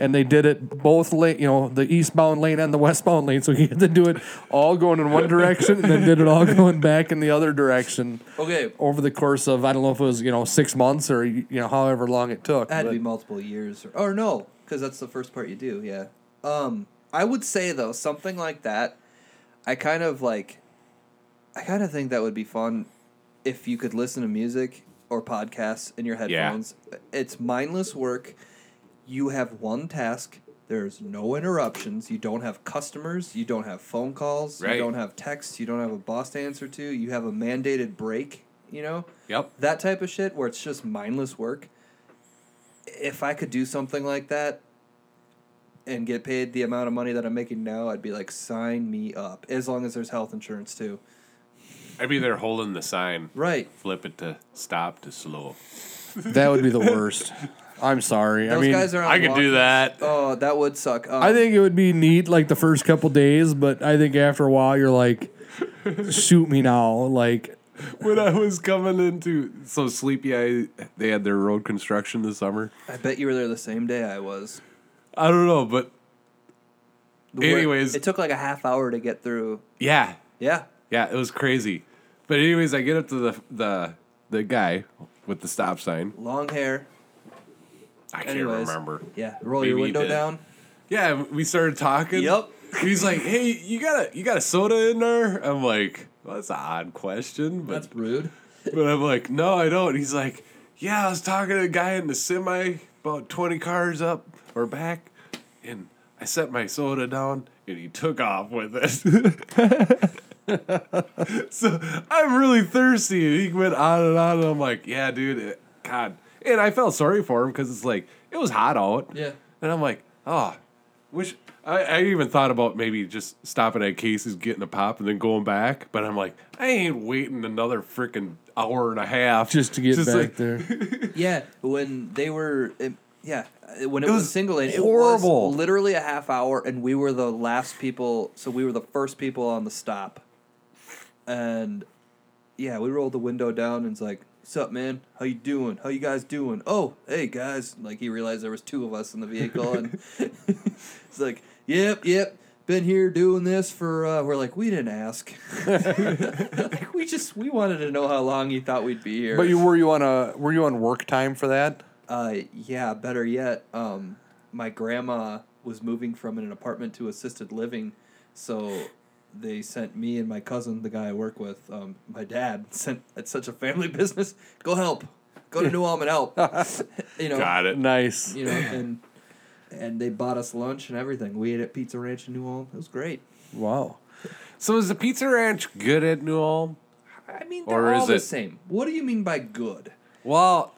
S4: And they did it both lane, you know, the eastbound lane and the westbound lane. So he had to do it all going in one direction and then did it all going back in the other direction
S3: Okay.
S4: over the course of, I don't know if it was, you know, six months or, you know, however long it took.
S3: It had to
S4: but-
S3: be multiple years, or, or no, because that's the first part you do. Yeah. Um, I would say though something like that. I kind of like. I kind of think that would be fun if you could listen to music or podcasts in your headphones. It's mindless work. You have one task. There's no interruptions. You don't have customers. You don't have phone calls.
S5: Right.
S3: You don't have texts. You don't have a boss to answer to. You have a mandated break. You know
S5: Yep.
S3: that type of shit where it's just mindless work. If I could do something like that and get paid the amount of money that I'm making now, I'd be like, sign me up. As long as there's health insurance too.
S5: I'd be there holding the sign.
S3: Right.
S5: Flip it to stop to slow.
S4: That would be the worst. I'm sorry.
S3: Those
S4: I mean,
S3: guys are. On
S5: I could
S3: walkers.
S5: do that.
S3: Oh, that would suck. Um,
S4: I think it would be neat like the first couple days, but I think after a while you're like, shoot me now. Like,
S5: When I was coming into so sleepy, I they had their road construction this summer.
S3: I bet you were there the same day I was.
S5: I don't know, but
S3: The wor-
S5: Anyways.
S3: it took like a half hour to get through.
S5: yeah,
S3: Yeah.
S5: yeah, it was crazy. But anyways, I get up to the the the guy with the stop sign.
S3: Long hair.
S5: I can't
S3: Anyways.
S5: remember.
S3: Yeah. Roll your
S5: Maybe he
S3: window
S5: did.
S3: down.
S5: Yeah, we started talking.
S3: Yep.
S5: He's like, "Hey, you got a you got a soda in there?" I'm like, well, "That's an odd question," but
S3: That's rude.
S5: but I'm like, "No, I don't." He's like, "Yeah, I was talking to a guy in the semi about 20 cars up or back, and I set my soda down, and he took off with it." so I'm really thirsty, and he went on and on, and I'm like, "Yeah, dude, it- God." And I felt sorry for him because it's like it was hot out.
S3: Yeah.
S5: And I'm like, oh, wish I, I even thought about maybe just stopping at Casey's, getting a pop, and then going back. But I'm like, I ain't waiting another freaking hour and a half
S4: just to get back
S5: like,
S4: there.
S3: Yeah, when they were, it, yeah, uh, when it, was,
S5: was
S3: single lane, it
S5: horrible.
S3: was literally a half hour, and we were the last people. So we were the first people on the stop, and yeah, we rolled the window down and it's like, "Sup, man? How you doing? How you guys doing? Oh, hey guys!" Like he realized there was two of us in the vehicle, and it's like, "Yep, yep." Been here doing this for. Uh, we're like we didn't ask. like we just we wanted to know how long you thought we'd be here.
S4: But you were you on a were you on work time for that?
S3: Uh, yeah, better yet, um, my grandma was moving from an apartment to assisted living, so they sent me and my cousin, the guy I work with, um, my dad sent. It's such a family business. Go help. Go to New Ulm and help. you know.
S5: Got it.
S4: Nice.
S3: You know, and and they bought us lunch and everything. We ate at Pizza Ranch in New Ulm. It was great.
S4: Wow.
S5: So is the Pizza Ranch good at New Ulm?
S3: I mean, they're
S5: Or
S3: all
S5: is
S3: the
S5: it-
S3: same. What do you mean by good?
S5: Well,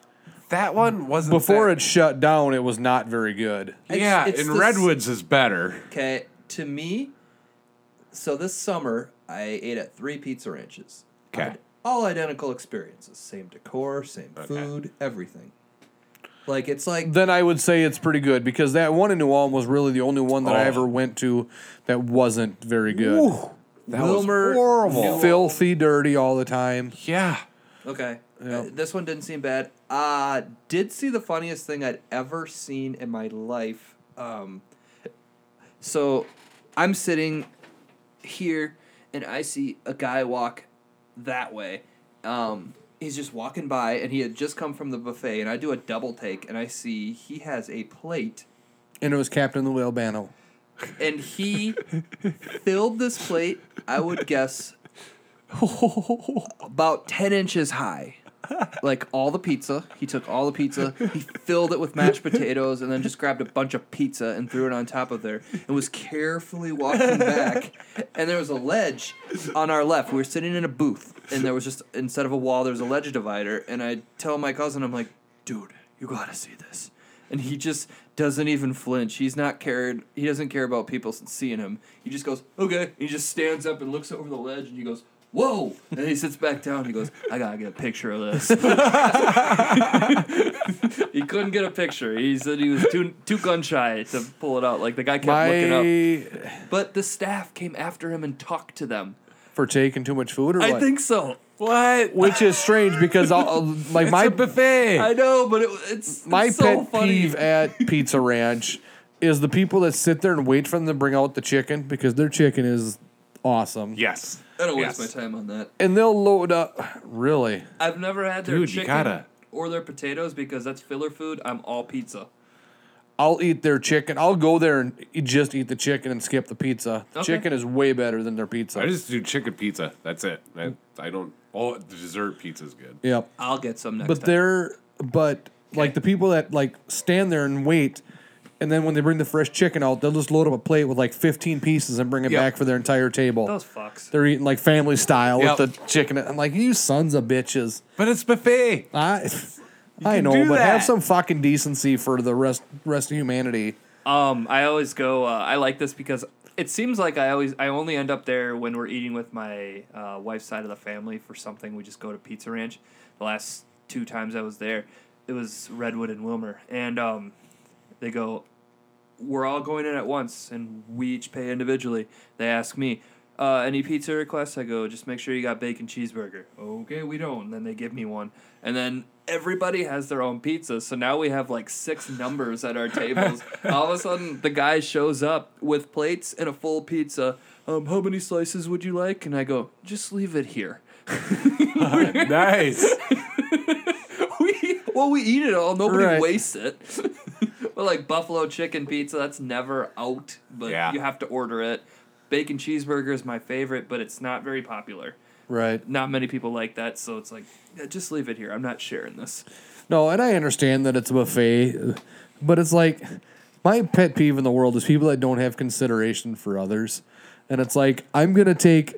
S5: that one wasn't
S4: Before
S5: that-
S4: it shut down, it was not very good.
S3: It's-
S5: yeah,
S3: it's
S5: and
S3: the s-
S5: Redwoods is better.
S3: Okay, to me, so this summer I ate at three pizza ranches.
S5: 'Kay.
S3: Had All identical experiences, same decor, same food, everything. Like it's like
S4: Then I would say it's pretty good because that one in New Ulm was really the only one that I
S5: Oh.
S4: ever went to that wasn't very good.
S5: That
S3: Wilmer-
S5: was horrible.
S4: Filthy, dirty all the time.
S5: Yeah.
S3: okay, uh, this one didn't seem bad. Uh did see the funniest thing I'd ever seen in my life. Um, so I'm sitting here and I see a guy walk that way. Um, he's just walking by and he had just come from the buffet and I do a double take and I see he has a plate
S4: And it was Captain Lou Albano.
S3: and he filled this plate, I would guess about 10 inches high. Like all the pizza, he took all the pizza, he filled it with mashed potatoes, and then just grabbed a bunch of pizza and threw it on top of there and was carefully walking back. And there was a ledge on our left. We were sitting in a booth, and there was just, instead of a wall, there was a ledge divider. And I tell my cousin, I'm like, dude, you gotta see this. And he just doesn't even flinch. He's not cared. He doesn't care about people seeing him. He just goes, okay. And he just stands up and looks over the ledge and he goes,
S1: whoa. And then he sits back down and he goes, I gotta get a picture of this. he couldn't get a picture. He said he was too too gun shy to pull it out. Like the guy kept looking
S4: My
S1: up. But the staff came after him and talked to them.
S4: for taking too much food, or
S1: I
S4: what?
S1: think so.
S5: What?
S4: which is strange because I'll, I'll- like my
S5: buffet.
S1: I know, but it, it's
S4: my
S1: it's so
S4: pet
S1: funny.
S4: peeve at Pizza Ranch is the people that sit there and wait for them to bring out the chicken because their chicken is awesome.
S5: yes.
S1: I don't
S5: yes.
S1: waste my time on that.
S4: And they'll load up. Really?
S1: I've never had their
S5: Dude, you
S1: chicken
S5: gotta-
S1: or their potatoes because that's filler food. I'm all pizza.
S4: I'll eat their chicken. I'll go there and e- just eat the chicken and skip the pizza. The
S1: Okay.
S4: Chicken is way better than their pizza.
S5: I just do chicken pizza. That's it. I, I don't. Oh, the dessert pizza's good.
S4: yep.
S1: I'll get some next
S4: But
S1: time.
S4: they're but like the people that like stand there and wait, and then when they bring the fresh chicken out, they'll just load up a plate with like fifteen pieces and bring it
S5: Yep.
S4: back for their entire table.
S1: Those fucks.
S4: They're eating like family style
S5: Yep.
S4: with the chicken. I'm like, you sons of bitches.
S5: But it's buffet.
S4: I, I
S5: can
S4: know,
S5: do
S4: but
S5: that.
S4: have some fucking decency for the rest rest of humanity.
S1: Um, I always go. Uh, I like this because it seems like I always I only end up there when we're eating with my uh, wife's side of the family for something. We just go to Pizza Ranch. The last two times I was there, it was Redwood and Wilmer, and um, they go, "We're all going in at once, and we each pay individually." They ask me. Uh, any pizza requests? I go. Just make sure you got bacon cheeseburger. Okay, we don't. And then they give me one, and then everybody has their own pizza. So now we have like six numbers at our tables. All of a sudden, the guy shows up with plates and a full pizza. Um, how many slices would you like? And I go, just leave it here.
S5: nice.
S1: we well, we eat it all. Nobody
S4: Right.
S1: wastes it. but like buffalo chicken pizza, that's never out. But
S5: Yeah.
S1: you have to order it. Bacon cheeseburger is my favorite, but it's not very popular.
S4: Right.
S1: Not many people like that, so it's like, yeah, just leave it here. I'm not sharing this.
S4: No, and I understand that it's a buffet, but it's like my pet peeve in the world is people that don't have consideration for others. And it's like, I'm going to take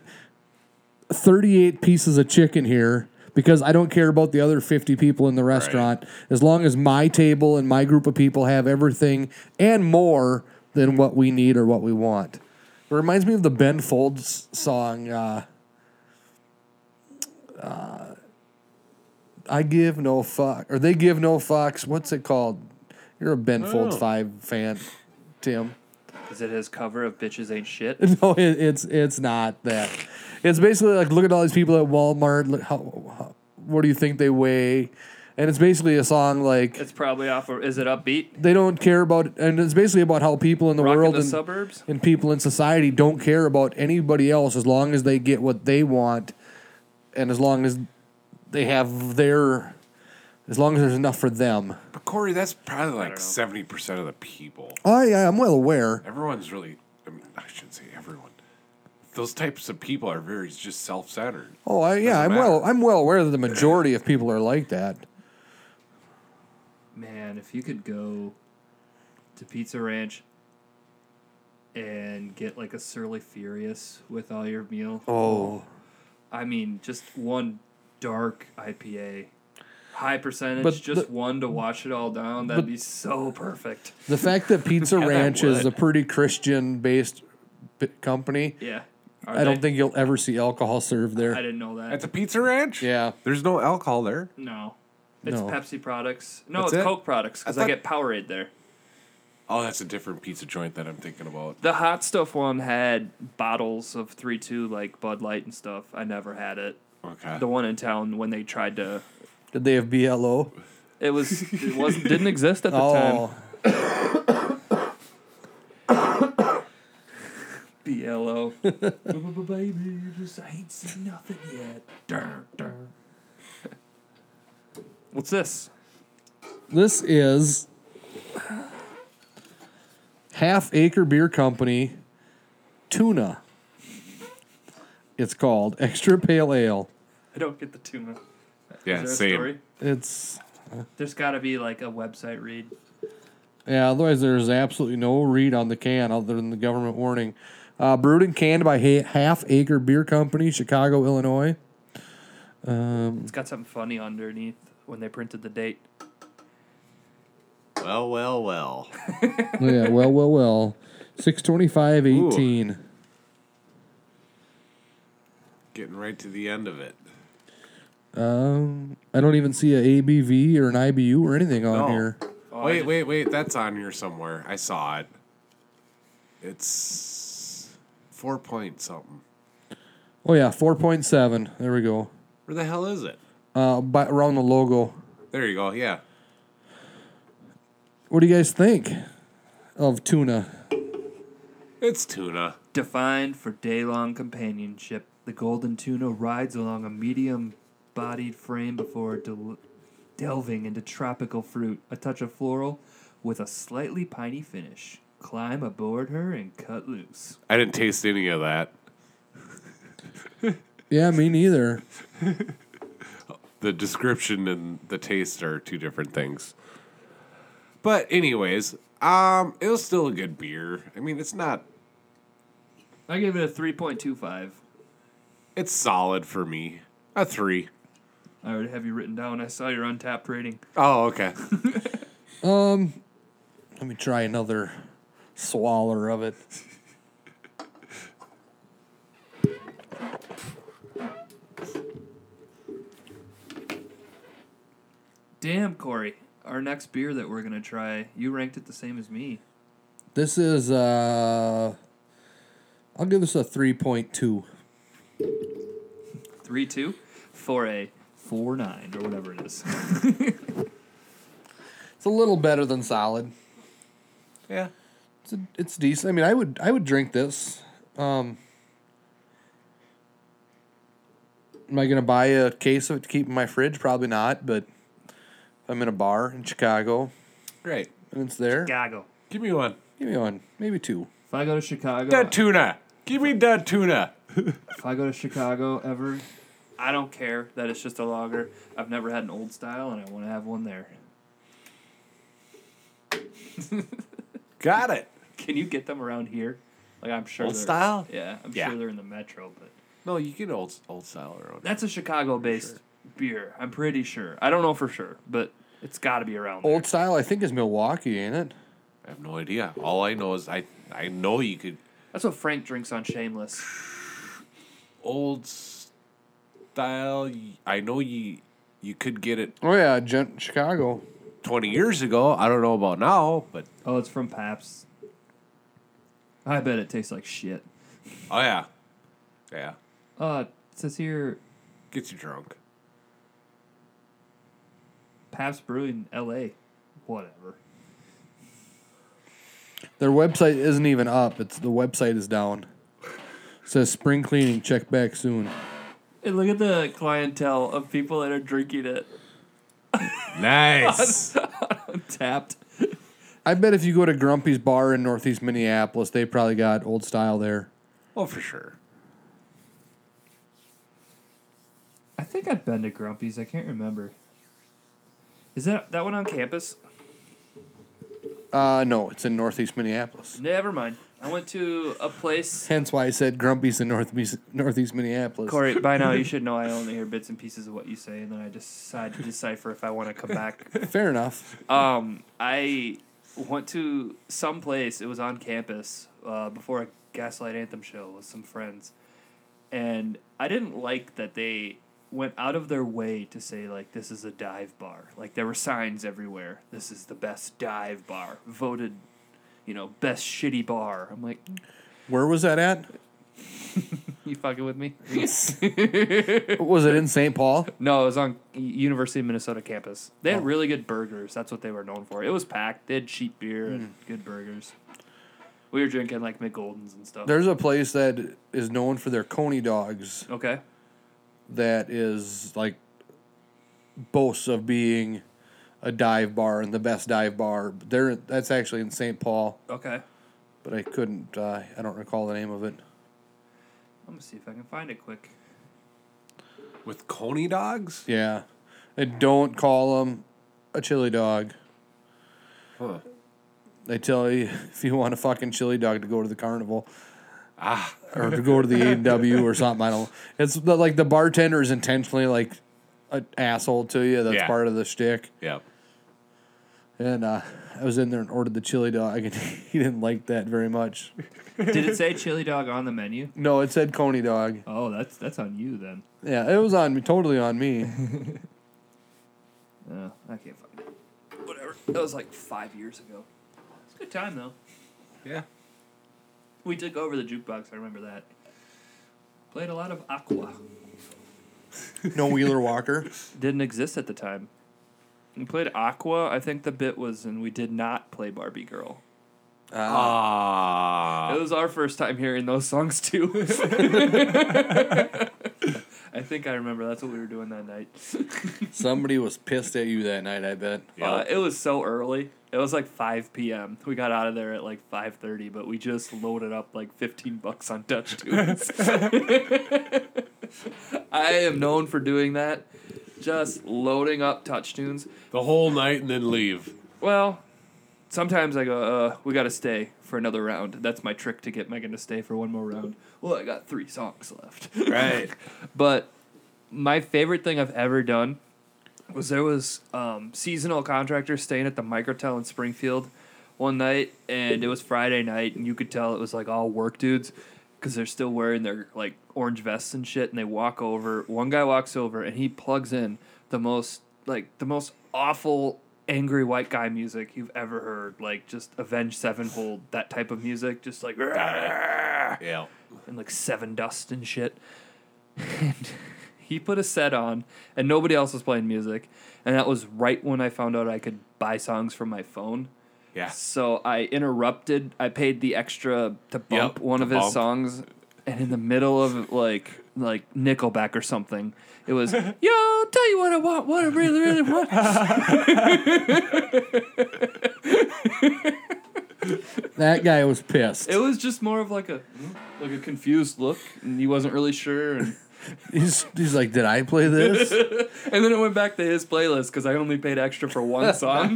S4: 38 pieces of chicken here because I don't care about the other 50 people in the restaurant as long as my table and my group of people have everything and more than what we need or what we want. It reminds me of the Ben Folds song. Uh, I give no fuck, or they give no fucks. What's it called? You're a Ben
S1: Oh.
S4: Folds five fan, Tim.
S1: Is it his cover of Bitches Ain't Shit?
S4: No, it, it's it's not that. It's basically like look at all these people at Walmart. Look how, how what do you think they weigh? And it's basically a song like
S1: It's probably off. Or is it upbeat?
S4: they don't care about, and it's basically about how people in the
S1: Rocking
S4: world
S1: the
S4: and
S1: suburbs.
S4: and people in society don't care about anybody else as long as they get what they want and as long as they have their as long as there's enough for them
S5: But Corey, that's probably like seventy percent of the people.
S4: oh yeah i'm well aware
S5: Everyone's really. I mean, I shouldn't say everyone. Those types of people are very just self-centered.
S4: oh I, yeah i'm
S5: Doesn't
S4: well
S5: matter.
S4: i'm well aware that the majority of people are like that
S1: Man, if you could go to Pizza Ranch and get like a Surly Furious with all your meal.
S4: oh
S1: I mean, just one dark IPA. High percentage,
S4: But
S1: just
S4: the-
S1: one to wash it all down. That'd be so perfect.
S4: the fact that pizza ranch is
S5: would.
S4: a pretty christian based company
S1: Yeah. Are
S4: i don't
S1: they-
S4: think you'll ever see alcohol served
S1: I
S4: there
S1: didn't know that.
S5: At the Pizza Ranch.
S4: yeah
S5: There's no alcohol there.
S1: no. It's
S4: No.
S1: Pepsi products. No,
S5: That's
S1: it's
S5: it?
S1: Coke products because I,
S5: thought-
S1: get Powerade there.
S5: Oh, that's a different pizza joint that I'm thinking about.
S1: The hot stuff one had bottles of 3 2, like Bud Light and stuff. I never had it.
S5: Okay.
S1: The one in town when they tried to.
S4: did they have blo
S1: It was it was didn't exist at the time.
S4: oh
S1: BLO.
S9: Baby, you just I ain't seen nothing yet. Durr, durr.
S1: What's this?
S4: This is Half Acre Beer Company Tuna. It's called Extra Pale Ale.
S1: I don't get the tuna.
S5: yeah,
S1: Is there a
S5: same.
S1: story?
S4: It's
S1: There's got to be like a website read.
S4: yeah. Otherwise, there's absolutely no read on the can other than the government warning. Uh, brewed and canned by Ha- Half Acre Beer Company, Chicago, Illinois.
S1: It's got something funny underneath when they printed the date.
S5: Well, well, well.
S4: Oh, yeah. Well, well, well. Six twenty-five eighteen.
S5: Getting right to the end of it.
S4: Um, I don't even see a ABV or an IBU or anything on
S5: No.
S4: here.
S1: Oh,
S5: wait, wait, wait. That's on here somewhere. I saw it. It's four point something.
S4: Oh yeah, four point seven. There we go.
S5: Where the hell is it?
S4: Uh, by, around the logo.
S5: There you go. Yeah.
S4: What do you guys think of tuna?
S5: It's tuna.
S1: Defined for day long companionship, the golden tuna rides along a medium bodied frame before del- delving into tropical fruit, a touch of floral, with a slightly piney finish. Climb aboard her and cut loose.
S5: I didn't taste any of that.
S4: Yeah, me neither.
S5: The description and the taste are two different things. But anyways, um, it was still a good beer. I mean, it's not.
S1: I gave it a 3.25.
S5: It's solid for me. A three.
S1: I already have you written down. I saw your untapped rating.
S5: Oh, okay.
S4: Let me try another swaller of it.
S1: Damn, Corey. Our next beer that we're going to try, you ranked it the same as me.
S4: This is uh, I'll give this a three point two.
S1: 3 2, 4A, 4 9, or whatever it is.
S4: It's a little better than solid.
S5: yeah.
S4: It's a, it's decent. I mean, I would I would drink this. Um, am I gonna buy a case of it to keep in my fridge? Probably not. But if I'm in a bar in Chicago
S5: Great.
S4: and it's there,
S1: Chicago.
S5: Give me one.
S4: give me one, maybe two.
S14: If I go to Chicago,
S5: Dead tuna. Give me dead tuna.
S14: if I go to Chicago ever,
S1: I don't care that it's just a lager. I've never had an old style, and I want to have one there.
S5: Got it.
S1: Can you get them around here? Like I'm sure.
S5: Old
S1: they're-
S5: style?
S1: Yeah, I'm
S5: Yeah.
S1: sure they're in the metro, but
S5: No, you get old old style around.
S1: that's a Chicago-based beer. I'm pretty sure. I don't know for sure, but it's got to be around.
S4: Old style, I think, is Milwaukee, ain't it?
S5: I have no idea. All I know is I I know you could
S1: there. That's what Frank drinks on Shameless.
S5: old style. y- I know you you could get it
S4: Oh yeah, Gent Chicago.
S5: 20 years ago. I don't know about now, but
S14: oh, it's from Paps. I bet it tastes like shit.
S5: oh yeah, yeah,
S14: Uh, it says here
S5: gets you drunk.
S1: Pabst Brewing, L.A. Whatever.
S4: Their website isn't even up. It's the website is down. It says spring cleaning. Check back soon.
S1: And look at the clientele of people that are drinking it.
S5: Nice.
S1: Tapped.
S4: I bet if you go to Grumpy's Bar in Northeast Minneapolis, they probably got old style there.
S5: oh, for sure.
S14: I think I've been to Grumpy's. I can't remember.
S1: Is that that one on campus?
S4: Uh, no, it's in Northeast Minneapolis.
S1: Never mind. I went to a place.
S4: Hence why I said Grumpy's in North Mis- Northeast Minneapolis.
S1: Corey, by now you should know I only hear bits and pieces of what you say, and then I decide to decipher if I want to come back
S4: Fair enough.
S1: Um, I went to some place. It was on campus uh, before a Gaslight Anthem show with some friends, and I didn't like that they went out of their way to say like this is a dive bar. Like there were signs everywhere. This is the best dive bar. Voted, you know, best shitty bar. I'm like,
S4: Where was that at?
S1: you fucking with me?
S4: Was it in St. Paul?
S1: No, it was on U- University of Minnesota campus. They had really good burgers. That's what they were known for. It was packed. They had cheap beer and good burgers. We were drinking like McGoldens and stuff.
S4: There's a place that is known for their Coney dogs
S1: okay.
S4: that is like boasts of being a dive bar and the best dive bar. But They're, that's actually in St. Paul,
S1: Okay. I'm
S4: but I couldn't, uh, I don't recall the name of it.
S1: gonna see if I can find it quick.
S5: With Coney dogs?
S4: Yeah. And don't call them a chili dog.
S5: Huh.
S4: They tell you if you want a fucking chili dog to go to the carnival. Ah. Or to go to the A&W or something. I don't. It's the, like the bartender is intentionally like an asshole to you. That's
S5: Yeah.
S4: part of the shtick.
S5: Yep.
S4: And uh, I was in there and ordered the chili dog, and he didn't like that very much.
S1: Did it say chili dog on the menu?
S4: No, it said Coney dog.
S1: Oh, that's that's on you then.
S4: Yeah, it was on me, totally on me.
S1: Uh, I can't find it. Whatever. That was like five years ago. It's a good time though.
S5: Yeah.
S1: We took over the jukebox. I remember that. Played a lot of Aqua.
S4: No Wheeler Walker.
S1: Didn't exist at the time. We played Aqua. I think the bit was, and we did not play Barbie Girl.
S5: Ah.
S1: It was our first time hearing those songs too. I think I remember. That's what we were doing that night.
S15: Somebody was pissed at you that night, I bet.
S1: Uh, it was so early. It was like 5 p.m. We got out of there at like 5:30, but we just loaded up like 15 bucks on Dutch tunes. I am known for doing that. Just loading up touch tunes.
S5: the whole night and then leave.
S1: Well, sometimes I go, uh, we gotta stay for another round. That's my trick to get Megan to stay for one more round. Well, I got three songs left.
S5: Right.
S1: But my favorite thing I've ever done was there was um, seasonal contractor staying at the Microtel in Springfield one night, and it was Friday night, and you could tell it was like all work dudes because they're still wearing their like orange vests and shit, and they walk over. One guy walks over, and he plugs in the most like the most awful angry white guy music you've ever heard like just avenge sevenfold that type of music just like
S5: Yeah.
S1: and like seven dust and shit. And he put a set on, and nobody else was playing music. And that was right when I found out I could buy songs from my phone.
S5: Yeah.
S1: So I interrupted. I paid the extra to bump
S5: Yep,
S1: one
S5: to
S1: of his
S5: bump.
S1: songs, and in the middle of like like Nickelback or something, it was yo. Tell you what I want. What I really really want.
S4: That guy was pissed.
S1: It was just more of like a like a confused look, and he wasn't really sure. And
S4: He's, he's like, did I play this?
S1: And then it went back to his playlist because I only paid extra for one song.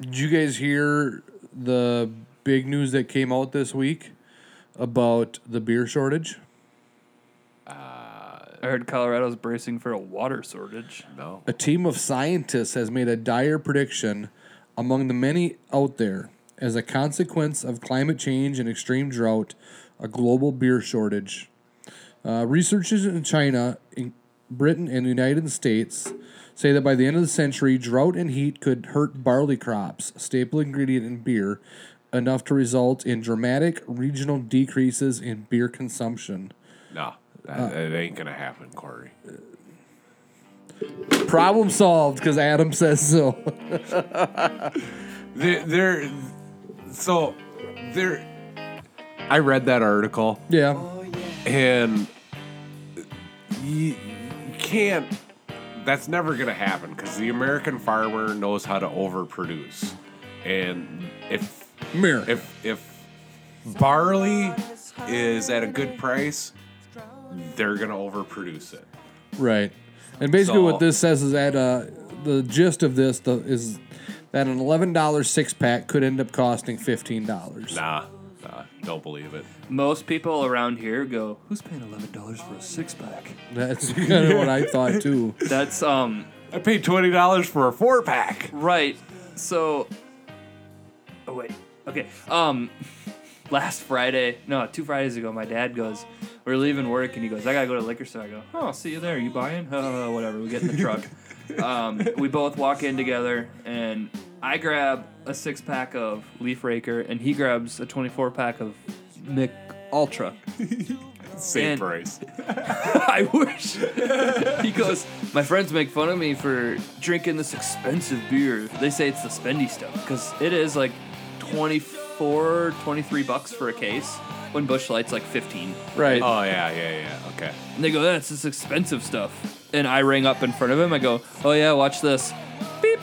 S4: Did you guys hear the big news that came out this week about the beer shortage?
S1: I heard Colorado's bracing for a water shortage.
S4: A team of scientists has made a dire prediction among the many out there as a consequence of climate change and extreme drought, a global beer shortage. Uh, researchers in China, in Britain, and the United States say that by the end of the century, drought and heat could hurt barley crops, a staple ingredient in beer, enough to result in dramatic regional decreases in beer consumption.
S5: No. That, it ain't gonna happen, Corey.
S4: Problem solved because Adam says so.
S5: There, there so there I read that article
S4: yeah.
S5: and you, you can't that's never gonna happen because the American farmer knows how to overproduce. And if
S4: Mirror.
S5: if if barley is at a good price, they're gonna overproduce it.
S4: Right. And basically,
S5: So-
S4: what this says is that uh, the gist of this the, is that an eleven dollars six pack could end up costing fifteen dollars.
S5: Nah, nah, don't believe it.
S1: Most people around here go, "Who's paying eleven dollars for a six pack?"
S4: That's kind of what I thought too.
S1: That's um
S5: I paid twenty dollars for a four pack.
S1: right. So, oh wait, okay. Um, last Friday, no, two Fridays ago, my dad goes, "We're leaving work," and he goes, "I gotta go to the liquor store." I go, "Oh, I'll see you there. You buying? Uh, whatever." We get in the truck. um, we both walk in together, and I grab a six pack of Leaf Raker, and he grabs a twenty-four pack of Mick Ultra.
S5: Same
S1: And-
S5: price.
S1: I wish. he goes, My friends make fun of me for drinking this expensive beer. They say it's the spendy stuff because it is like 24, 23 bucks for a case when Bush Light's like 15.
S4: Right.
S5: Oh yeah, yeah, yeah. Okay.
S1: And they go, That's this expensive stuff. And I ring up in front of him. I go, Oh, yeah, watch this. Beep.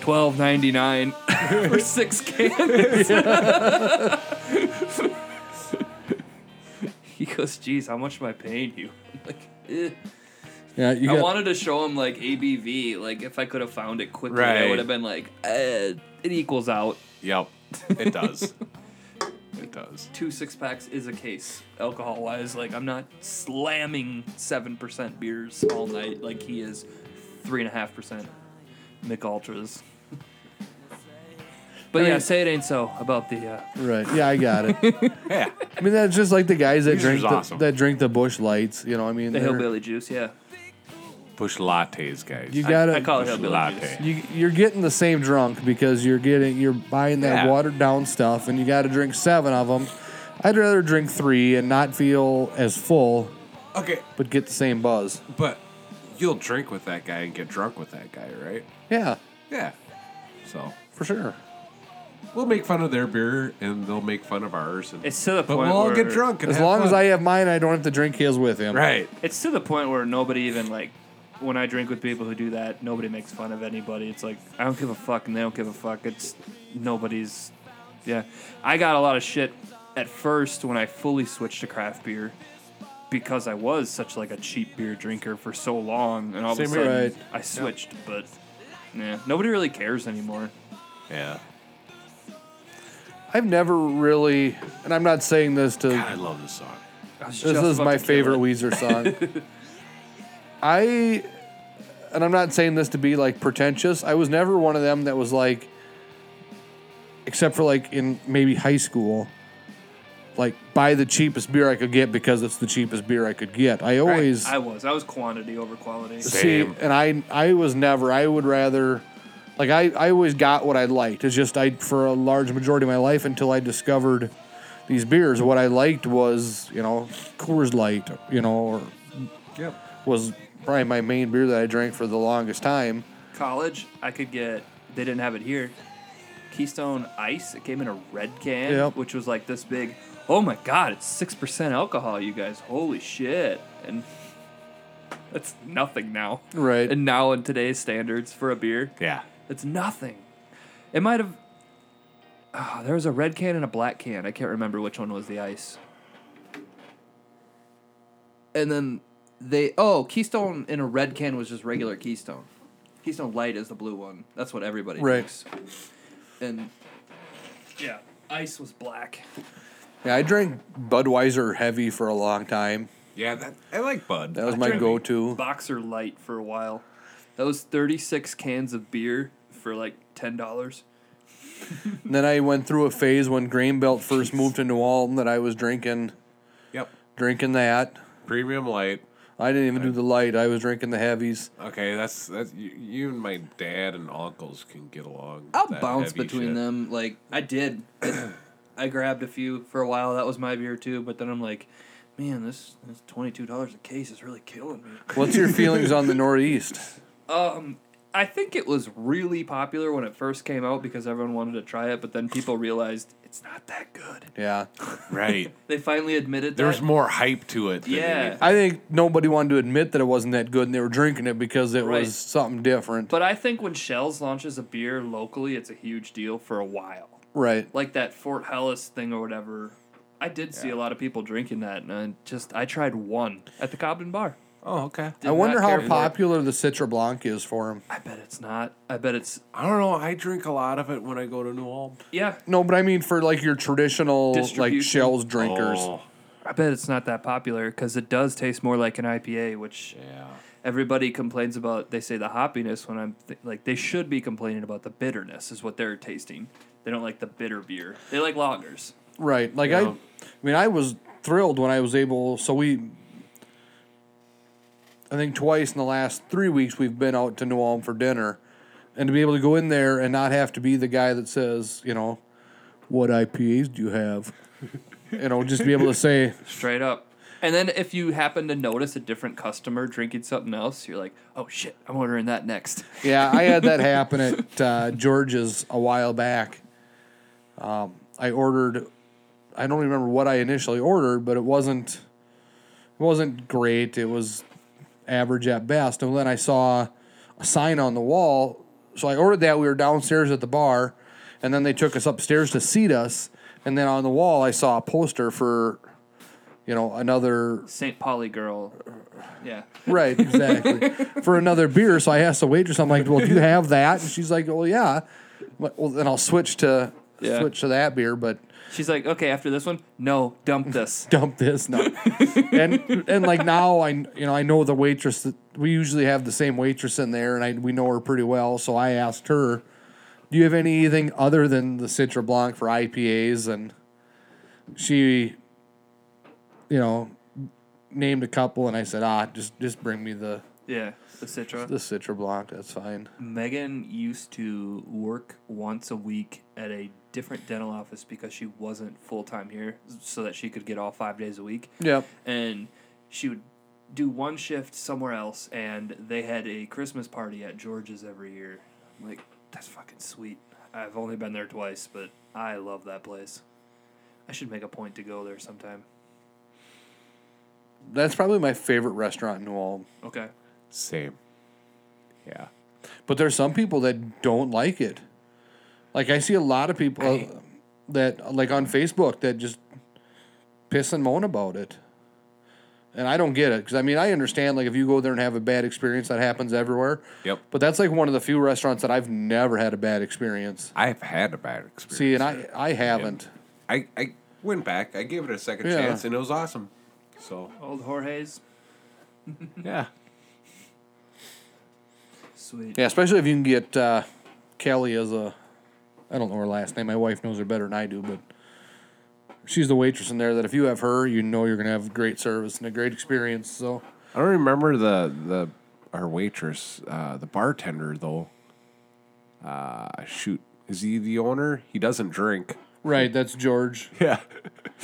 S1: Twelve ninety nine for six cans. he goes, "Geez, how much am I paying you?" I'm like, eh.
S4: yeah. You
S1: I
S4: got
S1: wanted to show him like ABV. Like if I could have found it quickly, I
S5: Right.
S1: would have been like, eh, it equals out.
S5: Yep. It does. it does.
S1: two six packs is a case alcohol wise. Like I'm not slamming seven percent beers all night like he is three and a half percent Mick Ultras. But yeah, say it ain't so about the. Uh,
S4: Right. Yeah, I got it.
S5: Yeah.
S4: I mean, that's just like the guys that
S5: These
S4: drink
S5: is
S4: the,
S5: awesome.
S4: that drink the Bush Lights. You know, I mean,
S1: the
S4: they're-
S1: hillbilly juice, yeah.
S5: Push lattes, guys.
S4: You gotta.
S1: I call it
S5: Push
S1: hillbilly
S5: latte.
S1: juice.
S4: you, you're getting the same drunk because you're getting you're buying that
S5: Yeah.
S4: watered down stuff, and you got to drink seven of them. I'd rather drink three and not feel as full,
S5: Okay,
S4: but get the same buzz.
S5: but you'll drink with that guy and get drunk with that guy, right?
S4: Yeah,
S5: Yeah. So
S4: for sure.
S5: we'll make fun of their beer and they'll make fun of ours. And,
S1: It's to the
S5: but
S1: point
S5: we'll all get
S1: where-
S5: drunk. And
S4: As
S5: have
S4: long as
S5: fun.
S4: I have mine, I don't have to drink his with him.
S5: Right.
S1: It's to the point where nobody even like. When I drink with people who do that, nobody makes fun of anybody. It's like I don't give a fuck, and they don't give a fuck. It's nobody's. Yeah, I got a lot of shit at first when I fully switched to craft beer because I was such like a cheap beer drinker for so long, and all of a
S4: Same here.
S1: sudden
S4: Right.
S1: I switched. But yeah, nobody really cares anymore.
S5: Yeah.
S4: I've never really, and I'm not saying this to.
S5: God, I love this song.
S4: this is my favorite Weezer song. I, and I'm not saying this to be like pretentious. I was never one of them that was like, except for like in maybe high school, like buy the cheapest beer I could get because it's the cheapest beer I could get. I always
S1: I was. I was quantity over quality.
S4: see,
S5: Same.
S4: and I I was never. I would rather. Like I, I always got what I liked. It's just I for a large majority of my life until I discovered these beers. What I liked was you know Coors Light, you know, or
S5: Yep.
S4: was probably my main beer that I drank for the longest time.
S1: college, I could get. They didn't have it here. Keystone Ice. It came in a red can,
S4: Yep.
S1: which was like this big. Oh my god, it's six percent alcohol, you guys. Holy shit! And that's nothing now.
S4: Right.
S1: And now in today's standards for a beer,
S5: Yeah.
S1: it's nothing. It might have. ah, there was a red can and a black can. I can't remember which one was the ice.
S16: And then
S3: They oh Keystone in a red can was just regular Keystone. Keystone Light is the blue one. That's what everybody
S4: Right.
S3: drinks. And
S1: Yeah, ice was black.
S4: Yeah, I drank Budweiser heavy for a long time.
S5: Yeah. That, I like Bud.
S4: That was
S1: I
S4: my
S1: drank
S4: go-to.
S1: Boxer Light for a while. That was 36 cans of beer for like $10.
S4: And then I went through a phase when Greenbelt first moved to New Ulm that I was drinking
S5: Yep.
S4: drinking that.
S5: Premium light.
S4: I didn't even do the light. I was drinking the heavies.
S5: Okay, that's that's you, you and my dad and uncles can get along.
S3: I'll
S5: that
S3: bounce
S5: heavy
S3: between
S5: shit.
S3: them. Like
S1: I did. I grabbed a few for a while. That was my beer too. But then I'm like, man, this, this $22 a case is really killing me.
S4: What's your feelings on the Northeast?
S1: I think it was really popular when it first came out because everyone wanted to try it. But then people realized it's not that good.
S4: Yeah.
S5: Right.
S1: They finally admitted that.
S5: There's more hype to it. than
S1: yeah.
S4: I think nobody wanted to admit that it wasn't that good and they were drinking it because it
S1: Right.
S4: was something different.
S1: But I think when Shells launches a beer locally, it's a huge deal for a while.
S4: right.
S1: like that Fort Hellas thing or whatever. I did see a lot of people drinking that, and I just I tried one at the Cobden Bar.
S5: Oh, okay.
S1: Did
S4: I wonder
S1: not care
S4: how
S1: for it.
S4: popular the Citra Blanc is for him.
S1: I bet it's not. I bet it's
S5: I don't know. I drink a lot of it when I go to New Ulm.
S1: yeah.
S4: No, but I mean for like your traditional like
S1: Distribution.
S4: shells drinkers.
S5: Oh,
S1: I bet it's not that popular because it does taste more like an IPA, which
S5: yeah.
S1: everybody complains about. They say the hoppiness when I'm th- like they should be complaining about the bitterness is what they're tasting. They don't like the bitter beer. They like lagers.
S4: Right. Like I
S5: Yeah.
S4: I mean I was thrilled when I was able so we I think twice in the last three weeks we've been out to New Ulm for dinner. And to be able to go in there and not have to be the guy that says, you know, what IPAs do you have? you know, just be able to say
S1: Straight up. And then if you happen to notice a different customer drinking something else, you're like, oh shit, I'm ordering that next.
S4: Yeah, I had that happen at uh, George's a while back. Um, I ordered, I don't remember what I initially ordered, but it wasn't, it wasn't great. It was average at best. And then I saw a sign on the wall, so I ordered that. We were downstairs at the bar, and then they took us upstairs to seat us. And then on the wall, I saw a poster for, you know, another
S1: St. Pauli girl. Yeah.
S4: Right, exactly. For another beer, so I asked the waitress, I'm like, "Well, do you have that?" And she's like, "Well, yeah." I'm like, Well, then I'll switch to
S1: Yeah.
S4: switch to that beer, but
S1: She's like, okay, after this one, no, dump this.
S4: dump this. No. and and like now I you know I know the waitress that we usually have the same waitress in there and I we know her pretty well, so I asked her, "Do you have anything other than the Citra Blanc for IPAs?" and she you know named a couple and I said, "Ah, just just bring me the
S1: yeah, the Citra.
S4: the Citra Blanc, that's fine."
S1: Megan used to work once a week at a different dental office because she wasn't full time here, so that she could get all five days a week.
S4: Yep.
S1: and she would do one shift somewhere else and they had a christmas party at george's every year I'm like that's fucking sweet i've only been there twice but i love that place i should make a point to go there sometime
S4: That's probably my favorite restaurant in New Ulm.
S1: okay
S5: Same. Yeah.
S4: But there's some people that don't like it. Like I see a lot of people uh, that like on Facebook that just piss and moan about it. And I don't get it because I mean I understand like if you go there and have a bad experience that happens everywhere.
S5: Yep.
S4: But that's like one of the few restaurants that I've never had a bad experience.
S5: I've had a bad experience.
S4: See, and I I haven't.
S5: I, I went back. I gave it a second
S4: Yeah.
S5: chance, and it was awesome. So
S1: old jorge's
S5: yeah,
S1: sweet
S4: Yeah, especially if you can get uh, Kelly as a, I don't know her last name. My wife knows her better than I do, but she's the waitress in there. That if you have her, you know you're gonna have great service and a great experience. So
S5: I don't remember the the our waitress, uh, the bartender though. Uh, shoot, is he the owner? He doesn't drink.
S4: right, that's George.
S5: Yeah,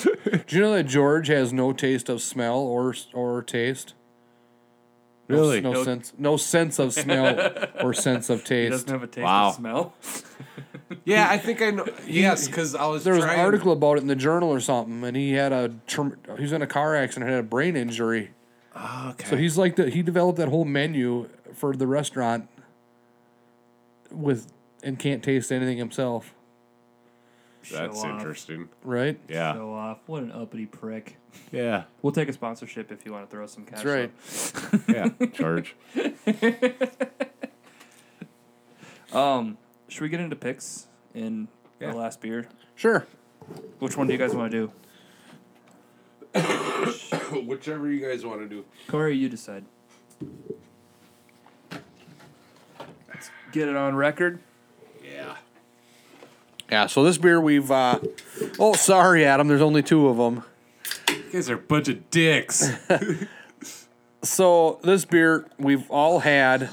S4: Do you know that George has no taste of smell or or taste? No s- No, sense. No sense of smell or sense of
S1: he doesn't
S4: taste.
S1: have a taste
S5: Wow.
S1: of smell
S5: Yeah, I think I know. Yes, because I was
S4: There was an
S5: trying-
S4: article about it in the journal or something, and he had a tr- he was in a car accident, had a brain injury.
S5: Ah, Okay.
S4: So he's like the, he developed that whole menu for the restaurant with and can't taste anything himself,
S5: That's
S1: Show off.
S5: interesting.
S4: right?
S5: Yeah.
S1: show off what an uppity prick
S5: Yeah.
S1: we'll take a sponsorship if you want to throw some cash
S4: That's right.
S5: Yeah. George.
S1: up. um should we get into picks in
S5: Yeah.
S1: our last beer
S4: Sure.
S1: which one do you guys want to do
S5: Whichever you guys want to do.
S1: Corey, you decide. Let's get it on record.
S5: Yeah.
S4: Yeah. So this beer we've uh, oh sorry Adam, there's only two of them.
S5: You guys are a bunch of dicks.
S4: So this beer we've all had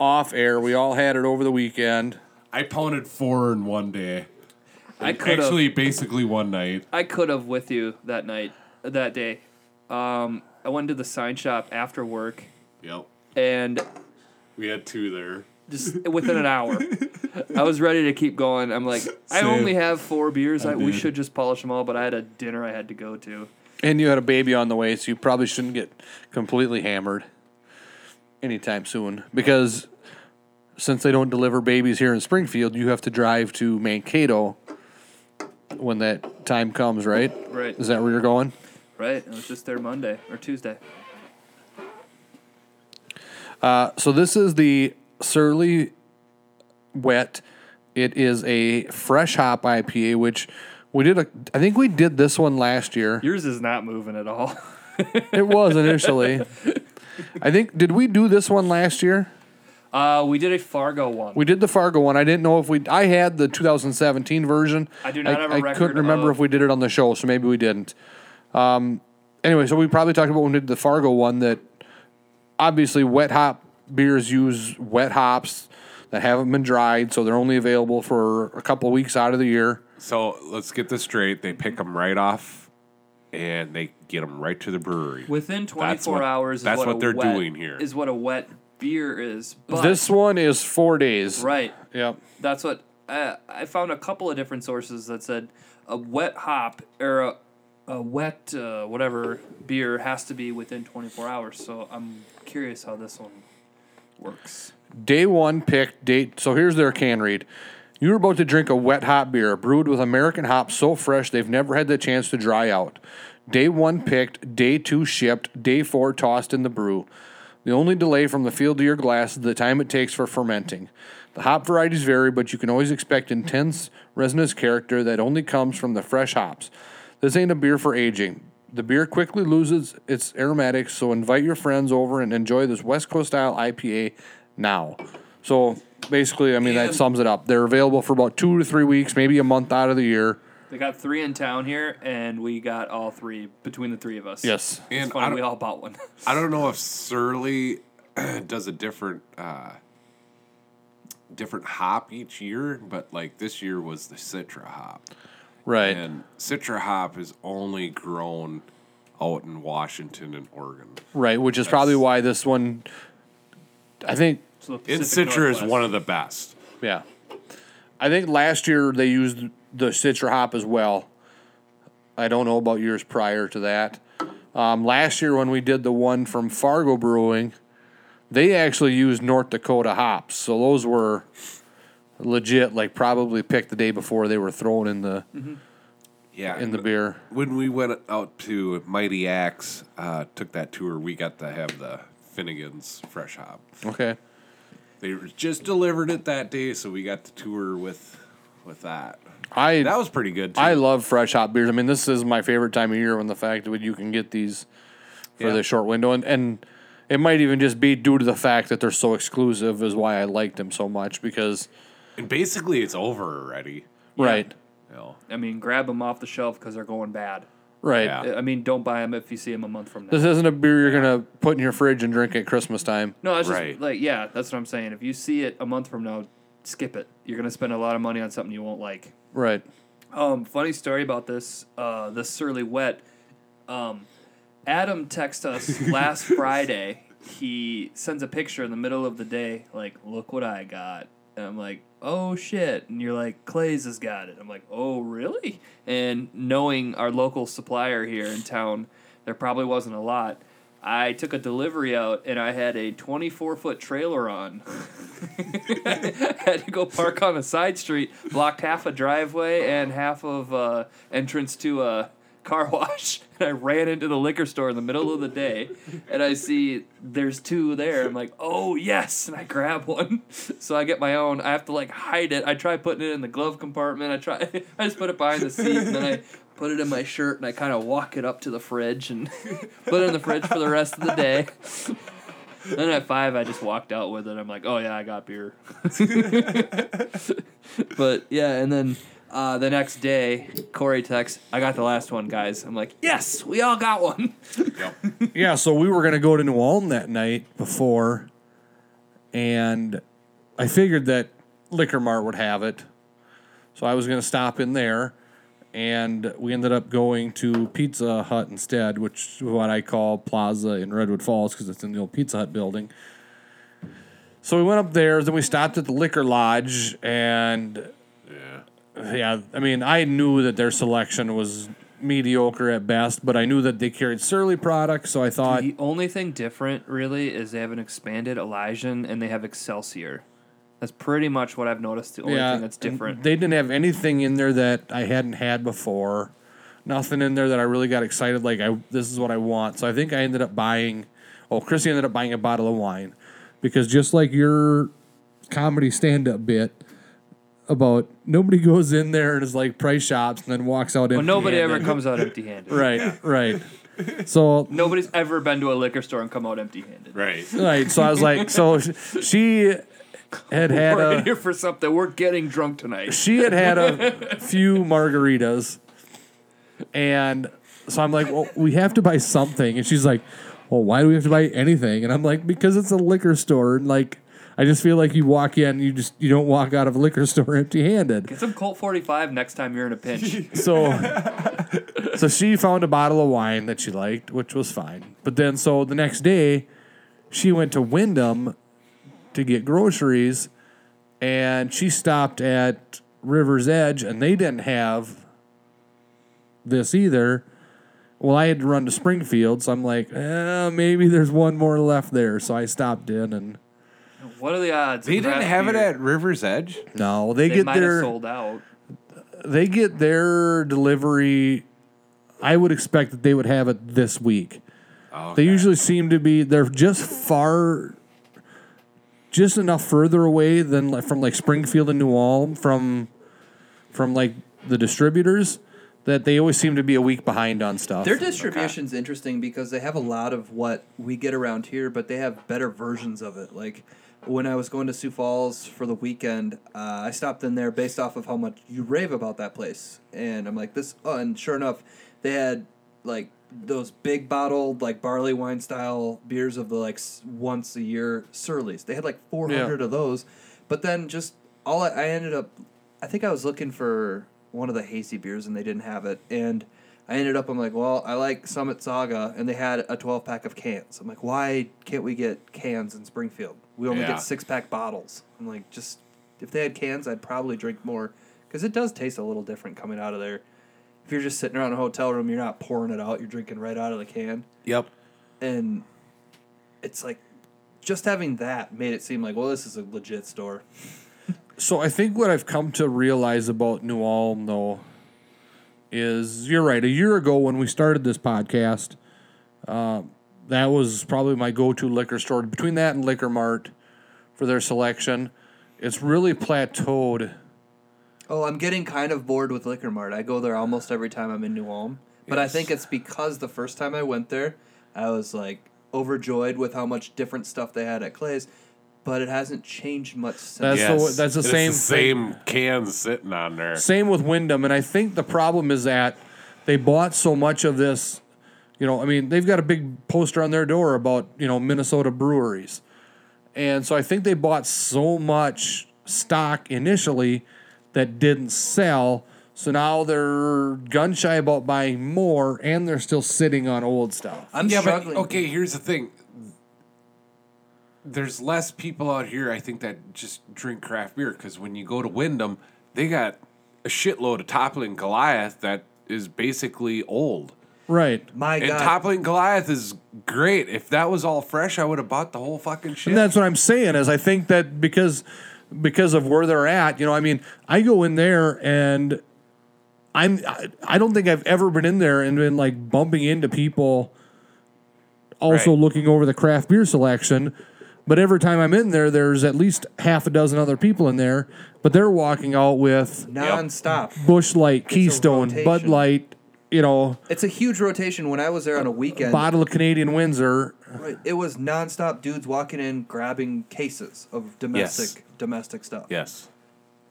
S4: off air. We all had it over the weekend.
S5: I pounded four in one day.
S1: I could have.
S5: Actually, basically one night.
S1: I could have with you that night, that day. Um, I went to the sign shop after work,
S5: Yep.
S1: and
S5: We had two there.
S1: just within an hour, I was ready to keep going. I'm like, I
S5: Same.
S1: only have four beers. I, we
S5: did.
S1: should just polish them all. But I had a dinner I had to go to.
S4: And you had a baby on the way, so you probably shouldn't get completely hammered anytime soon. Because since they don't deliver babies here in Springfield, you have to drive to Mankato when that time comes, right?
S1: Right,
S4: Is that where you're going?
S1: right. I was just there Monday or Tuesday.
S4: Uh, so this is the Surly Wet. It is a fresh hop IPA, which we did. A, I think we did this one last year.
S1: Yours is not moving at all.
S4: It was initially. I think did we do this one last year?
S1: Uh, we did a Fargo one.
S4: We did the Fargo one. I didn't know if we. I had the 2017 version.
S1: I do not have a
S4: I
S1: record
S4: couldn't remember
S1: of-
S4: if we did it on the show, so maybe we didn't. Um, anyway, so we probably talked about when we did the Fargo one that obviously wet hop beers use wet hops that haven't been dried, so they're only available for a couple of weeks out of the year.
S5: So let's get this straight. They pick them right off, and they get them right to the brewery.
S1: Within 24
S5: what-
S1: hours. Is
S5: that's
S1: what,
S5: what
S1: a
S5: they're
S1: wet-
S5: doing here.
S1: Is what a wet beer is. But
S4: this one is four days.
S1: right.
S4: Yep.
S1: That's what I, I found. A couple of different sources that said a wet hop or a, a wet uh, whatever beer has to be within 24 hours. So I'm curious how this one works.
S4: Day one pick date. So here's their can read. You are about to drink a wet hop beer brewed with American hops so fresh they've never had the chance to dry out. Day one picked, day two shipped, day four tossed in the brew. The only delay from the field to your glass is the time it takes for fermenting. The hop varieties vary, but you can always expect intense,
S17: resinous character that only comes from the fresh hops. This ain't a beer for aging. The beer quickly loses its aromatics, so invite your friends over and enjoy this West Coast style IPA now. So basically, I mean, that sums it up. They're available for about two to three weeks, maybe a month out of the year.
S1: They got three in town here, and we got all three between the three of us.
S17: Yes.
S1: It's
S5: And I
S1: funny,
S5: don't-
S1: we all bought one.
S5: I don't know if Surly does a different uh, different hop each year, but like this year was the Citra hop,
S17: Right.
S5: and Citra hop is only grown out in Washington and Oregon.
S17: Right, which is probably why this one, I think,
S1: So the
S5: And Citra
S1: Pacific
S5: is
S1: Northwest.
S5: one of the best.
S17: yeah. I think last year they used the Citra hop as well. I don't know about years prior to that. Um, last year when we did the one from Fargo Brewing, they actually used North Dakota hops. So those were legit, like probably picked the day before they were thrown in the
S5: Yeah,
S17: in the beer.
S5: when we went out to Mighty Axe, uh, took that tour, we got to have the Finnegan's fresh hop.
S17: Okay.
S5: They were- just delivered it that day, so we got to tour with with that.
S17: I
S5: That was pretty good. Too.
S17: I love fresh hop beers. I mean, this is my favorite time of year when the fact that you can get these for
S5: Yeah.
S17: the short window, and, and it might even just be due to the fact that they're so exclusive is why I liked them so much because
S5: and basically, it's over already.
S17: right,
S5: You know.
S1: I mean, grab them off the shelf because they're going bad.
S17: right.
S5: Yeah.
S1: I mean, don't buy them if you see them a month from now.
S17: This isn't a beer you're gonna put in your fridge and drink at Christmas time.
S1: No, it's
S5: Right.
S1: just like yeah, that's what I'm saying. If you see it a month from now, skip it. You're gonna spend a lot of money on something you won't like.
S17: Right.
S1: Um, funny story about this. Uh, the surly wet. Um, Adam texted us last Friday. He sends a picture in the middle of the day, like, "Look what I got," and I'm like, "Oh shit!" And you're like, "Clay's has got it." I'm like, "Oh really?" And knowing our local supplier here in town, there probably wasn't a lot. I took a delivery out and I had a 24 foot trailer on. had to go park on a side street, blocked half a driveway and half of uh, entrance to a car wash. And I ran into the liquor store in the middle of the day, and I see there's two there. I'm like, oh yes, and I grab one. So I get my own. I have to like hide it. I try putting it in the glove compartment. I try. I just put it behind the seat, and then I. Put it in my shirt and I kind of walk it up to the fridge and put it in the fridge for the rest of the day. Then at five, I just walked out with it. I'm like, oh yeah, I got beer. but yeah, and then uh, the next day, Corey texts, I got the last one, guys. I'm like, yes, we all got one.
S4: Yeah, so we were gonna go to New Ulm that night before, and I figured that Liquor Mart would have it, so I was gonna stop in there, and we ended up going to Pizza Hut instead, which is what I call Plaza in Redwood Falls because it's in the old Pizza Hut building. So we went up there, then we stopped at the Liquor Lodge, and yeah, I mean, I knew that their selection was mediocre at best, but I knew that they carried Surly products, so I thought.
S1: The only thing different, really, is they have an expanded Elysian and they have Excelsior. That's pretty much what I've noticed. The only thing that's
S4: and
S1: different.
S4: They didn't have anything in there that I hadn't had before. Nothing in there that I really got excited like I this is what I want. So I think I ended up buying oh Chrissy ended up buying a bottle of wine. Because just like your comedy stand up bit about nobody goes in there and is like price shops and then walks out
S1: but
S4: in
S1: nobody ever comes out empty handed.
S4: Right, right. So
S1: Nobody's ever been to a liquor store and come out empty handed.
S5: Right.
S4: right, so I was like so she had had
S1: We're
S4: a,
S1: in here for something. We're getting drunk tonight.
S4: she had had a few margaritas, and so I'm like, well, we have to buy something, and she's like, well, why do we have to buy anything? And I'm like, because it's a liquor store, and like, I just feel like you walk in, you just you don't walk out of a liquor store empty-handed.
S1: Get some Colt 45 next time you're in a pinch.
S4: So, so she found a bottle of wine that she liked, which was fine. But then, so the next day, she went to Wyndham to get groceries, and she stopped at River's Edge, and they didn't have this either. Well, I had to run to Springfield, so I'm like, eh, maybe there's one more left there. So I stopped in, and
S1: What are the odds?
S5: They didn't
S1: Craft
S5: have it
S1: beer-
S5: at River's Edge.
S4: no, they,
S1: They
S4: get
S1: might
S4: their
S1: have sold out.
S4: they get their delivery. I would expect that they would have it this week. They usually seem to be they're just far, just enough further away than like, from like Springfield and New Ulm from from like the distributors that they always seem to be a week behind on stuff.
S3: Their distribution's interesting because they have a lot of what we get around here, but they have better versions of it. Like when I was going to Sioux Falls for the weekend, uh, I stopped in there based off of how much you rave about that place, and I'm like this. Oh, and sure enough, they had like those big bottled like barley wine style beers of the like s- once a year Surleys. They had like 400 of those, but then just all I, I ended up, I think I was looking for one of the hazy beers and they didn't have it, and I ended up, I'm like, well, I like Summit Saga, and they had a 12 pack of cans. I'm like, why can't we get cans in Springfield? We only
S5: Yeah.
S3: get six pack bottles. I'm like, just if they had cans, I'd probably drink more because it does taste a little different coming out of there. If you're just sitting around a hotel room, you're not pouring it out, you're drinking right out of the can.
S5: Yep.
S3: And it's like, just having that made it seem like, well, this is a legit store.
S4: So I think what I've come to realize about New Ulm, though, is you're right. A year ago when we started this podcast, uh, that was probably my go-to liquor store. Between that and Liquor Mart for their selection, it's really plateaued.
S3: Oh, I'm getting kind of bored with Liquor Mart. I go there almost every time I'm in New Ulm. But I think it's because the first time I went there, I was like overjoyed with how much different stuff they had at Clay's, but it hasn't changed much since.
S4: That's the the, that's the
S5: It's
S4: same
S5: the
S4: thing.
S5: same cans sitting on there.
S4: Same with Wyndham, and I think the problem is that they bought so much of this. You know, I mean, they've got a big poster on their door about you know Minnesota breweries, and so I think they bought so much stock initially that didn't sell. So now they're gun shy about buying more, and they're still sitting on old stuff.
S3: I'm
S5: yeah, but
S3: struggling.
S5: okay, here's the thing. There's less people out here, I think, that just drink craft beer because when you go to Wyndham, they got a shitload of Toppling Goliath that is basically old.
S4: Right.
S3: My
S5: And
S3: God.
S5: Toppling Goliath is great. If that was all fresh, I would have bought the whole fucking shit.
S4: And that's what I'm saying is I think that because because of where they're at, you know, I mean, I go in there and I'm I- I don't think I've ever been in there and been like bumping into people also
S5: Right.
S4: looking over the craft beer selection. But every time I'm in there, there's at least half a dozen other people in there, but they're walking out with
S3: nonstop.
S4: Bush Light, Keystone, Bud
S3: rotation.
S4: Light, you know,
S3: It's a huge rotation. When I was there on a weekend,
S4: bottle of Canadian Windsor.
S3: right, it was nonstop dudes walking in grabbing cases of domestic domestic stuff.
S5: yes.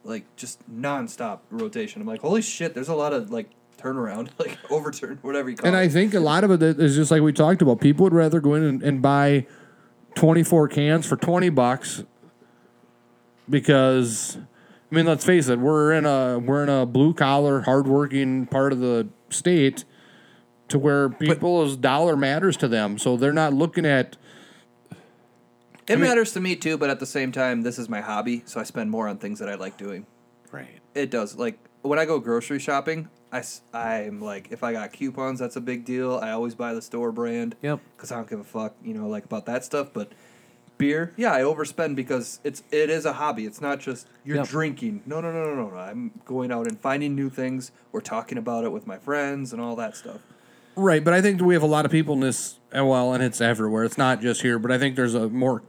S3: Like just nonstop rotation. I'm like, holy shit, there's a lot of like turnaround, like overturn, whatever you call
S4: And
S3: it.
S4: I think a lot of it is just like we talked about. People would rather go in and, and buy 24 cans for 20 bucks because I mean, let's face it, we're in a we're in a blue collar, hardworking part of the state to where people's dollar matters to them. So they're not looking at
S3: It matters to me too, but at the same time, this is my hobby, so I spend more on things that I like doing.
S5: Right.
S3: It does. Like when I go grocery shopping, I am like, if I got coupons, that's a big deal. I always buy the store brand.
S5: Yep.
S3: Because I don't give a fuck, you know, like about that stuff. But beer, yeah, I overspend because it's it is a hobby. It's not just you're drinking. No, no, no, no, no, no. I'm going out and finding new things. We're talking about it with my friends and all that stuff.
S4: Right, but I think we have a lot of people in this. uh, Well, and it's everywhere. It's not just here, but I think there's a more,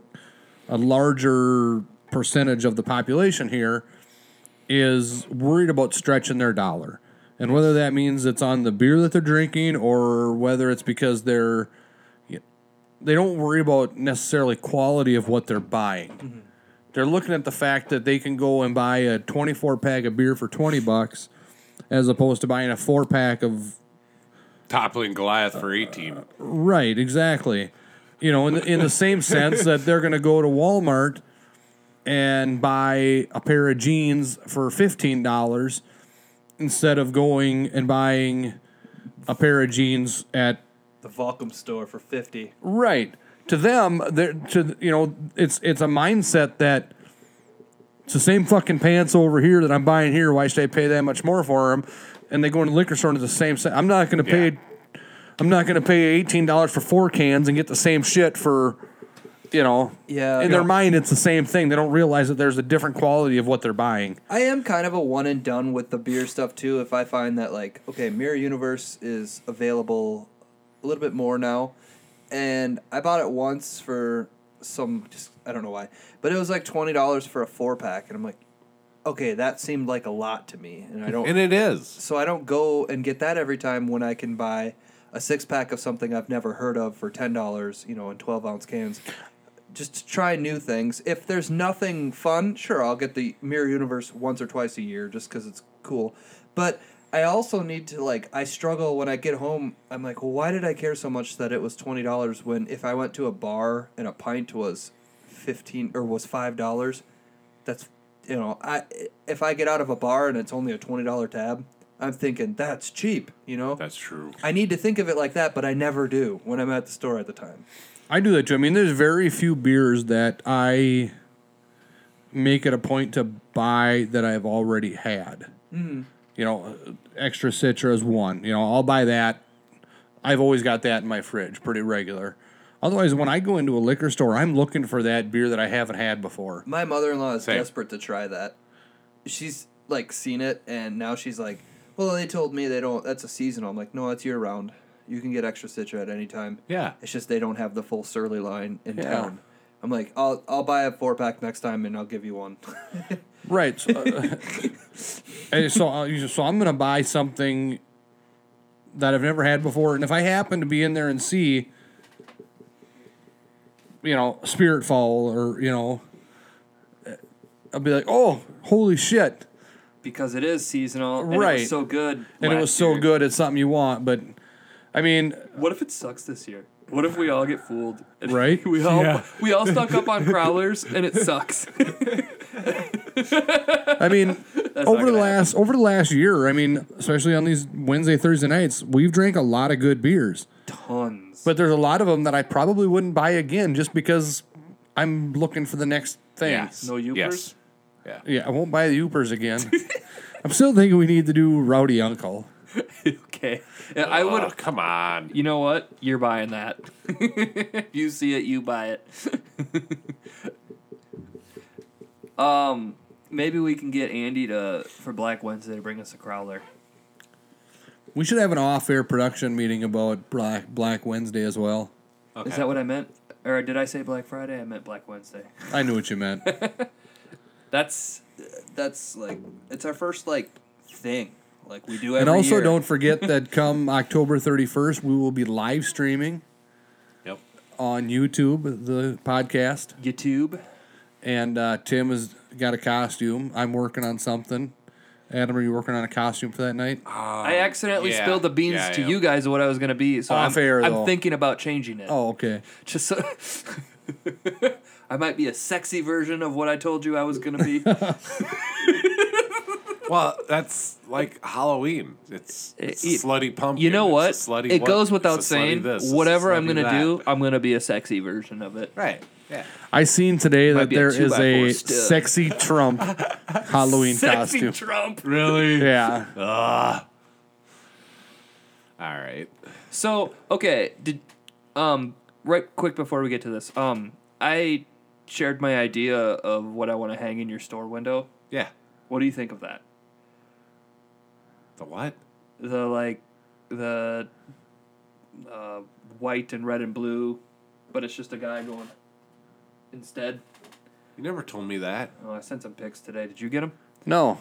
S4: a larger percentage of the population here is worried about stretching their dollar, and whether that means it's on the beer that they're drinking or whether it's because they're, they don't worry about necessarily quality of what they're buying. They're looking at the fact that they can go and buy a 24 pack of beer for 20 bucks as opposed to buying a four pack of
S5: Toppling Goliath for 18.
S4: Right, exactly. You know, in the, in the same sense that they're going to go to Walmart and buy a pair of jeans for fifteen dollars instead of going and buying a pair of jeans at
S3: The Volcom store for fifty.
S4: right to them. They're to you know, it's it's a mindset that it's the same fucking pants over here that I'm buying here. Why should I pay that much more for them? And they go into the liquor store and it's the same. se- I'm not going to pay.
S5: Yeah.
S4: I'm not going to pay eighteen dollars for four cans and get the same shit for, you know.
S3: Yeah.
S4: In
S3: Yeah.
S4: their mind, it's the same thing. They don't realize that there's a different quality of what they're buying.
S3: I am kind of a one and done with the beer stuff too. If I find that like okay, Mirror Universe is available a little bit more now, and I bought it once for some just I don't know why, but it was like twenty dollars for a four pack, and I'm like, okay, that seemed like a lot to me, and I don't.
S5: And it is.
S3: so I don't go and get that every time when I can buy a six pack of something I've never heard of for ten dollars, you know, in twelve ounce cans. Just to try new things. If there's nothing fun, sure, I'll get the Mirror Universe once or twice a year just because it's cool. But I also need to like. I struggle when I get home. I'm like, well, why did I care so much that it was twenty dollars when if I went to a bar and a pint was fifteen or was five dollars, that's you know I if I get out of a bar and it's only a twenty dollar tab, I'm thinking that's cheap. You know,
S5: That's true.
S3: I need to think of it like that, but I never do when I'm at the store at the time.
S4: I do that too. I mean, there's very few beers that I make it a point to buy that I've already had. You know, extra citra is one. You know, I'll buy that. I've always got that in my fridge, pretty regular. Otherwise, when I go into a liquor store, I'm looking for that beer that I haven't had before.
S3: My mother in law is
S5: Same.
S3: desperate to try that. She's like seen it, and now she's like, "Well, they told me they don't. That's a seasonal." I'm like, "No, that's year round. You can get extra citra at any time.
S5: Yeah.
S3: It's just they don't have the full Surly line in town." I'm like, "I'll I'll buy a four pack next time, and I'll give you one."
S4: Right. So, uh, and so, I'll- so I'm going to buy something that I've never had before. And if I happen to be in there and see, you know, Spirit Fall or, you know, uh, I'll be like, oh, holy shit.
S1: because it is seasonal. And It
S4: Right.
S1: was so good.
S4: And it
S1: last
S4: was so
S1: year.
S4: good. It's something you want. But I mean,
S1: What if it sucks this year? What if we all get fooled? And
S4: Right?
S1: We all
S5: Yeah.
S1: we all stuck up on crowlers and it sucks.
S4: I mean, over the
S1: gonna
S4: last over the last year, I mean, especially on these Wednesday, Thursday nights, we've drank a lot of good beers.
S1: Tons.
S4: But there's a lot of them that I probably wouldn't buy again just because I'm looking for the next thing.
S1: No youpers?
S5: Yes.
S4: Yeah, I won't buy the Upers again. I'm still thinking we need to do Rowdy Uncle.
S1: okay. Yeah, I would.
S5: Oh, come on.
S1: You know what? You're buying that. you see it, you buy it. um, maybe we can get Andy to for Black Wednesday to bring us a crowler.
S4: We should have an off-air production meeting about Black Black Wednesday as well.
S1: Is that what I meant? Or did I say Black Friday? I meant Black Wednesday.
S4: I knew what you meant.
S1: That's
S3: that's like it's our first like thing like we do every
S4: and also
S3: year.
S4: don't forget that come October 31st we will be live streaming
S5: Yep.
S4: on YouTube the podcast
S1: YouTube.
S4: and uh, Tim has got a costume. I'm working on something. Adam, are you working on a costume for that night?
S3: Ah.
S1: I accidentally
S5: Um, yeah,
S1: spilled the beans
S5: yeah,
S1: to
S5: yeah.
S1: you guys of what I was gonna be. So
S4: Off
S1: I'm,
S4: air,
S1: I'm
S4: though.
S1: thinking about changing it.
S4: Oh, okay.
S1: Just so I might be a sexy version of what I told you I was gonna be.
S4: Oh,
S5: Well, that's like Halloween. It's, it's a
S1: It-
S5: slutty pumpkin.
S1: You know what?
S5: It's a slutty
S1: it
S5: what?
S1: goes without
S5: It's a slutty
S1: saying.
S5: this, it's a
S1: whatever I'm
S5: slutty
S1: gonna
S5: that.
S1: do, I'm gonna be a sexy version of it.
S5: Right. Yeah.
S4: I seen today that
S1: be a
S4: there
S1: two
S4: is
S1: by four
S4: a
S1: stud.
S4: sexy Trump Halloween
S1: Sexy
S4: costume.
S1: Trump.
S5: Really?
S4: yeah.
S5: All right.
S1: So okay, did um right quick before we get to this, um I shared my idea of what I want to hang in your store window.
S5: Yeah.
S1: What do you think of that?
S5: The what?
S1: The like the uh, white and red and blue, but it's just a guy going instead.
S5: You never told me that.
S1: Oh, I sent some pics today. Did you get them?
S4: No.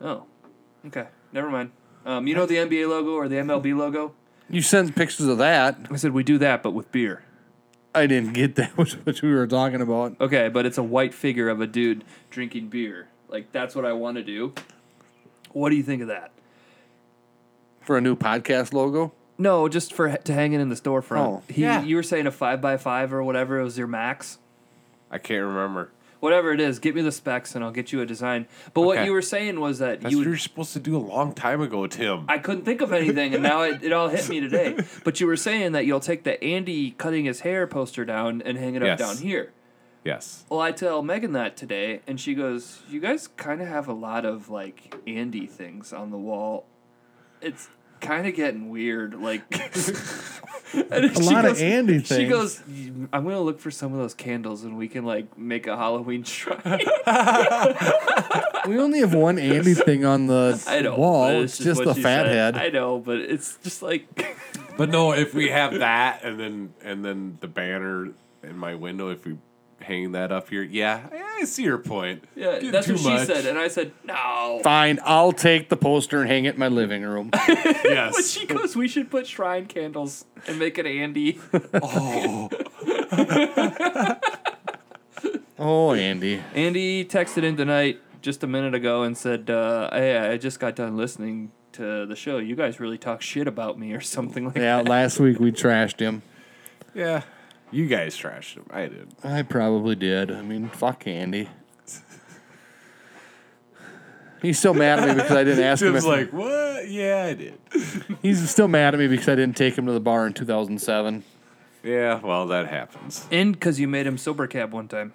S1: Oh, okay. Never mind. Um, you know the NBA logo or the MLB logo?
S4: You sent pictures of that.
S1: I said we do that, but with beer.
S4: I didn't get that was what we were talking about.
S1: Okay, but it's a white figure of a dude drinking beer. Like that's what I want to do. What do you think of that?
S4: For a new podcast logo?
S1: No, just for to hang it in the storefront.
S4: Oh,
S1: he,
S5: yeah.
S1: You were saying a five by five or whatever. It was your max.
S5: I can't remember.
S1: Whatever it is, get me the specs and I'll get you a design. But what
S5: Okay.
S1: you were saying was that
S5: That's
S1: you
S5: what you were
S1: would,
S5: supposed to do a long time ago, Tim.
S1: I couldn't think of anything, and now it, it all hit me today. But you were saying that you'll take the Andy cutting his hair poster down and hang it
S5: Yes.
S1: up down here.
S5: yes.
S1: Well, I tell Megan that today, and she goes, "You guys kind of have a lot of like Andy things on the wall. It's kind of getting weird." Like a
S4: lot of Andy
S1: She
S4: things.
S1: goes, "I'm gonna look for some of those candles, and we can like make a Halloween shrine."
S4: We only have one Andy thing on the
S1: I know.
S4: wall.
S1: but
S4: It's just
S1: what
S4: the
S1: she
S4: fat head.
S1: said. I know, but it's just like
S5: But no, if we have that and then and then the banner in my window, if we hanging that up here. Yeah, I see your point.
S1: Yeah,
S5: Getting
S1: that's
S5: too
S1: what she
S5: much.
S1: said, and I said no.
S4: Fine, I'll take the poster and hang it in my living room.
S1: But
S5: Yes.
S1: she goes, we should put shrine candles and make it Andy.
S4: oh, Andy.
S1: Andy texted in tonight just a minute ago and said, uh, "Hey, I just got done listening to the show. You guys really talk shit about me or something like
S4: Yeah, last week we trashed him.
S5: yeah. You guys trashed him. I did.
S4: I probably did. I mean, fuck Andy. He's still mad at me because I didn't ask him.
S5: Tim's
S4: If,
S5: like, what? Yeah, I did.
S4: he's still mad at me because I didn't take him to the bar in 2007.
S5: Yeah, well, that happens.
S1: that." And because you made him sober cab one time.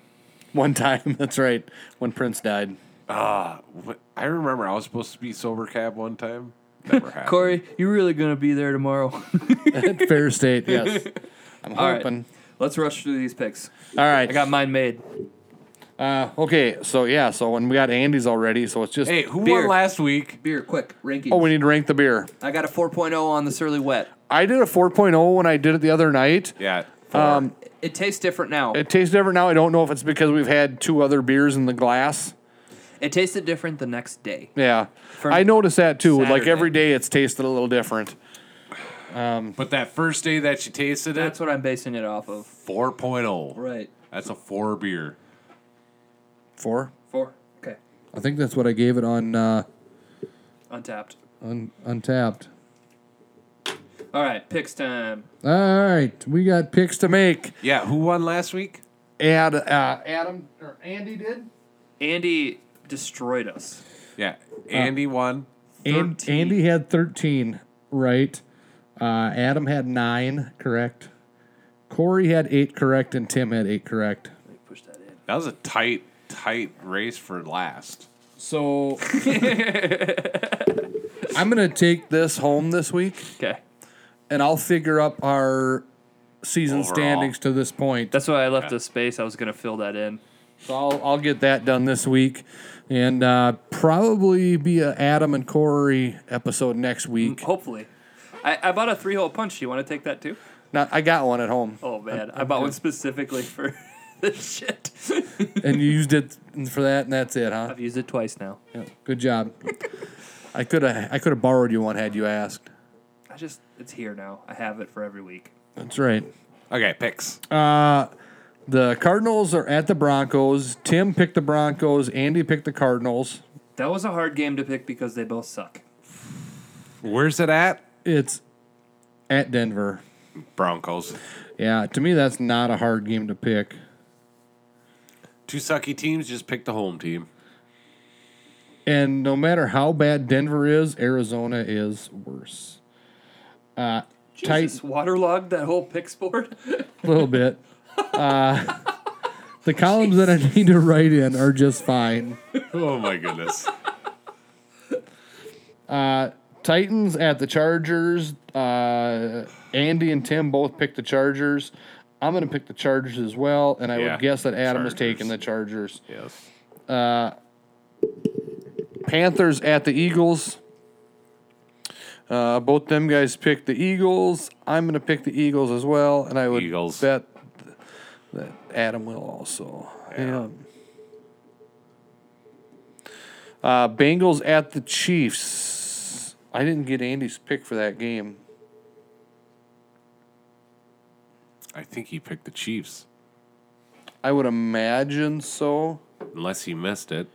S4: One time, that's right, when Prince died.
S5: Ah, what I remember I was supposed to be sober cab one time. Never happened.
S1: Corey, you're really gonna be there tomorrow.
S4: Fair State, yes. I'm
S1: All right.
S4: hoping.
S1: Let's rush through these picks.
S4: All right.
S1: I got mine made.
S4: Uh, okay, so yeah, so when we got Andy's already, so it's just.
S5: Hey, who
S1: Beer.
S5: won last week?
S1: Beer, quick, ranking.
S4: Oh, we need to rank the beer.
S1: I got a 4.0 on the Surly Wet.
S4: I did a 4.0 when I did it the other night.
S5: Yeah.
S4: Um,
S1: It tastes different now. It,
S4: it tastes different now. I don't know if it's because we've had two other beers in the glass.
S1: tasted different the next day.
S4: Yeah. I noticed that too. Like
S1: Saturday.
S4: every day it's tasted a little different.
S5: But that first day that she tasted it,
S1: That's what I'm basing it off of.
S5: 4.0.
S1: Right.
S5: That's a four beer.
S10: Four.
S1: Four. Okay.
S10: I think that's what I gave it on uh,
S1: Untapped.
S10: un- Untapped.
S1: All right, picks time.
S10: All right, we got picks to make.
S5: Yeah, who won last week?
S4: And uh, Adam or Andy did.
S1: Andy destroyed us.
S5: Yeah, Andy won.
S10: And,
S1: 13.
S10: Andy had 13, right? Uh, Adam had nine, correct? Corey had eight, correct? And Tim had eight, correct?
S1: Let me push that in.
S5: That was a tight, tight race for last.
S4: So
S10: I'm going to take the.
S4: this home this week,
S1: Okay.
S10: And I'll figure up our
S4: season
S5: Overall.
S4: standings to this point.
S1: That's why I left the space. I was going to fill that in.
S4: So I'll, I'll get that done this week.
S10: And uh, probably be a Adam and Corey episode next week.
S1: Hopefully. I, I bought a three hole punch. You want to take that too?
S4: Now, I got one at home.
S1: Oh, man. I bought one specifically for this shit.
S10: And you used it for that, and that's it, huh?
S1: I've used it twice now.
S10: Yeah, good job. I could have I could have borrowed you one had you asked.
S1: I just, it's here now. I have it for every week.
S10: That's right.
S5: Okay, picks.
S10: The Cardinals are at the Broncos. Tim picked the Broncos. Andy picked the Cardinals.
S1: That was a hard game to pick because they both suck.
S5: Where's it at?
S10: It's at Denver.
S5: Broncos.
S10: Yeah, to me that's not a hard game to pick.
S5: Two sucky teams just pick the home team.
S10: And no matter how bad Denver is, Arizona is worse. Uh
S1: Jesus, waterlogged that whole picks board.
S10: a little bit. Uh
S4: Uh,
S10: the columns that I need to write in are just fine.
S5: Oh my goodness.
S4: Titans at the Chargers. Uh, Andy and Tim both picked the Chargers. I'm going to pick the Chargers as well, and I
S5: Yeah,
S4: would guess that Adam is
S5: Chargers.
S4: taking the Chargers.
S5: yes.
S4: Panthers at the Eagles. Uh, both them guys picked the Eagles. I'm going to pick the Eagles as well, and I would
S5: Eagles.
S4: bet that Adam will also. Yeah. Uh, Bengals at the Chiefs. I didn't get Andy's pick for that game.
S5: I think he picked the Chiefs,
S4: I would imagine so.
S5: unless he missed it.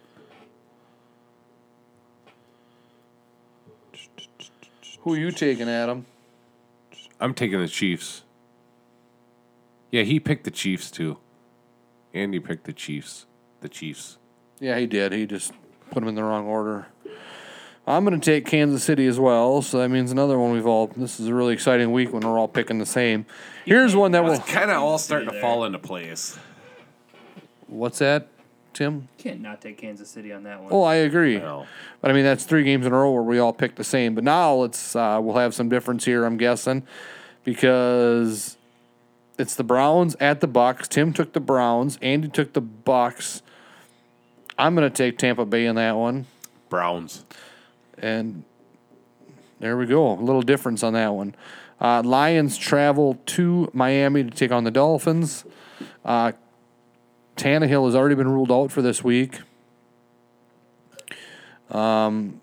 S4: Who are you taking, Adam?
S5: I'm taking the Chiefs. Yeah, he picked the Chiefs too. Andy picked the Chiefs. The Chiefs.
S4: Yeah, he did. He just put them in the wrong order. I'm going to take Kansas City as well, so that means another one we've all. This is a really exciting week when we're all picking the same. Here's one that will.
S5: Kind of all starting to fall into place.
S4: What's that, Tim?
S1: Can't not take Kansas City on that one.
S4: Oh, I agree.
S5: No.
S4: But I mean, that's three games in a row where we all picked the same. But now it's uh, we'll have some difference here, I'm guessing, because it's the Browns at the Bucks. Tim took the Browns. Andy took the Bucks. I'm going to take Tampa Bay in that one,
S5: Browns.
S4: and there we go. A little difference on that one. Uh, Lions travel to Miami to take on the Dolphins. Uh, Tannehill has already been ruled out for this week. Um,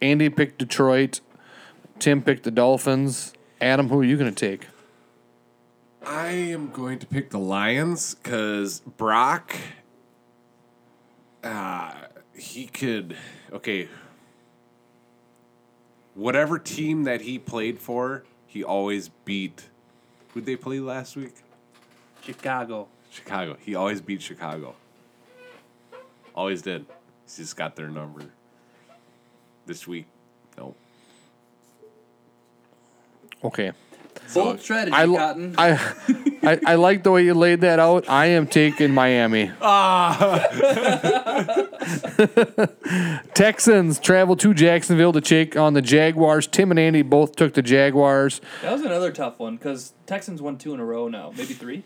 S4: Andy picked Detroit. Tim picked the Dolphins. Adam, who are you going to take?
S5: I am going to pick the Lions because Brock, uh, he could, okay, whatever team that he played for, he always beat. Who'd they play last week?
S1: Chicago.
S5: Chicago. He always beat Chicago. Always did. He's just got their number. This week, nope.
S4: Okay.
S3: Bold strategy,
S4: I, l-
S3: Cotton.
S4: I, I, I like the way you laid that out. I am taking Miami. Texans travel to Jacksonville to take on the Jaguars. Tim and Andy both took the Jaguars.
S1: That was another tough one because Texans won two in a row now, maybe three.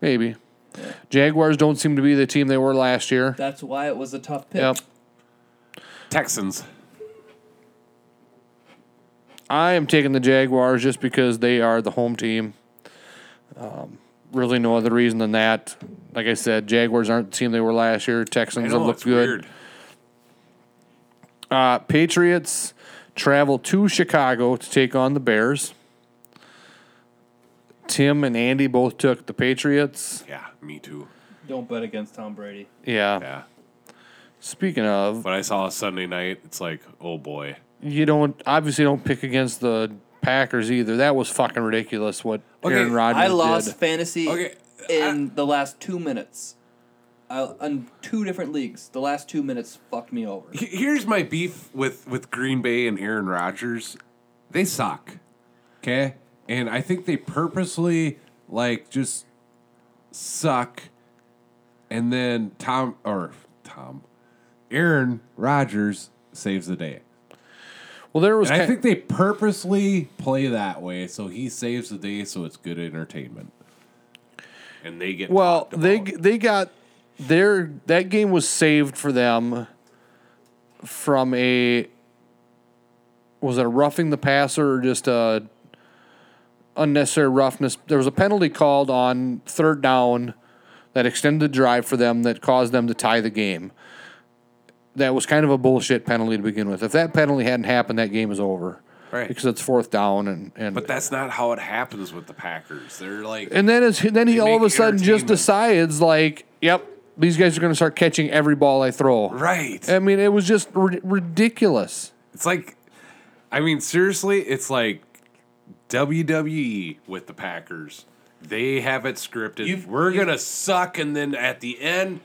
S4: Maybe. Jaguars don't seem to be the team they were last year.
S1: That's why it was a tough pick.
S4: Yep.
S5: Texans.
S4: I am taking the Jaguars just because they are the home team. Um, really, no other reason than that. Like I said, Jaguars aren't the team they were last year. Texans have looked good. Uh, Patriots travel to Chicago to take on the Bears. Tim and Andy both took the Patriots.
S5: Yeah, me too.
S1: Don't bet against Tom Brady.
S4: Yeah.
S5: Yeah.
S4: Speaking of,
S5: But I saw Sunday night. It's like, oh boy.
S4: you don't obviously don't pick against the Packers either. That was fucking ridiculous what
S5: Okay,
S4: Aaron Rodgers
S1: I lost
S4: did.
S1: fantasy
S5: Okay,
S1: in the last two minutes. I, on two different leagues, the last two minutes fucked me over.
S5: He- Here's my beef with with Green Bay and Aaron Rodgers. They suck. Okay? And I think they purposely like just suck and then Tom or Tom Aaron Rodgers saves the day.
S4: Well, there was
S5: And I
S4: ki-
S5: think they purposely play that way so he saves the day so it's good entertainment. And they get
S4: Well,
S5: talked
S4: they
S5: about.
S4: they got their that game was saved for them from a was it a roughing the passer or just a unnecessary roughness? There was a penalty called on third down that extended the drive for them that caused them to tie the game. That was kind of a bullshit penalty to begin with. If that penalty hadn't happened, that game is over.
S5: Right.
S4: Because it's fourth down and, and
S5: but that's not how it happens with the Packers. They're like
S4: and then it's, then he
S5: They
S4: all of a
S5: make
S4: sudden just
S5: entertainment.
S4: decides like, yep, these guys are going to start catching every ball I throw.
S5: right.
S4: I mean, it was just ri- ridiculous.
S5: It's like, I mean, seriously, it's like WWE with the Packers. They have it scripted. We're gonna suck, and then at the end,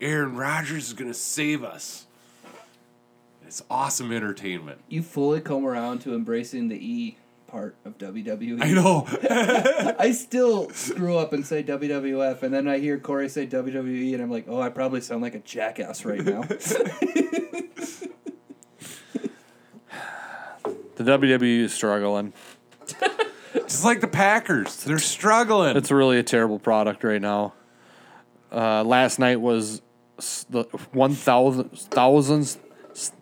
S5: Aaron Rodgers is gonna save us. It's awesome entertainment.
S1: You fully come around to embracing the E part of WWE.
S5: I know.
S1: I still screw up and say WWF, and then I hear Corey say WWE, and I'm like, oh, I probably sound like a jackass right now.
S4: The WWE is struggling.
S5: It's like the Packers. They're struggling.
S4: It's really a terrible product right now. Uh, last night was s- the one thousand thousandth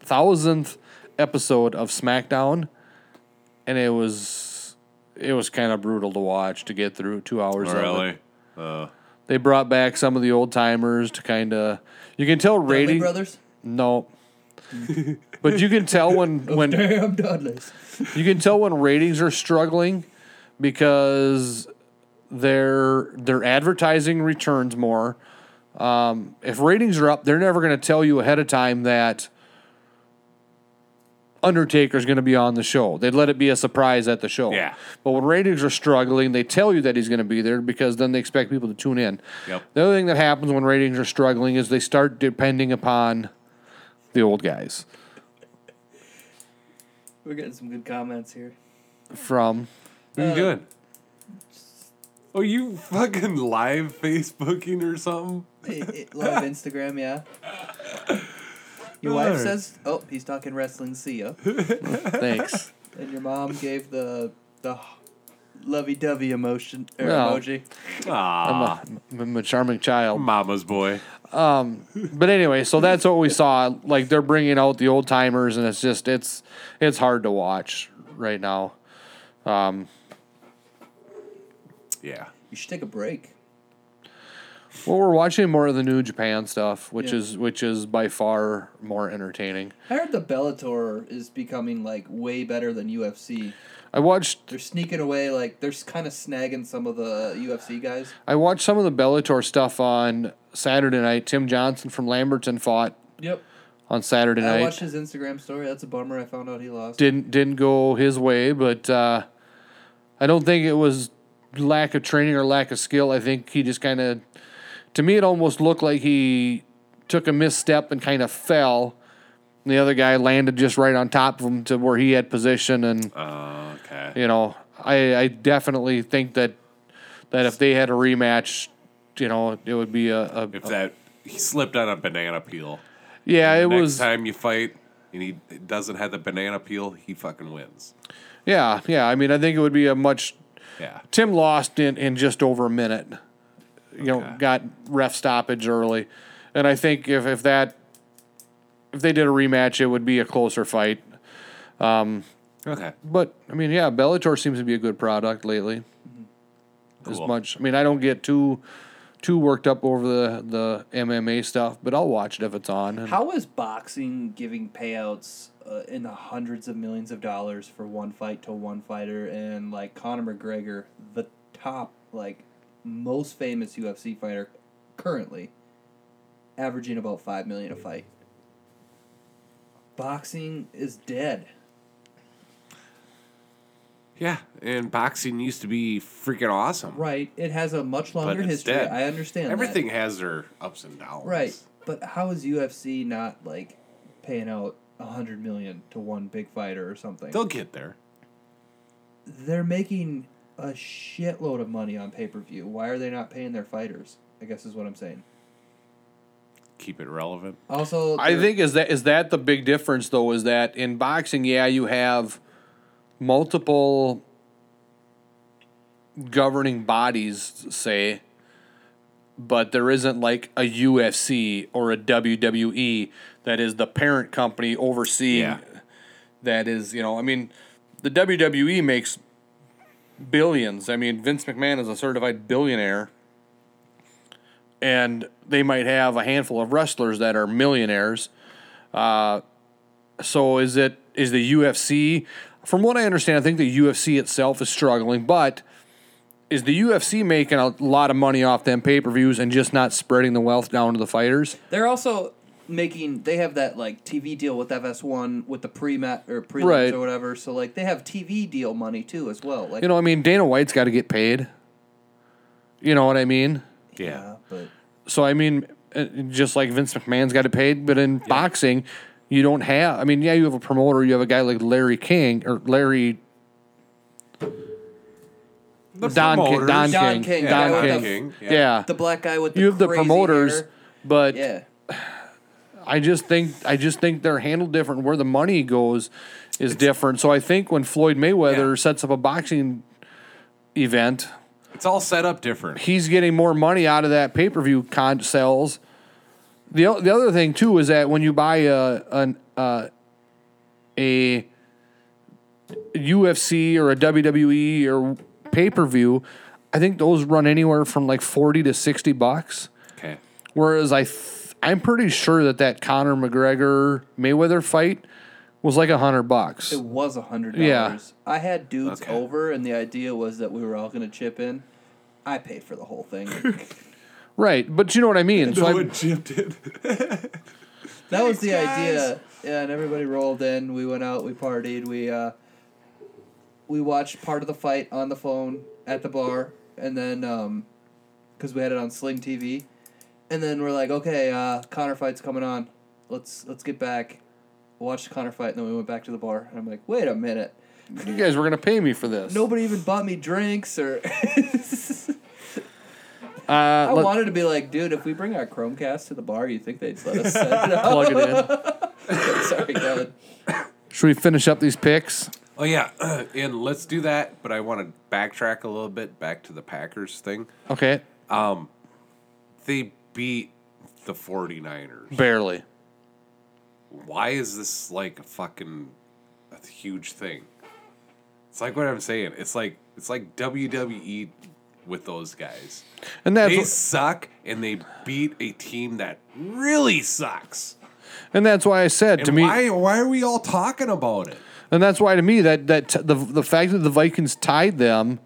S4: thousandth episode of SmackDown, and it was it was kind of brutal to watch to get through two hours. of it.
S5: really.
S4: They brought back some of the old timers to kind of you can tell
S1: Dudley
S4: rating
S1: Brothers?
S4: no. but you can tell when when
S1: Damn Dudleys.
S4: you can tell when ratings are struggling because their their advertising returns more. Um, if ratings are up, they're never going to tell you ahead of time that Undertaker's going to be on the show. They'd let it be a surprise at the show.
S5: Yeah.
S4: But when ratings are struggling, they tell you that he's going to be there because then they expect people to tune in.
S5: Yep.
S4: The other thing that happens when ratings are struggling is they start depending upon the old guys
S1: We're getting some good comments here.
S4: from
S5: What are you doing? Oh, you fucking live Facebooking or something?
S1: It- it- live Instagram, yeah. Your wife
S5: Alright.
S1: says, "Oh, he's talking wrestling. See ya."
S4: thanks.
S1: And your mom gave the the lovey-dovey emotion or
S4: Well.
S1: emoji.
S5: Ah,
S4: I'm a, I'm a charming child.
S5: mama's boy.
S4: But anyway, so that's what we saw. Like they're bringing out the old timers, and it's just it's it's hard to watch right now.
S5: Yeah.
S1: You should take a break.
S4: Well, we're watching more of the New Japan stuff, which
S3: Yeah.
S4: is which is by far more entertaining.
S3: I heard the Bellator is becoming like way better than UFC.
S4: I watched
S3: They're sneaking away, like they're kind of snagging some of the UFC guys.
S4: I watched some of the Bellator stuff on Saturday night. Tim Johnson from Lamberton fought
S3: Yep.
S4: on Saturday
S3: I
S4: night.
S3: watched his Instagram story. That's a bummer. I found out he lost.
S4: didn't didn't go his way, but uh, I don't think it was lack of training or lack of skill. I think he just kind of, to me, it almost looked like he took a misstep and kind of fell. And the other guy landed just right on top of him to where he had position, and
S5: Uh. okay.
S4: you know, I, I definitely think that that if they had a rematch, you know, it would be a, a
S5: If that he slipped on a banana peel.
S4: yeah. It
S5: Next
S4: was
S5: time you fight and he doesn't have the banana peel, he fucking wins.
S4: yeah, yeah. I mean, I think it would be a much
S5: Yeah.
S4: Tim lost in, in just over a minute. You know, got ref stoppage early. And I think if, if that if they did a rematch, it would be a closer fight.
S5: Okay.
S4: But I mean, yeah, Bellator seems to be a good product lately. As
S5: Cool.
S4: much I mean, I don't get too too worked up over the, the MMA stuff, but I'll watch it if it's on.
S5: Mm.
S4: And
S3: How is boxing giving payouts uh, in the hundreds of millions of dollars for one fight to one fighter and like Conor McGregor, the top like most famous UFC fighter currently, averaging about five million a fight? Boxing is dead.
S5: Yeah. And boxing used to be freaking awesome.
S3: Right, it has a much
S5: But
S3: longer
S5: it's
S3: history.
S5: dead.
S3: I understand that.
S5: Everything has their ups and downs.
S3: Right, but how is UFC not like paying out a hundred million to one big fighter or something?
S5: They'll get there.
S3: they're making a shitload of money on pay per view. Why are they not paying their fighters? I guess is what I'm saying.
S5: Keep it relevant.
S3: Also,
S4: I
S3: they're-
S4: think is that is that the big difference though is that in boxing, yeah, you have multiple governing bodies, say, but there isn't like a UFC or a WWE that is the parent company overseeing.
S5: Yeah.
S4: That is, you know, I mean, the WWE makes billions. I mean, Vince McMahon is a certified billionaire and they might have a handful of wrestlers that are millionaires. Uh, so is it is the UFC? From what I understand, I think the UFC itself is struggling, but is the UFC making a lot of money off them pay per views and just not spreading the wealth down to the fighters?
S3: they're also making. They have that like TV deal with FS1 with the pre mat or pre
S4: Right.
S3: or whatever. So like they have TV deal money too as well. Like
S4: You know, I mean, Dana White's got to get paid. You know what I mean?
S5: Yeah.
S3: but
S4: So I mean, uh, just like Vince McMahon's got to paid, but in boxing, you don't have. I mean, yeah, you have a promoter, you have a guy like Larry King or Larry Don King,
S5: promoters.
S3: Don
S4: Don, King,
S3: King,
S4: Don
S3: yeah,
S4: King,
S3: with
S5: the-
S4: yeah.
S3: the black guy with the
S4: you have the
S3: crazy
S4: promoters,
S3: hair.
S4: but
S3: Yeah,
S4: I just think I just think they're handled different. Where the money goes is different. So I think when Floyd Mayweather
S5: Yeah.
S4: sets up a boxing event,
S5: It's all set up different.
S4: he's getting more money out of that pay per view con sales. The o- the other thing too is that when you buy a an uh, a UFC or a WWE or pay per view, I think those run anywhere from like forty to sixty bucks.
S5: Okay.
S4: Whereas I th- I'm pretty sure that that Conor McGregor Mayweather fight was like a hundred bucks.
S3: it was a hundred
S4: Yeah.
S3: dollars. I had dudes
S5: Okay.
S3: over, and the idea was that we were all gonna chip in. I paid for the whole thing.
S4: Right, but you know what I mean. So I'm,
S5: chipped it.
S3: That was the
S5: Thanks,
S3: idea. Yeah, and everybody rolled in. We went out. We partied. We uh, we watched part of the fight on the phone at the bar, and then um, because we had it on Sling TV, and then we're like, okay, uh, Connor fight's coming on. Let's let's get back, watch the Connor fight, and then we went back to the bar. And I'm like, wait a minute,
S4: you guys were gonna pay me for this.
S3: nobody even bought me drinks or.
S4: Uh,
S3: I
S4: let-
S3: wanted to be like, dude, if we bring our Chromecast to the bar, you think they'd let us set it up?
S4: plug it in.
S3: Sorry, God.
S4: Should we finish up these picks?
S5: Oh yeah, and let's do that. But I want to backtrack a little bit back to the Packers thing.
S4: Okay,
S5: They beat the 49ers.
S4: barely.
S5: Why is this like a fucking a huge thing? It's like what I'm saying. It's like it's like WWE E with those guys.
S4: And that's
S5: They
S4: what-
S5: suck, and they beat a team that really sucks.
S4: and that's why I said
S5: And
S4: to me
S5: why why are we all talking about it?
S4: And that's why to me that that t- the the fact that the Vikings tied them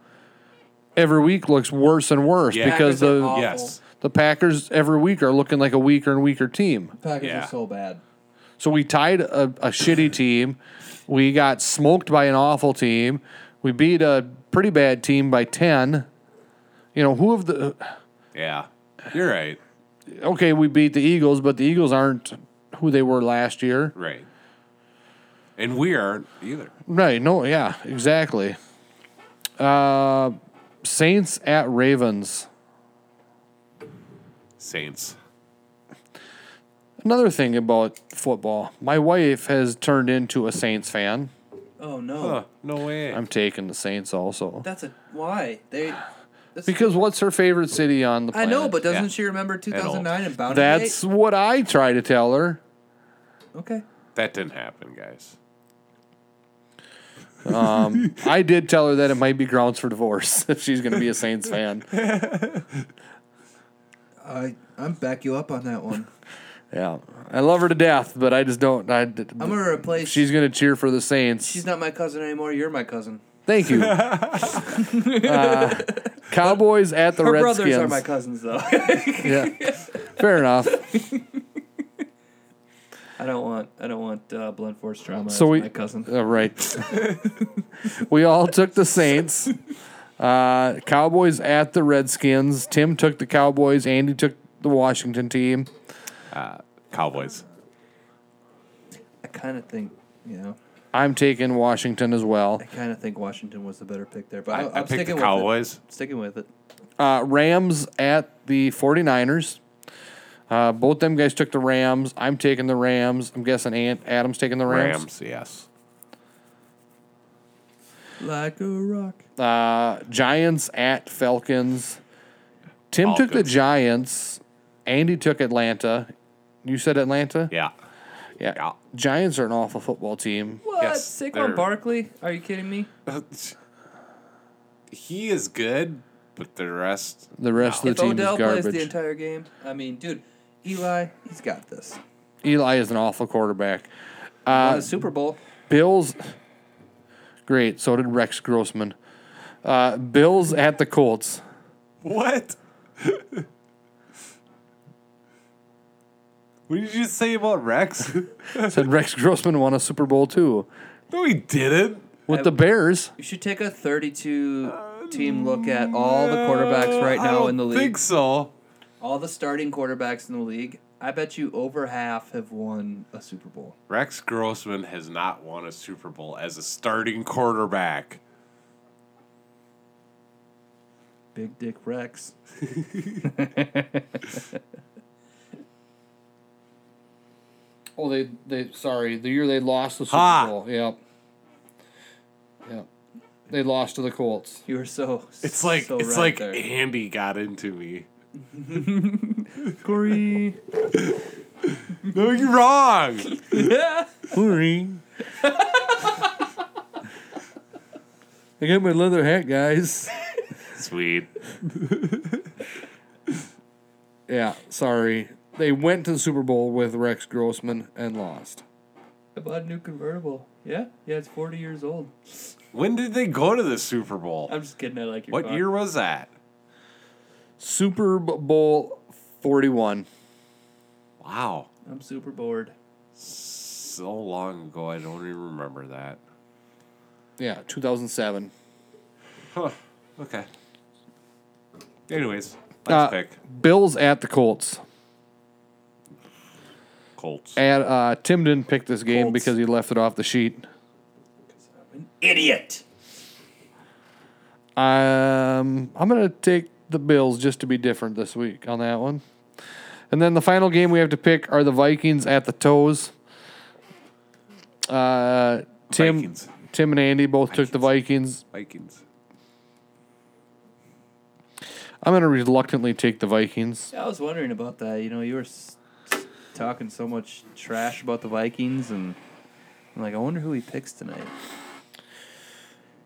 S4: every week looks worse and worse
S5: Yeah.
S4: because
S1: Packers are
S4: the
S1: awful.
S5: Yes,
S4: the Packers every week are looking like a weaker and weaker team.
S9: Packers
S5: Yeah.
S9: are so bad.
S4: So we tied a, a shitty team. We got smoked by an awful team. We beat a pretty bad team by ten. You know who of the
S5: yeah, you're right.
S4: okay we beat the Eagles, but the Eagles aren't who they were last year.
S5: Right. And we aren't either.
S4: Right. No. Yeah. Exactly. Uh, Saints at Ravens.
S5: Saints.
S4: Another thing about football, my wife has turned into a Saints fan.
S3: Oh no,
S5: Huh, no way.
S4: I'm taking the Saints also
S3: that's a why they.
S4: because what's her favorite city on the
S3: I
S4: planet?
S3: know, but doesn't
S5: Yeah.
S3: she remember 2009 and Bounty
S4: that's what I try to tell her.
S3: Gate? okay.
S5: that didn't happen, guys.
S4: I did tell her that it might be grounds for divorce if she's going to be a Saints fan.
S9: I I'm back you up on that one.
S4: Yeah, I love her to death, but I just don't. I,
S3: I'm gonna replace.
S4: she's going to cheer for the Saints.
S3: she's not my cousin anymore. You're my cousin.
S4: Thank you. uh, Cowboys at the
S3: Her
S4: Redskins.
S3: brothers are my cousins, though.
S4: yeah, fair enough.
S3: I don't want. I don't want uh, blunt force trauma.
S4: So
S3: as
S4: we-
S3: my cousin.
S4: All right. we all took the Saints. Uh, Cowboys at the Redskins. Tim took the Cowboys. Andy took the Washington team.
S5: Cowboys.
S9: I kind of think you know.
S4: I'm taking Washington as well.
S9: I kind of think Washington was the better pick there, but I,
S5: I, I
S9: am
S5: picked
S9: sticking
S5: the
S9: with it.
S5: Cowboys.
S9: Sticking with it.
S4: Uh, Rams at the 49ers. Uh, both them guys took the Rams. I'm taking the Rams. I'm guessing Aunt Adam's taking the Rams.
S5: Rams, yes.
S9: Like a rock.
S4: Uh, Giants at Falcons. Tim took the
S5: Falcons.
S4: Giants. Andy took Atlanta. You said Atlanta?
S5: Yeah.
S4: Yeah.
S5: Yeah.
S4: Giants are an awful football team.
S1: What?
S5: Yes, they're-
S1: Saquon Barkley? Are you kidding me?
S5: He is good, but the rest.
S4: The rest of
S3: If
S4: the team
S3: Odell
S4: is
S3: plays
S4: garbage.
S3: the entire game, I mean, dude, Eli, he's got this.
S4: Eli is an awful quarterback.
S3: Won the Super Bowl.
S4: Bills. Great. So did Rex Grossman. Uh, Bills at the Colts.
S5: What? what did you say about Rex?
S4: Said Rex Grossman won a Super Bowl too
S5: no, he didn't.
S4: with the Bears.
S3: You should take a 32 team look at all the quarterbacks right
S5: Uh, I
S3: now
S5: don't
S3: in the league.
S5: think so.
S3: All the starting quarterbacks in the league. I bet you over half have won a Super Bowl.
S5: Rex Grossman has not won a Super Bowl as a starting quarterback.
S3: Big Dick Rex.
S4: Oh, they they sorry the year they lost the Super
S5: Ha!
S4: Bowl. Yep. Yep. They lost to the Colts.
S3: You were so.
S5: It's like
S3: so
S5: it's
S3: right
S5: like
S3: there.
S5: Andy got into me.
S3: Corey.
S5: No, you're wrong.
S4: Hurry. I got my leather hat, guys.
S5: Sweet.
S4: Yeah, sorry. They went to the Super Bowl with Rex Grossman and lost.
S3: I bought a new convertible. Yeah, yeah, it's 40 years old.
S5: When did they go to the Super Bowl?
S3: I'm just kidding. I like your.
S5: What
S3: car.
S5: year was that?
S4: Super Bowl 41.
S5: Wow.
S3: I'm super bored.
S5: So long ago, I don't even remember that.
S4: Yeah, 2007.
S5: Okay. Anyways, last
S4: Uh,
S5: pick
S4: Bills at the Colts.
S5: Colts.
S4: And uh, Tim didn't pick this game
S3: Colts.
S4: because he left it off the sheet.
S3: Idiot.
S4: Um, I'm going to take the Bills just to be different this week on that one. And then the final game we have to pick are the Vikings at the Toes. Uh, Tim,
S5: Vikings.
S4: Tim and Andy both took the Vikings.
S5: Vikings.
S4: I'm going to reluctantly take the Vikings.
S3: Yeah, I was wondering about that. You know, you were s- s- talking so much trash about the Vikings, and I'm like, I wonder who he picks tonight.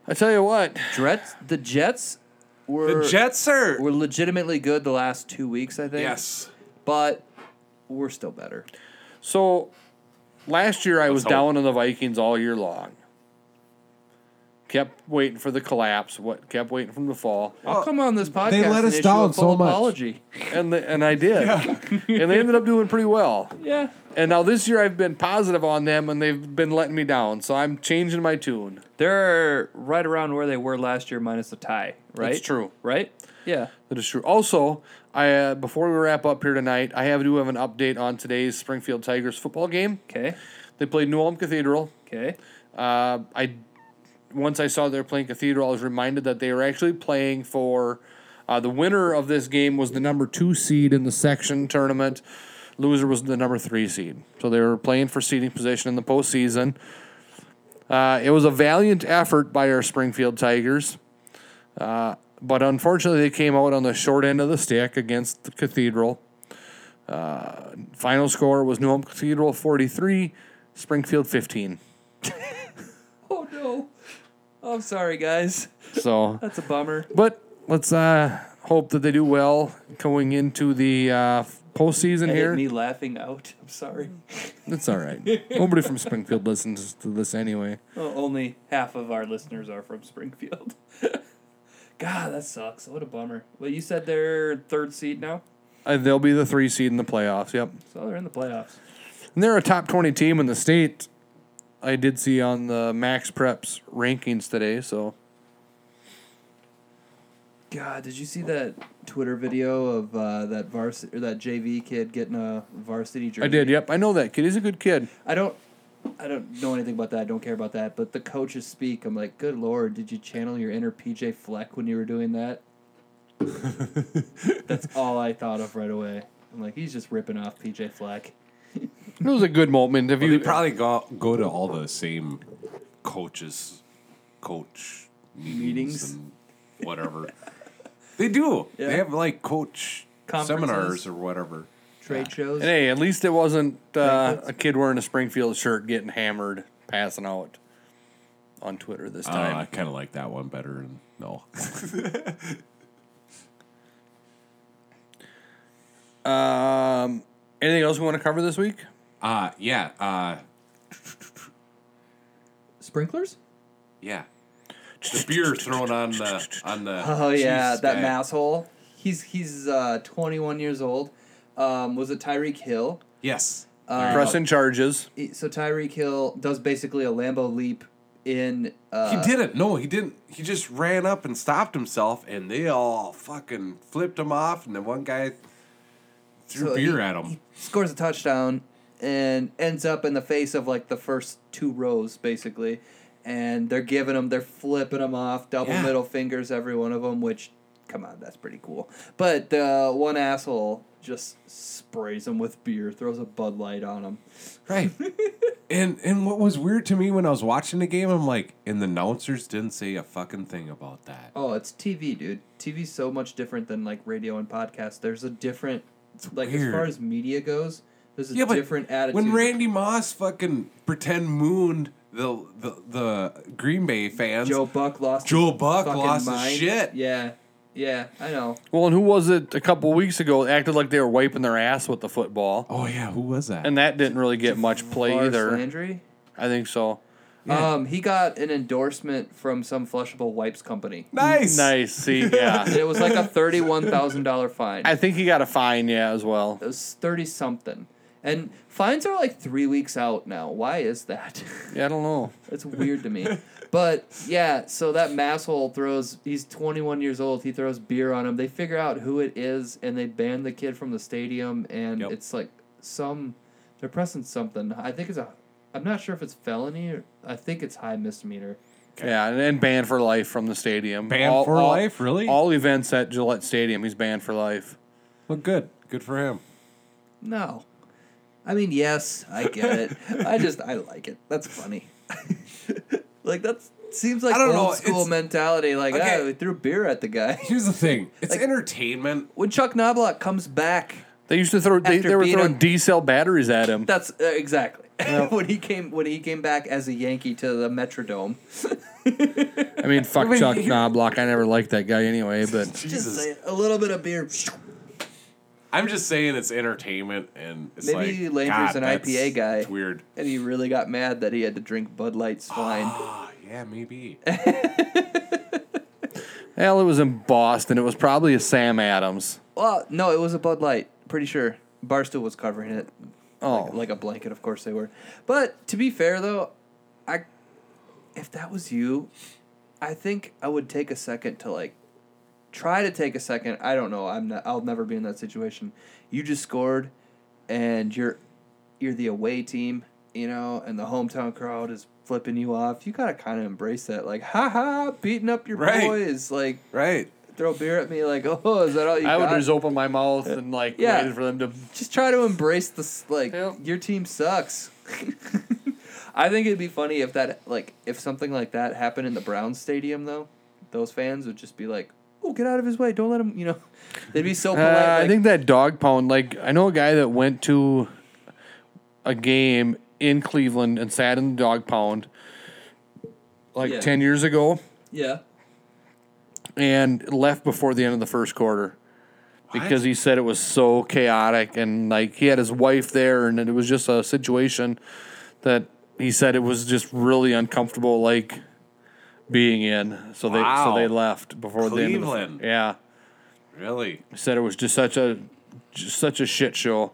S4: I tell you what,
S3: Jets, the Jets
S5: The
S1: were
S5: Jets are
S1: were legitimately good the last two weeks. I think.
S5: yes.
S1: but we're still better.
S4: So last year I was
S5: hope.
S4: down on the Vikings all year long. Kept waiting for the collapse. What kept waiting for them to fall,
S1: I'll come on this podcast.
S9: let
S1: and
S9: us
S1: issue a
S9: down so
S1: full
S9: much.
S1: Apology.
S4: and the, and I did, and they ended up doing pretty well.
S18: Yeah.
S4: And now this year I've been positive on them, and they've been letting me down. So I'm changing my tune.
S1: They're right around where they were last year, minus the tie. Right.
S4: That's true.
S1: Right. Yeah.
S4: That is true. Also, I uh, before we wrap up here tonight, I have to have an update on today's Springfield Tigers football game.
S1: Okay.
S4: They played New Ulm Cathedral.
S1: Okay.
S4: Uh, I once I saw they were playing Cathedral, I was reminded that they were actually playing for uh, the winner of this game was the number two seed in the section tournament. Loser was the number three seed. So they were playing for seeding position in the postseason. Uh, it was a valiant effort by our Springfield Tigers. Uh, but unfortunately, they came out on the short end of the stick against the Cathedral. Uh, final score was New Ulm Cathedral 43, Springfield 15.
S1: Oh no. I'm sorry, guys.
S4: So
S1: That's a bummer.
S4: But let's uh, hope that they do well going into the uh, postseason
S1: It hit
S4: here.
S1: me laughing out. I'm sorry.
S4: It's all right. Nobody from Springfield listens to this anyway.
S1: Oh, only half of our listeners are from Springfield. God, that sucks. What a bummer. Well, you said they're third seed now,
S4: Uh, they'll be the three seed in the playoffs. Yep,
S1: so they're in the playoffs.
S4: and they're a top twenty team in the state. I did see on the Max Preps rankings today. So
S3: God, did you see that Twitter video of uh, that varsity or that JV kid getting a varsity jersey?
S4: I did. Yep, I know that kid. He's a good kid.
S3: I don't. I don't know anything about that. I don't care about that. But the coaches speak. I'm like, good lord, did you channel your inner PJ Fleck when you were doing that? That's all I thought of right away. I'm like, he's just ripping off PJ Fleck.
S4: It was a good moment. If
S5: Well,
S4: you
S5: they probably go go to all the same coaches, coach meetings,
S1: Meetings.
S5: and whatever. they do. They have like coach
S3: Conferences.
S5: seminars or whatever.
S3: Trade shows.
S4: and hey, at least it wasn't uh,
S3: Banquets.
S4: a kid wearing a Springfield shirt getting hammered, passing out on Twitter this
S5: I don't know,
S4: time.
S5: Uh, I kind of like that one better. And no,
S4: Um, anything else we want to cover this week?
S5: uh, yeah, uh,
S3: Sprinklers?
S5: yeah. The beer thrown on the on the.
S3: Oh yeah,
S5: cheese
S3: that
S5: guy.
S3: masshole. He's he's uh, 21 years old. Um, was it Tyreek Hill?
S5: Yes.
S4: Pressing charges.
S3: He- So Tyreek Hill does basically a Lambo leap in. Uh,
S5: He didn't. No, he didn't. He just ran up and stopped himself, and they all fucking flipped him off. And the one guy threw
S3: So
S5: beer
S3: he-
S5: at him.
S3: he scores a touchdown and ends up in the face of like the first two rows basically and they're giving him they're flipping him off double
S5: Yeah.
S3: middle fingers every one of them which come on that's pretty cool but uh, one asshole just sprays him with beer throws a bud light on him
S5: Right. and and what was weird to me when I was watching the game, I'm like, and the announcers didn't say a fucking thing about that.
S3: oh it's tv dude tv's so much different than like radio and podcast there's a different like as far
S5: weird.
S3: as media goes there's a different attitude
S5: When Randy Moss fucking pretend mooned the the, the Green Bay fans,
S3: Joe Buck lost.
S5: Joe
S3: his
S5: Buck
S3: fucking
S5: lost his
S3: mind.
S5: shit.
S3: Yeah, yeah, I know.
S4: Well, and who was it a couple weeks ago that acted like they were wiping their ass with the football?
S5: oh yeah, who was that?
S4: And that didn't really get much play
S3: Lars
S4: either.
S3: Landry.
S4: I think so.
S3: Um, he got an endorsement from some flushable wipes company.
S5: nice,
S4: Nice. See, yeah.
S3: It was like a thirty-one thousand dollar fine.
S4: I think he got a fine, yeah, as well.
S3: It was thirty something, and fines are like three weeks out now. Why is that?
S4: Yeah, I don't know.
S3: That's weird to me. But yeah, so that masshole throws. He's 21 years old. He throws beer on him. They figure out who it is, and they ban the kid from the stadium. And
S5: Yep.
S3: it's like some, they're pressing something. I think it's a. I'm not sure if it's felony or I think it's high misdemeanor.
S4: Yeah, and, and banned for life from the stadium.
S5: Banned for life? Really?
S4: All events at Gillette Stadium, he's banned for life.
S5: Well, good, good for him.
S3: No, I mean yes, I get it. I just I like it. That's funny. like that seems like
S5: I don't
S3: old
S5: know,
S3: school
S5: it's-
S3: mentality. Like
S5: Okay.
S3: ah, we threw beer at the guy.
S5: Here's the thing: it's entertainment.
S3: when Chuck Knoblock comes back
S4: They used to throw, they,
S3: After
S4: they were
S3: being
S4: throwing
S3: a-
S4: D cell batteries at him.
S3: That's uh, exactly. when he came when he came back as a Yankee to the Metrodome.
S4: I mean, fuck Chuck Knobloch. I never liked that guy anyway, but
S3: Just
S5: Jesus.
S3: say a little bit of beer.
S5: I'm just saying it's entertainment and it's
S3: Maybe
S5: like,
S3: Lanker's
S5: God,
S3: an
S5: that's-
S3: IPA guy.
S5: It's weird.
S3: And he really got mad that he had to drink Bud Light's wine.
S5: Ah, yeah, maybe.
S4: hell, it was in Boston. It was probably a Sam Adams.
S3: Well, no, it was a Bud Light. Pretty sure Barstool was covering it.
S4: Oh.
S3: like, like a blanket. Of course they were. But to be fair though, I if that was you, I think I would take a second to like try to take a second. I don't know. I'm not. I'll never be in that situation. You just scored, and you're you're the away team, you know, and the hometown crowd is flipping you off. You gotta kind of embrace that. Like, ha ha, beating up your
S5: Right.
S3: boys. Like,
S5: right.
S3: throw beer at me. Like, oh, is that all you
S4: I
S3: got?
S4: would just open my mouth and like
S3: Yeah.
S4: waited for them to.
S3: just try to embrace this like
S1: Yeah.
S3: your team sucks i think it'd be funny if that like if something like that happened in the browns stadium though those fans would just be like oh get out of his way don't let him you know they'd be so
S4: Uh,
S3: polite
S4: I
S3: like,
S4: think that dog pound. Like I know a guy that went to a game in Cleveland and sat in the dog pound like
S3: Yeah.
S4: ten years ago
S9: Yeah.
S4: and left before the end of the first quarter. Because he said it was so chaotic and like he had his wife there and it was just a situation that he said it was just really uncomfortable like being in. So they so
S5: Wow.
S4: they left before the end of the-
S5: Cleveland.
S4: yeah.
S5: Really?
S4: said it was just such a just such a shit show.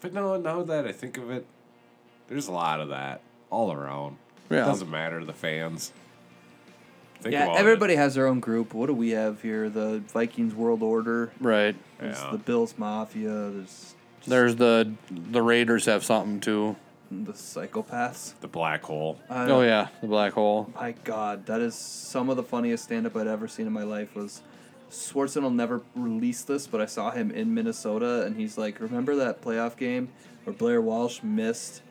S5: But no, now that I think of it, there's a lot of that all around.
S4: Yeah.
S5: It doesn't matter the fans. Think
S3: yeah
S5: about it.
S3: everybody has their own group what do we have here the vikings world order
S4: Right.
S3: there's
S5: Yeah.
S3: the bills mafia there's just
S4: There's the the Raiders have something too.
S3: the psychopaths
S5: The black hole.
S3: I
S4: Oh yeah, the black hole.
S3: My God, that is some of the funniest stand-up I'd ever seen in my life. Was Swartzen will never release this, but I saw him in Minnesota, and he's like, "Remember that playoff game where Blair Walsh missed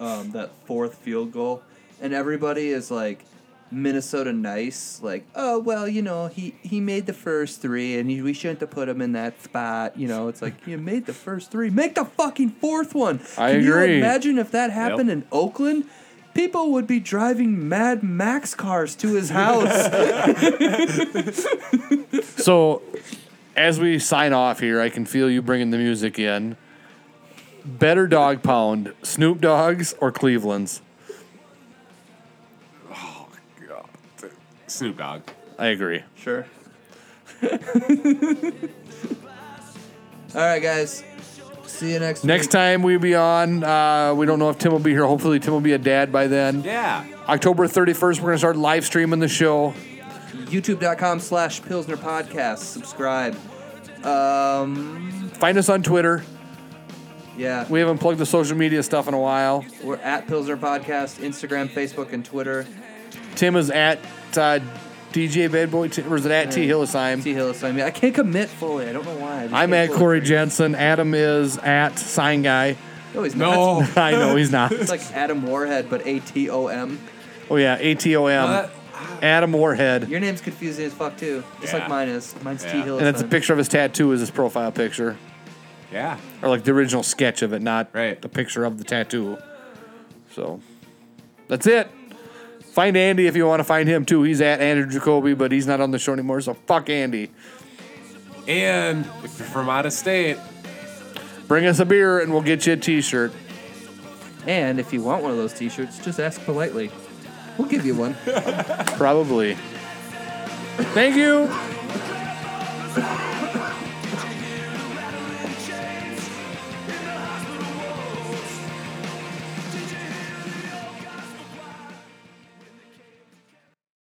S3: um, that fourth field goal?" And everybody is like, "Minnesota nice," like, "Oh well, you know, he he made the first three, and he, we shouldn't have put him in that spot." You know, it's like you made the first three, make the fucking fourth one.
S4: I
S3: Can You
S4: agree.
S3: imagine Imagine if that happened in Oakland. People would be driving Mad Max cars to his house.
S4: So as we sign off here, I can feel you bringing the music in. Better dog pound, Snoop Dogs or Cleveland's?
S5: Snoop Dogg.
S4: I agree.
S3: sure. All right, guys. See you next
S4: Next time we be on, uh, we don't know if Tim will be here. Hopefully, Tim will be a dad by then.
S5: Yeah.
S4: October 31st, we're going to start live streaming the show.
S3: week. YouTube.com slash Pilsner Podcast. Subscribe. Um,
S4: Find us on Twitter.
S3: yeah.
S4: We haven't plugged the social media stuff in a while.
S3: We're at Pilsner Podcast, Instagram, Facebook, and Twitter.
S4: Tim is at uh, DJ Bad Boy, Tim, or is it at T
S3: T
S4: Hillisheim?
S3: Hillis, I mean, I can't commit fully. I don't know why. I just
S4: I'm
S3: can't
S4: at
S3: fully-
S4: Corey Jensen. Adam is at Sign Guy.
S3: No, he's not.
S5: No.
S4: I know he's not.
S3: Oh. It's like Adam Warhead, but A T O M.
S4: Oh yeah, A T O M. Adam Warhead,
S3: Your name's confusing as fuck too. Just
S5: Yeah.
S3: like mine is. Mine's T
S5: Yeah.
S3: Hill.
S4: and that's a picture of his tattoo is his profile picture,
S5: Yeah.
S4: or like the original sketch of it, not
S5: Right.
S4: the picture of the tattoo. So that's it. Find Andy if you want to find him too. He's at Andrew Jacoby, but he's not on the show anymore. So fuck Andy.
S5: And if you're from out of state,
S4: Bring us a beer and we'll get you a T-shirt.
S3: And if you want one of those T-shirts, just ask politely. We'll give you one.
S4: Probably. Thank you.